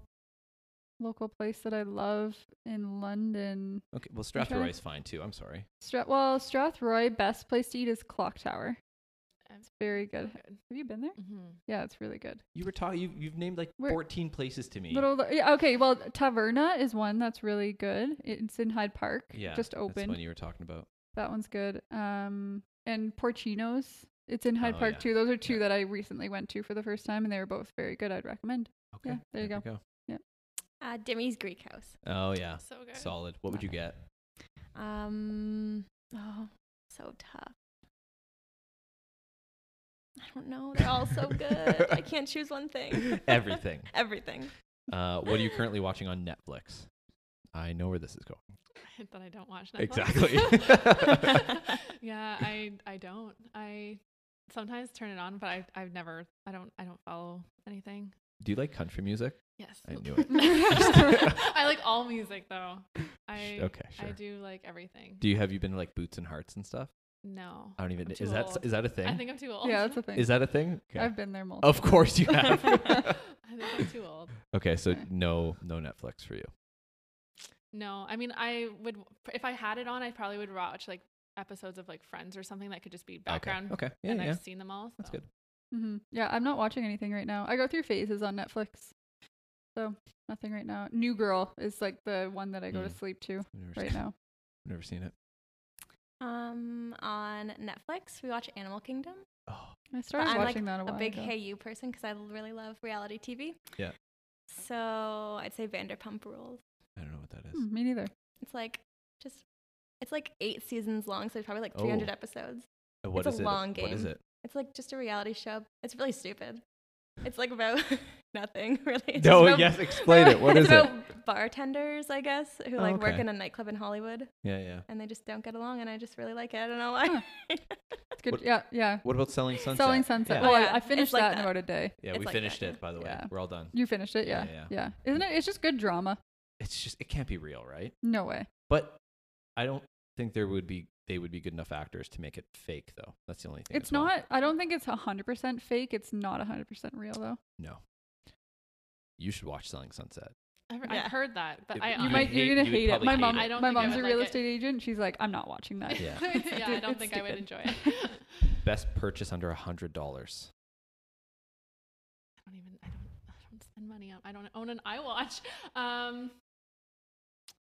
Speaker 2: local place that I love in London.
Speaker 1: Okay. Well, Strathroy
Speaker 2: Okay.
Speaker 1: is fine too. I'm sorry.
Speaker 2: Stra- well, Strathroy, best place to eat is Clock Tower.
Speaker 3: I've-
Speaker 2: It's very good. Have
Speaker 3: good.
Speaker 2: you been there?
Speaker 3: Mm-hmm.
Speaker 2: Yeah, it's really good.
Speaker 1: You were talking. You, you've named like
Speaker 2: Where-
Speaker 1: 14 places to me.
Speaker 2: Little, yeah, okay. Well, Taverna is one that's really good. It's in Hyde Park.
Speaker 1: yeah.
Speaker 2: just
Speaker 1: That's
Speaker 2: open.
Speaker 1: one you were talking about.
Speaker 2: That one's good. Um, and Porcino's. It's in Hyde
Speaker 1: Oh,
Speaker 2: Park
Speaker 1: yeah.
Speaker 2: too. Those are two
Speaker 1: Yeah.
Speaker 2: that I recently went to for the first time, and they were both very good. I'd recommend.
Speaker 1: Okay.
Speaker 2: Yeah, there you
Speaker 1: we
Speaker 4: Uh, Dimmy's Greek House.
Speaker 1: Oh yeah.
Speaker 3: So good.
Speaker 1: Solid. What would you get?
Speaker 4: Um, oh, so tough. I don't know. They're all so good. I can't choose one thing.
Speaker 1: Everything.
Speaker 4: Everything.
Speaker 1: Uh, what are you currently watching on Netflix? I know where this is going.
Speaker 3: that I don't watch Netflix.
Speaker 1: Exactly.
Speaker 3: yeah, I I don't. I sometimes turn it on, but I I've never I don't I don't follow anything.
Speaker 1: Do you like country music?
Speaker 3: Yes.
Speaker 1: I knew it.
Speaker 3: I like all music though. I
Speaker 1: okay, sure.
Speaker 3: I do like everything.
Speaker 1: Do Uh, you have you been to like Boots and Hearts and stuff?
Speaker 3: no.
Speaker 1: I don't even.
Speaker 3: I'm too
Speaker 1: Is that
Speaker 3: old.
Speaker 1: is that a thing?
Speaker 3: I think I'm too old.
Speaker 2: Yeah, that's a thing.
Speaker 1: is that Oh. a thing? Okay.
Speaker 2: I've been there multiple.
Speaker 1: Of course you
Speaker 3: I
Speaker 1: have.
Speaker 3: think I'm too old.
Speaker 1: okay, so
Speaker 2: Okay.
Speaker 1: no no Netflix for you.
Speaker 3: No, I mean I would if I had it on, I probably would watch like episodes of like Friends or something that could just be background.
Speaker 1: Okay. okay. Yeah,
Speaker 3: and
Speaker 1: yeah.
Speaker 3: I've seen them all. So.
Speaker 1: That's good.
Speaker 2: hmm Yeah, I'm not watching anything right now. I go through phases on Netflix, so nothing right now. New Girl is like the one that I go to
Speaker 1: Mm.
Speaker 2: sleep to
Speaker 1: I've never,
Speaker 2: right
Speaker 1: seen,
Speaker 2: now.
Speaker 1: never seen it.
Speaker 4: Um, on Netflix, we watch Animal Kingdom.
Speaker 1: Oh,
Speaker 2: I started
Speaker 4: I'm, like,
Speaker 2: watching that a
Speaker 4: a
Speaker 2: while
Speaker 4: big
Speaker 2: ago.
Speaker 4: Hey You person because I l- really love reality TV.
Speaker 1: Yeah.
Speaker 4: So I'd say Vanderpump Rules.
Speaker 1: I don't know what that is.
Speaker 2: Hmm, me neither.
Speaker 4: It's like just it's like eight seasons long, so it's probably like 300
Speaker 1: Oh.
Speaker 4: episodes.
Speaker 1: Uh, What
Speaker 4: It's a
Speaker 1: is
Speaker 4: long
Speaker 1: it? What is
Speaker 4: game.
Speaker 1: it?
Speaker 4: It's like just a reality show. It's really stupid. It's like about nothing really. It's
Speaker 1: No,
Speaker 4: just about-
Speaker 1: yes, explain it. What
Speaker 4: it's
Speaker 1: is it?
Speaker 4: about Bartenders, I guess, who
Speaker 1: Oh,
Speaker 4: like work
Speaker 1: okay.
Speaker 4: in a nightclub in Hollywood,
Speaker 1: Yeah, yeah.
Speaker 4: and they just don't get along. And I just really like it. I don't know why.
Speaker 2: Huh. It's good.
Speaker 1: What-
Speaker 2: yeah, yeah.
Speaker 1: What about Selling Sunset?
Speaker 2: Selling Sunset.
Speaker 1: Yeah,
Speaker 2: Well, I-
Speaker 4: Yeah,
Speaker 2: I
Speaker 4: it's
Speaker 2: finished
Speaker 4: like uh
Speaker 2: that, in
Speaker 4: that.
Speaker 2: about a day.
Speaker 1: Yeah,
Speaker 4: it's
Speaker 1: we
Speaker 4: like that,
Speaker 1: finished
Speaker 4: yeah.
Speaker 1: it by the way.
Speaker 2: Yeah.
Speaker 1: We're all done.
Speaker 2: You finished it, yeah,
Speaker 1: Yeah, yeah.
Speaker 2: yeah. Isn't it? It's just good drama.
Speaker 1: It's just it can't be real, right?
Speaker 2: No way.
Speaker 1: But I don't think there would be they would be good enough actors to make it fake though. That's the only thing.
Speaker 2: It's
Speaker 1: as well.
Speaker 2: not. I don't think it's hundred percent fake. It's not hundred percent real though.
Speaker 1: No. You should watch Selling Sunset.
Speaker 3: I've,
Speaker 4: Yeah.
Speaker 3: I've heard that, but
Speaker 1: It-
Speaker 3: I
Speaker 1: you
Speaker 2: You
Speaker 3: I-
Speaker 1: would
Speaker 2: might.
Speaker 1: hate-
Speaker 2: you're gonna
Speaker 1: you would
Speaker 2: hate it.
Speaker 1: probably
Speaker 2: My
Speaker 1: hate
Speaker 2: mom.
Speaker 1: it. I
Speaker 3: don't
Speaker 2: my
Speaker 3: think I
Speaker 2: mom's a
Speaker 3: would
Speaker 2: real
Speaker 3: like it.
Speaker 2: estate agent. She's like, I'm not watching that.
Speaker 1: Yeah.
Speaker 3: yeah, I don't
Speaker 2: it's
Speaker 3: think I would
Speaker 2: stupid.
Speaker 3: enjoy it. I
Speaker 1: Best purchase under a hundred dollars.
Speaker 3: don't even. I don't. I don't spend money on. I don't own an iWatch. Um,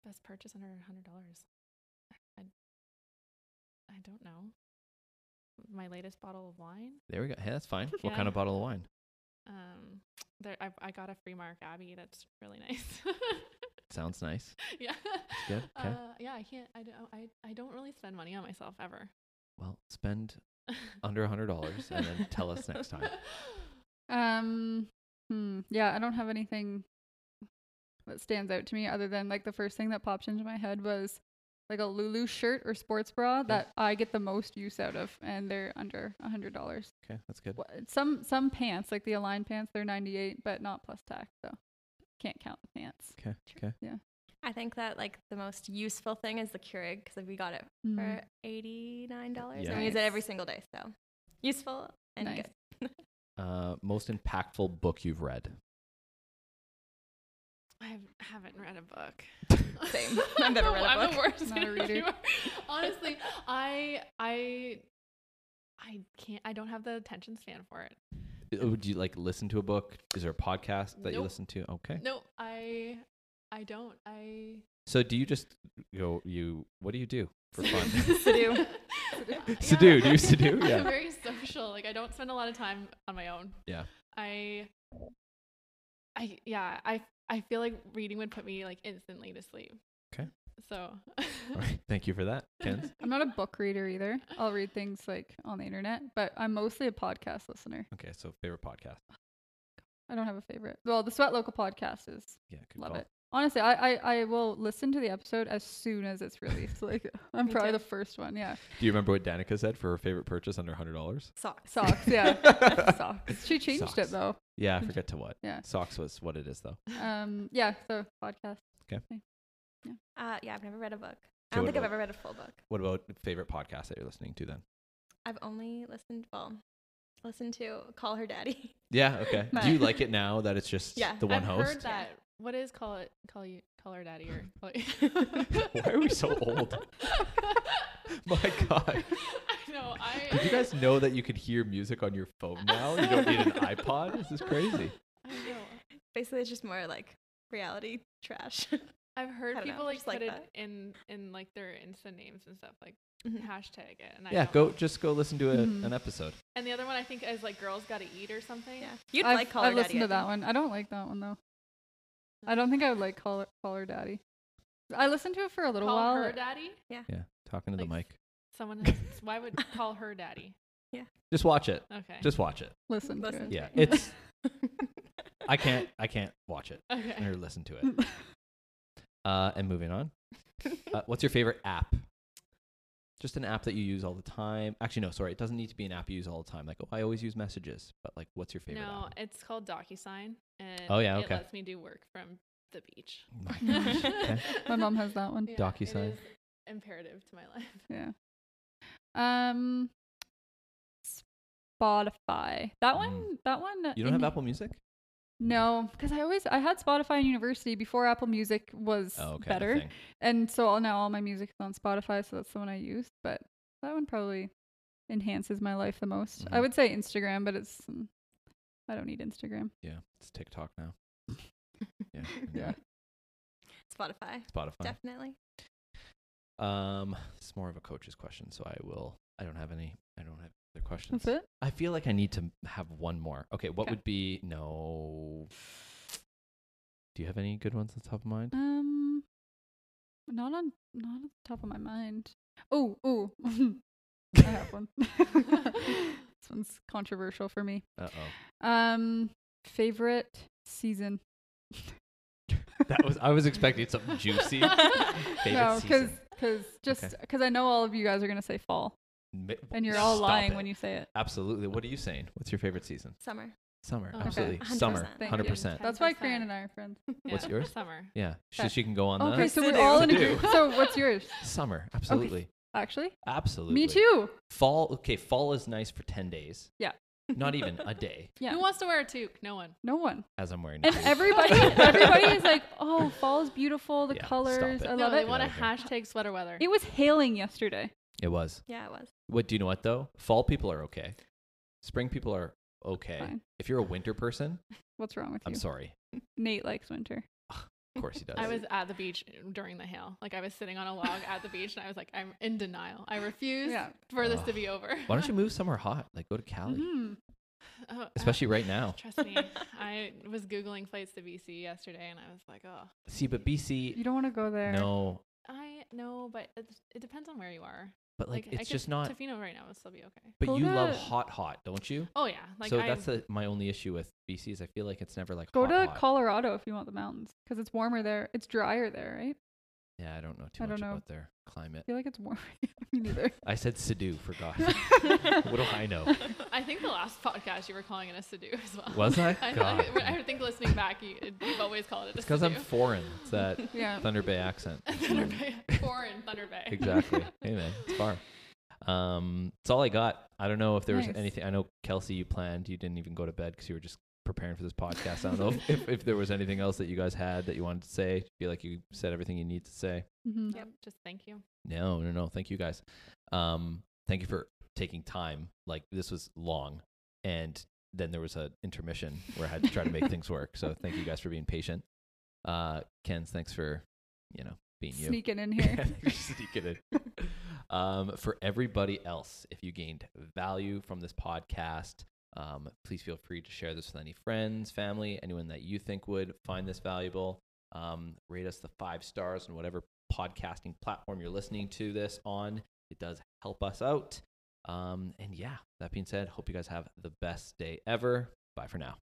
Speaker 3: best purchase under a hundred dollars. I, I don't know. My latest bottle of wine.
Speaker 1: There we go. Hey, that's fine. What
Speaker 3: Yeah.
Speaker 1: kind of bottle of wine?
Speaker 3: Um, there I, I got a free Mark Abbey. That's really nice.
Speaker 1: Sounds nice.
Speaker 3: yeah.
Speaker 1: good, 'kay.
Speaker 3: Uh, yeah, I can't. I don't. I, I don't really spend money on myself ever.
Speaker 1: Well, spend under a hundred dollars and then tell us next time.
Speaker 2: Um, hmm, yeah, I don't have anything that stands out to me other than like the first thing that popped into my head was like a Lulu shirt or sports bra that I get the most use out of, and they're under a hundred dollars.
Speaker 1: Okay, that's good.
Speaker 2: Wha- Some some pants like the Align pants, they're ninety eight, but not plus tax, so can't count the pants.
Speaker 1: Okay, okay.
Speaker 4: I think that like the most useful thing is the Keurig because we got it
Speaker 2: Mm.
Speaker 4: for eighty nine dollars
Speaker 1: Yeah.
Speaker 4: and we use it every
Speaker 2: Nice.
Speaker 4: single day. So useful and
Speaker 2: Nice.
Speaker 4: good.
Speaker 1: Uh, most impactful book you've read.
Speaker 3: I have- haven't read a book.
Speaker 4: Same. I've never read a
Speaker 3: I'm the
Speaker 4: book.
Speaker 3: worst
Speaker 2: Not a reader.
Speaker 3: interviewer. Honestly, I I I can't. I don't have the attention span for it.
Speaker 1: Uh, Would you like listen to a book? Is there a podcast that you
Speaker 3: Nope.
Speaker 1: listen to? Okay.
Speaker 3: No, I I don't. I
Speaker 1: So do you just go? You what do you do for fun?
Speaker 4: Sadoo.
Speaker 3: Yeah.
Speaker 1: Sadoo, do you Sadoo? Yeah.
Speaker 3: I'm very social. Like I don't spend a lot of time on my own.
Speaker 1: Yeah.
Speaker 3: I I yeah, I I feel like reading would put me like instantly to sleep.
Speaker 1: Okay.
Speaker 3: So
Speaker 1: All right, Thank you for that, Kens.
Speaker 2: I'm not a book reader either. I'll read things like on the internet, but I'm mostly a podcast listener.
Speaker 1: Okay, so favorite podcast.
Speaker 2: I don't have a favorite. Well, the Sweat Local podcast is
Speaker 1: Yeah, good
Speaker 2: Love
Speaker 1: call.
Speaker 2: it. Honestly, I, I I will listen to the episode as soon as it's released. Like I'm
Speaker 4: Me
Speaker 2: probably
Speaker 4: too.
Speaker 2: the first one. Yeah,
Speaker 1: Do you remember what Danica said for her favorite purchase under hundred dollars?
Speaker 4: Socks.
Speaker 2: socks. Yeah, socks. She changed
Speaker 1: Socks.
Speaker 2: it though.
Speaker 1: Yeah, I forget to what.
Speaker 2: Yeah.
Speaker 1: Socks was what it is though.
Speaker 2: Um, yeah. So podcast.
Speaker 4: Uh, yeah, I've never read a book. I
Speaker 1: So
Speaker 4: don't
Speaker 1: what
Speaker 4: think I've
Speaker 1: about-
Speaker 4: ever read a full book.
Speaker 1: What about favorite podcast that you're listening to then?
Speaker 4: I've only listened well, listened to Call Her Daddy.
Speaker 1: Yeah, okay.
Speaker 4: My-
Speaker 1: Do you like it now that it's just
Speaker 4: Yeah,
Speaker 1: the one
Speaker 3: I've
Speaker 1: host?
Speaker 3: heard that. What is call it call you call her daddy or call you-
Speaker 1: Why are we so old? My God.
Speaker 3: I know. I
Speaker 1: Did you guys know that you could hear music on your phone now? You don't need an iPod? This is crazy.
Speaker 3: I know.
Speaker 4: Basically, it's just more like reality trash.
Speaker 3: I've heard
Speaker 4: I don't know,
Speaker 3: people like
Speaker 4: just like
Speaker 3: put it
Speaker 4: that.
Speaker 3: in in like their Insta names and stuff like
Speaker 4: Mhm.
Speaker 2: Mm-hmm.
Speaker 3: hashtag it. And I
Speaker 1: Yeah,
Speaker 3: don't
Speaker 1: go
Speaker 3: know.
Speaker 1: just go listen to a,
Speaker 2: Mhm.
Speaker 3: Mm-hmm.
Speaker 1: an episode.
Speaker 3: And the other one I think is like girls gotta eat or something.
Speaker 4: yeah, you'd
Speaker 2: I've,
Speaker 4: like Call
Speaker 2: I've
Speaker 4: Her
Speaker 2: listened
Speaker 4: Daddy.
Speaker 2: to that one. I don't like that one though. I don't think I would like call caller daddy. I listened to it for a little
Speaker 3: Call
Speaker 2: while.
Speaker 3: her daddy.
Speaker 1: Yeah, talking to the
Speaker 3: Like-
Speaker 1: mic.
Speaker 3: Someone has, why would call her daddy?
Speaker 1: Just watch it.
Speaker 3: Okay.
Speaker 1: Just watch it.
Speaker 2: Listen. To it.
Speaker 4: Listen to
Speaker 1: Yeah,
Speaker 4: Okay.
Speaker 1: it's I can't I can't watch it
Speaker 3: okay.
Speaker 1: or listen to it. Uh, and moving on. Uh, what's your favorite app? Just an app that you use all the time. Actually, no, sorry. It doesn't need to be an app you use all the time. Like, oh, I always use messages, but like, what's your favorite
Speaker 3: No,
Speaker 1: app?
Speaker 3: it's called DocuSign, and
Speaker 1: Oh, yeah,
Speaker 3: it
Speaker 1: okay.
Speaker 3: lets me do work from the beach.
Speaker 1: My
Speaker 2: My mom has that one.
Speaker 3: Yeah, it
Speaker 1: DocuSign.
Speaker 3: is imperative to my life.
Speaker 2: Yeah. Um. Spotify. That
Speaker 1: Mm.
Speaker 2: one. That one.
Speaker 1: You don't have
Speaker 2: in-
Speaker 1: Apple Music?
Speaker 2: No, because I always I had Spotify in university before Apple Music was
Speaker 1: Oh, okay.
Speaker 2: better,
Speaker 1: thing.
Speaker 2: and so all, now all my music is on Spotify, so that's the one I use. But that one probably enhances my life the most. I
Speaker 1: Mhm.
Speaker 2: would say Instagram, but it's mm, I don't need Instagram.
Speaker 1: Yeah, it's TikTok now. Yeah, yeah.
Speaker 2: Yeah.
Speaker 4: Spotify,
Speaker 1: Spotify.
Speaker 4: definitely.
Speaker 1: Um, it's more of a coach's question, so I will. I don't have any. I don't have other questions.
Speaker 2: That's it.
Speaker 1: I feel like I need to have one more. Okay, what
Speaker 2: Okay.
Speaker 1: would be no? Do you have any good ones on top of mind?
Speaker 2: Um, not on not on the top of my mind. Oh, oh, I have one. this one's controversial for me.
Speaker 1: Uh oh,
Speaker 2: Um, favorite season.
Speaker 1: that was I was expecting something juicy. Favorite
Speaker 2: no, because
Speaker 1: season.
Speaker 2: because just because I know all of you guys are gonna say fall,
Speaker 1: Ma-
Speaker 2: and you're all
Speaker 1: stop
Speaker 2: lying
Speaker 1: it.
Speaker 2: when you say it.
Speaker 1: absolutely. What are you saying? What's your favorite season?
Speaker 4: Summer.
Speaker 1: Summer,
Speaker 2: Oh,
Speaker 3: Okay.
Speaker 1: absolutely.
Speaker 4: 100%.
Speaker 1: Summer,
Speaker 2: Thank
Speaker 1: hundred
Speaker 2: you.
Speaker 1: percent.
Speaker 2: That's why Karen and I are friends.
Speaker 1: What's
Speaker 3: Yeah,
Speaker 1: yours?
Speaker 3: Summer.
Speaker 1: Yeah, so
Speaker 2: Okay. Oh,
Speaker 1: she can go on
Speaker 2: Okay,
Speaker 1: that.
Speaker 2: so we're
Speaker 4: Sidhu.
Speaker 2: all in
Speaker 1: Sidhu.
Speaker 2: agreement. So what's yours?
Speaker 1: Summer, absolutely,
Speaker 2: Actually,
Speaker 1: absolutely.
Speaker 2: me too.
Speaker 1: Fall, okay, fall is nice for ten days.
Speaker 2: Yeah.
Speaker 1: not even a day,
Speaker 2: Yeah.
Speaker 3: Who wants to wear a toque? No one.
Speaker 2: No one.
Speaker 1: as I'm wearing.
Speaker 2: And
Speaker 1: these.
Speaker 2: everybody, everybody is like, "Oh, fall is beautiful. The
Speaker 1: Yeah, stop
Speaker 2: colors,
Speaker 1: it. No,
Speaker 2: I love
Speaker 3: no,
Speaker 2: it."
Speaker 3: they want a
Speaker 1: Get out
Speaker 3: hashtag sweater weather.
Speaker 2: It was hailing yesterday.
Speaker 1: it was.
Speaker 4: Yeah, it was.
Speaker 1: What do you know? What though? Fall people are okay. Spring people are okay.
Speaker 2: Fine.
Speaker 1: If you're a winter person,
Speaker 2: What's wrong with
Speaker 1: I'm
Speaker 2: you?
Speaker 1: sorry.
Speaker 2: Nate likes winter.
Speaker 1: Of course he does.
Speaker 3: I was at the beach during the hail. Like I was sitting on a log at the beach, and I was like, I'm in denial. I refuse
Speaker 2: Yeah.
Speaker 3: for this to
Speaker 1: Ugh.
Speaker 3: be over.
Speaker 1: Why don't you move somewhere hot? Like go to Cali,
Speaker 2: Mhm.
Speaker 3: Oh, uh,
Speaker 1: especially right now.
Speaker 3: Trust me, I was googling flights to BC yesterday, and I was like, oh,
Speaker 1: See, but
Speaker 2: You
Speaker 1: BC,
Speaker 2: don't want to go there.
Speaker 1: no,
Speaker 3: I know, but it's, it depends on where you are.
Speaker 1: But like,
Speaker 3: I
Speaker 1: it's
Speaker 3: could-
Speaker 1: just not.
Speaker 3: Tofino right now would still be okay.
Speaker 1: but
Speaker 2: Pull
Speaker 1: you love
Speaker 2: the-
Speaker 1: hot, hot, don't you?
Speaker 3: Oh yeah, like
Speaker 1: so
Speaker 3: I,
Speaker 1: that's the, my only issue with BC is I feel like it's never like
Speaker 2: Go
Speaker 1: hot,
Speaker 2: to
Speaker 1: hot.
Speaker 2: Colorado if you want the mountains because it's warmer there. It's drier there, right?
Speaker 1: yeah, I don't know too
Speaker 2: I
Speaker 1: much
Speaker 2: don't know.
Speaker 1: about their climate.
Speaker 2: I feel like it's warmer. Me neither. Mm-hmm.
Speaker 1: I said Sadu, forgot. what do I know?
Speaker 3: I think the last podcast you were calling it a Sadu as well.
Speaker 1: Was I?
Speaker 3: I,
Speaker 1: God.
Speaker 3: I, I think listening back, you, you've always called it a
Speaker 1: It's because I'm
Speaker 3: Sadu.
Speaker 1: foreign. It's that
Speaker 2: Yeah.
Speaker 1: Thunder Bay accent.
Speaker 3: Thunder Bay, foreign Thunder Bay.
Speaker 1: Exactly. hey man, it's far. Um, it's all I got. I don't know if there was
Speaker 2: Nice.
Speaker 1: anything. I know Kelsey, you planned. You didn't even go to bed because you were just preparing for this podcast. I don't know if, if, if there was anything else that you guys had that you wanted to say. Feel like you said everything you need to say.
Speaker 2: Mhm.
Speaker 3: Yep. Just thank you.
Speaker 1: No, no, no. Thank you guys. Um, thank you for taking time. Like this was long, and then there was an intermission where I had to try to make things work. So thank you guys for being patient. Uh, Ken's, thanks for you know being you.
Speaker 2: Sneaking in here.
Speaker 1: You're sneaking in. Um, for everybody else, if you gained value from this podcast, um, please feel free to share this with any friends, family, anyone that you think would find this valuable. Um, rate us the five stars on whatever podcasting platform you're listening to this on. It does help us out. Um, and yeah, that being said, hope you guys have the best day ever. Bye for now.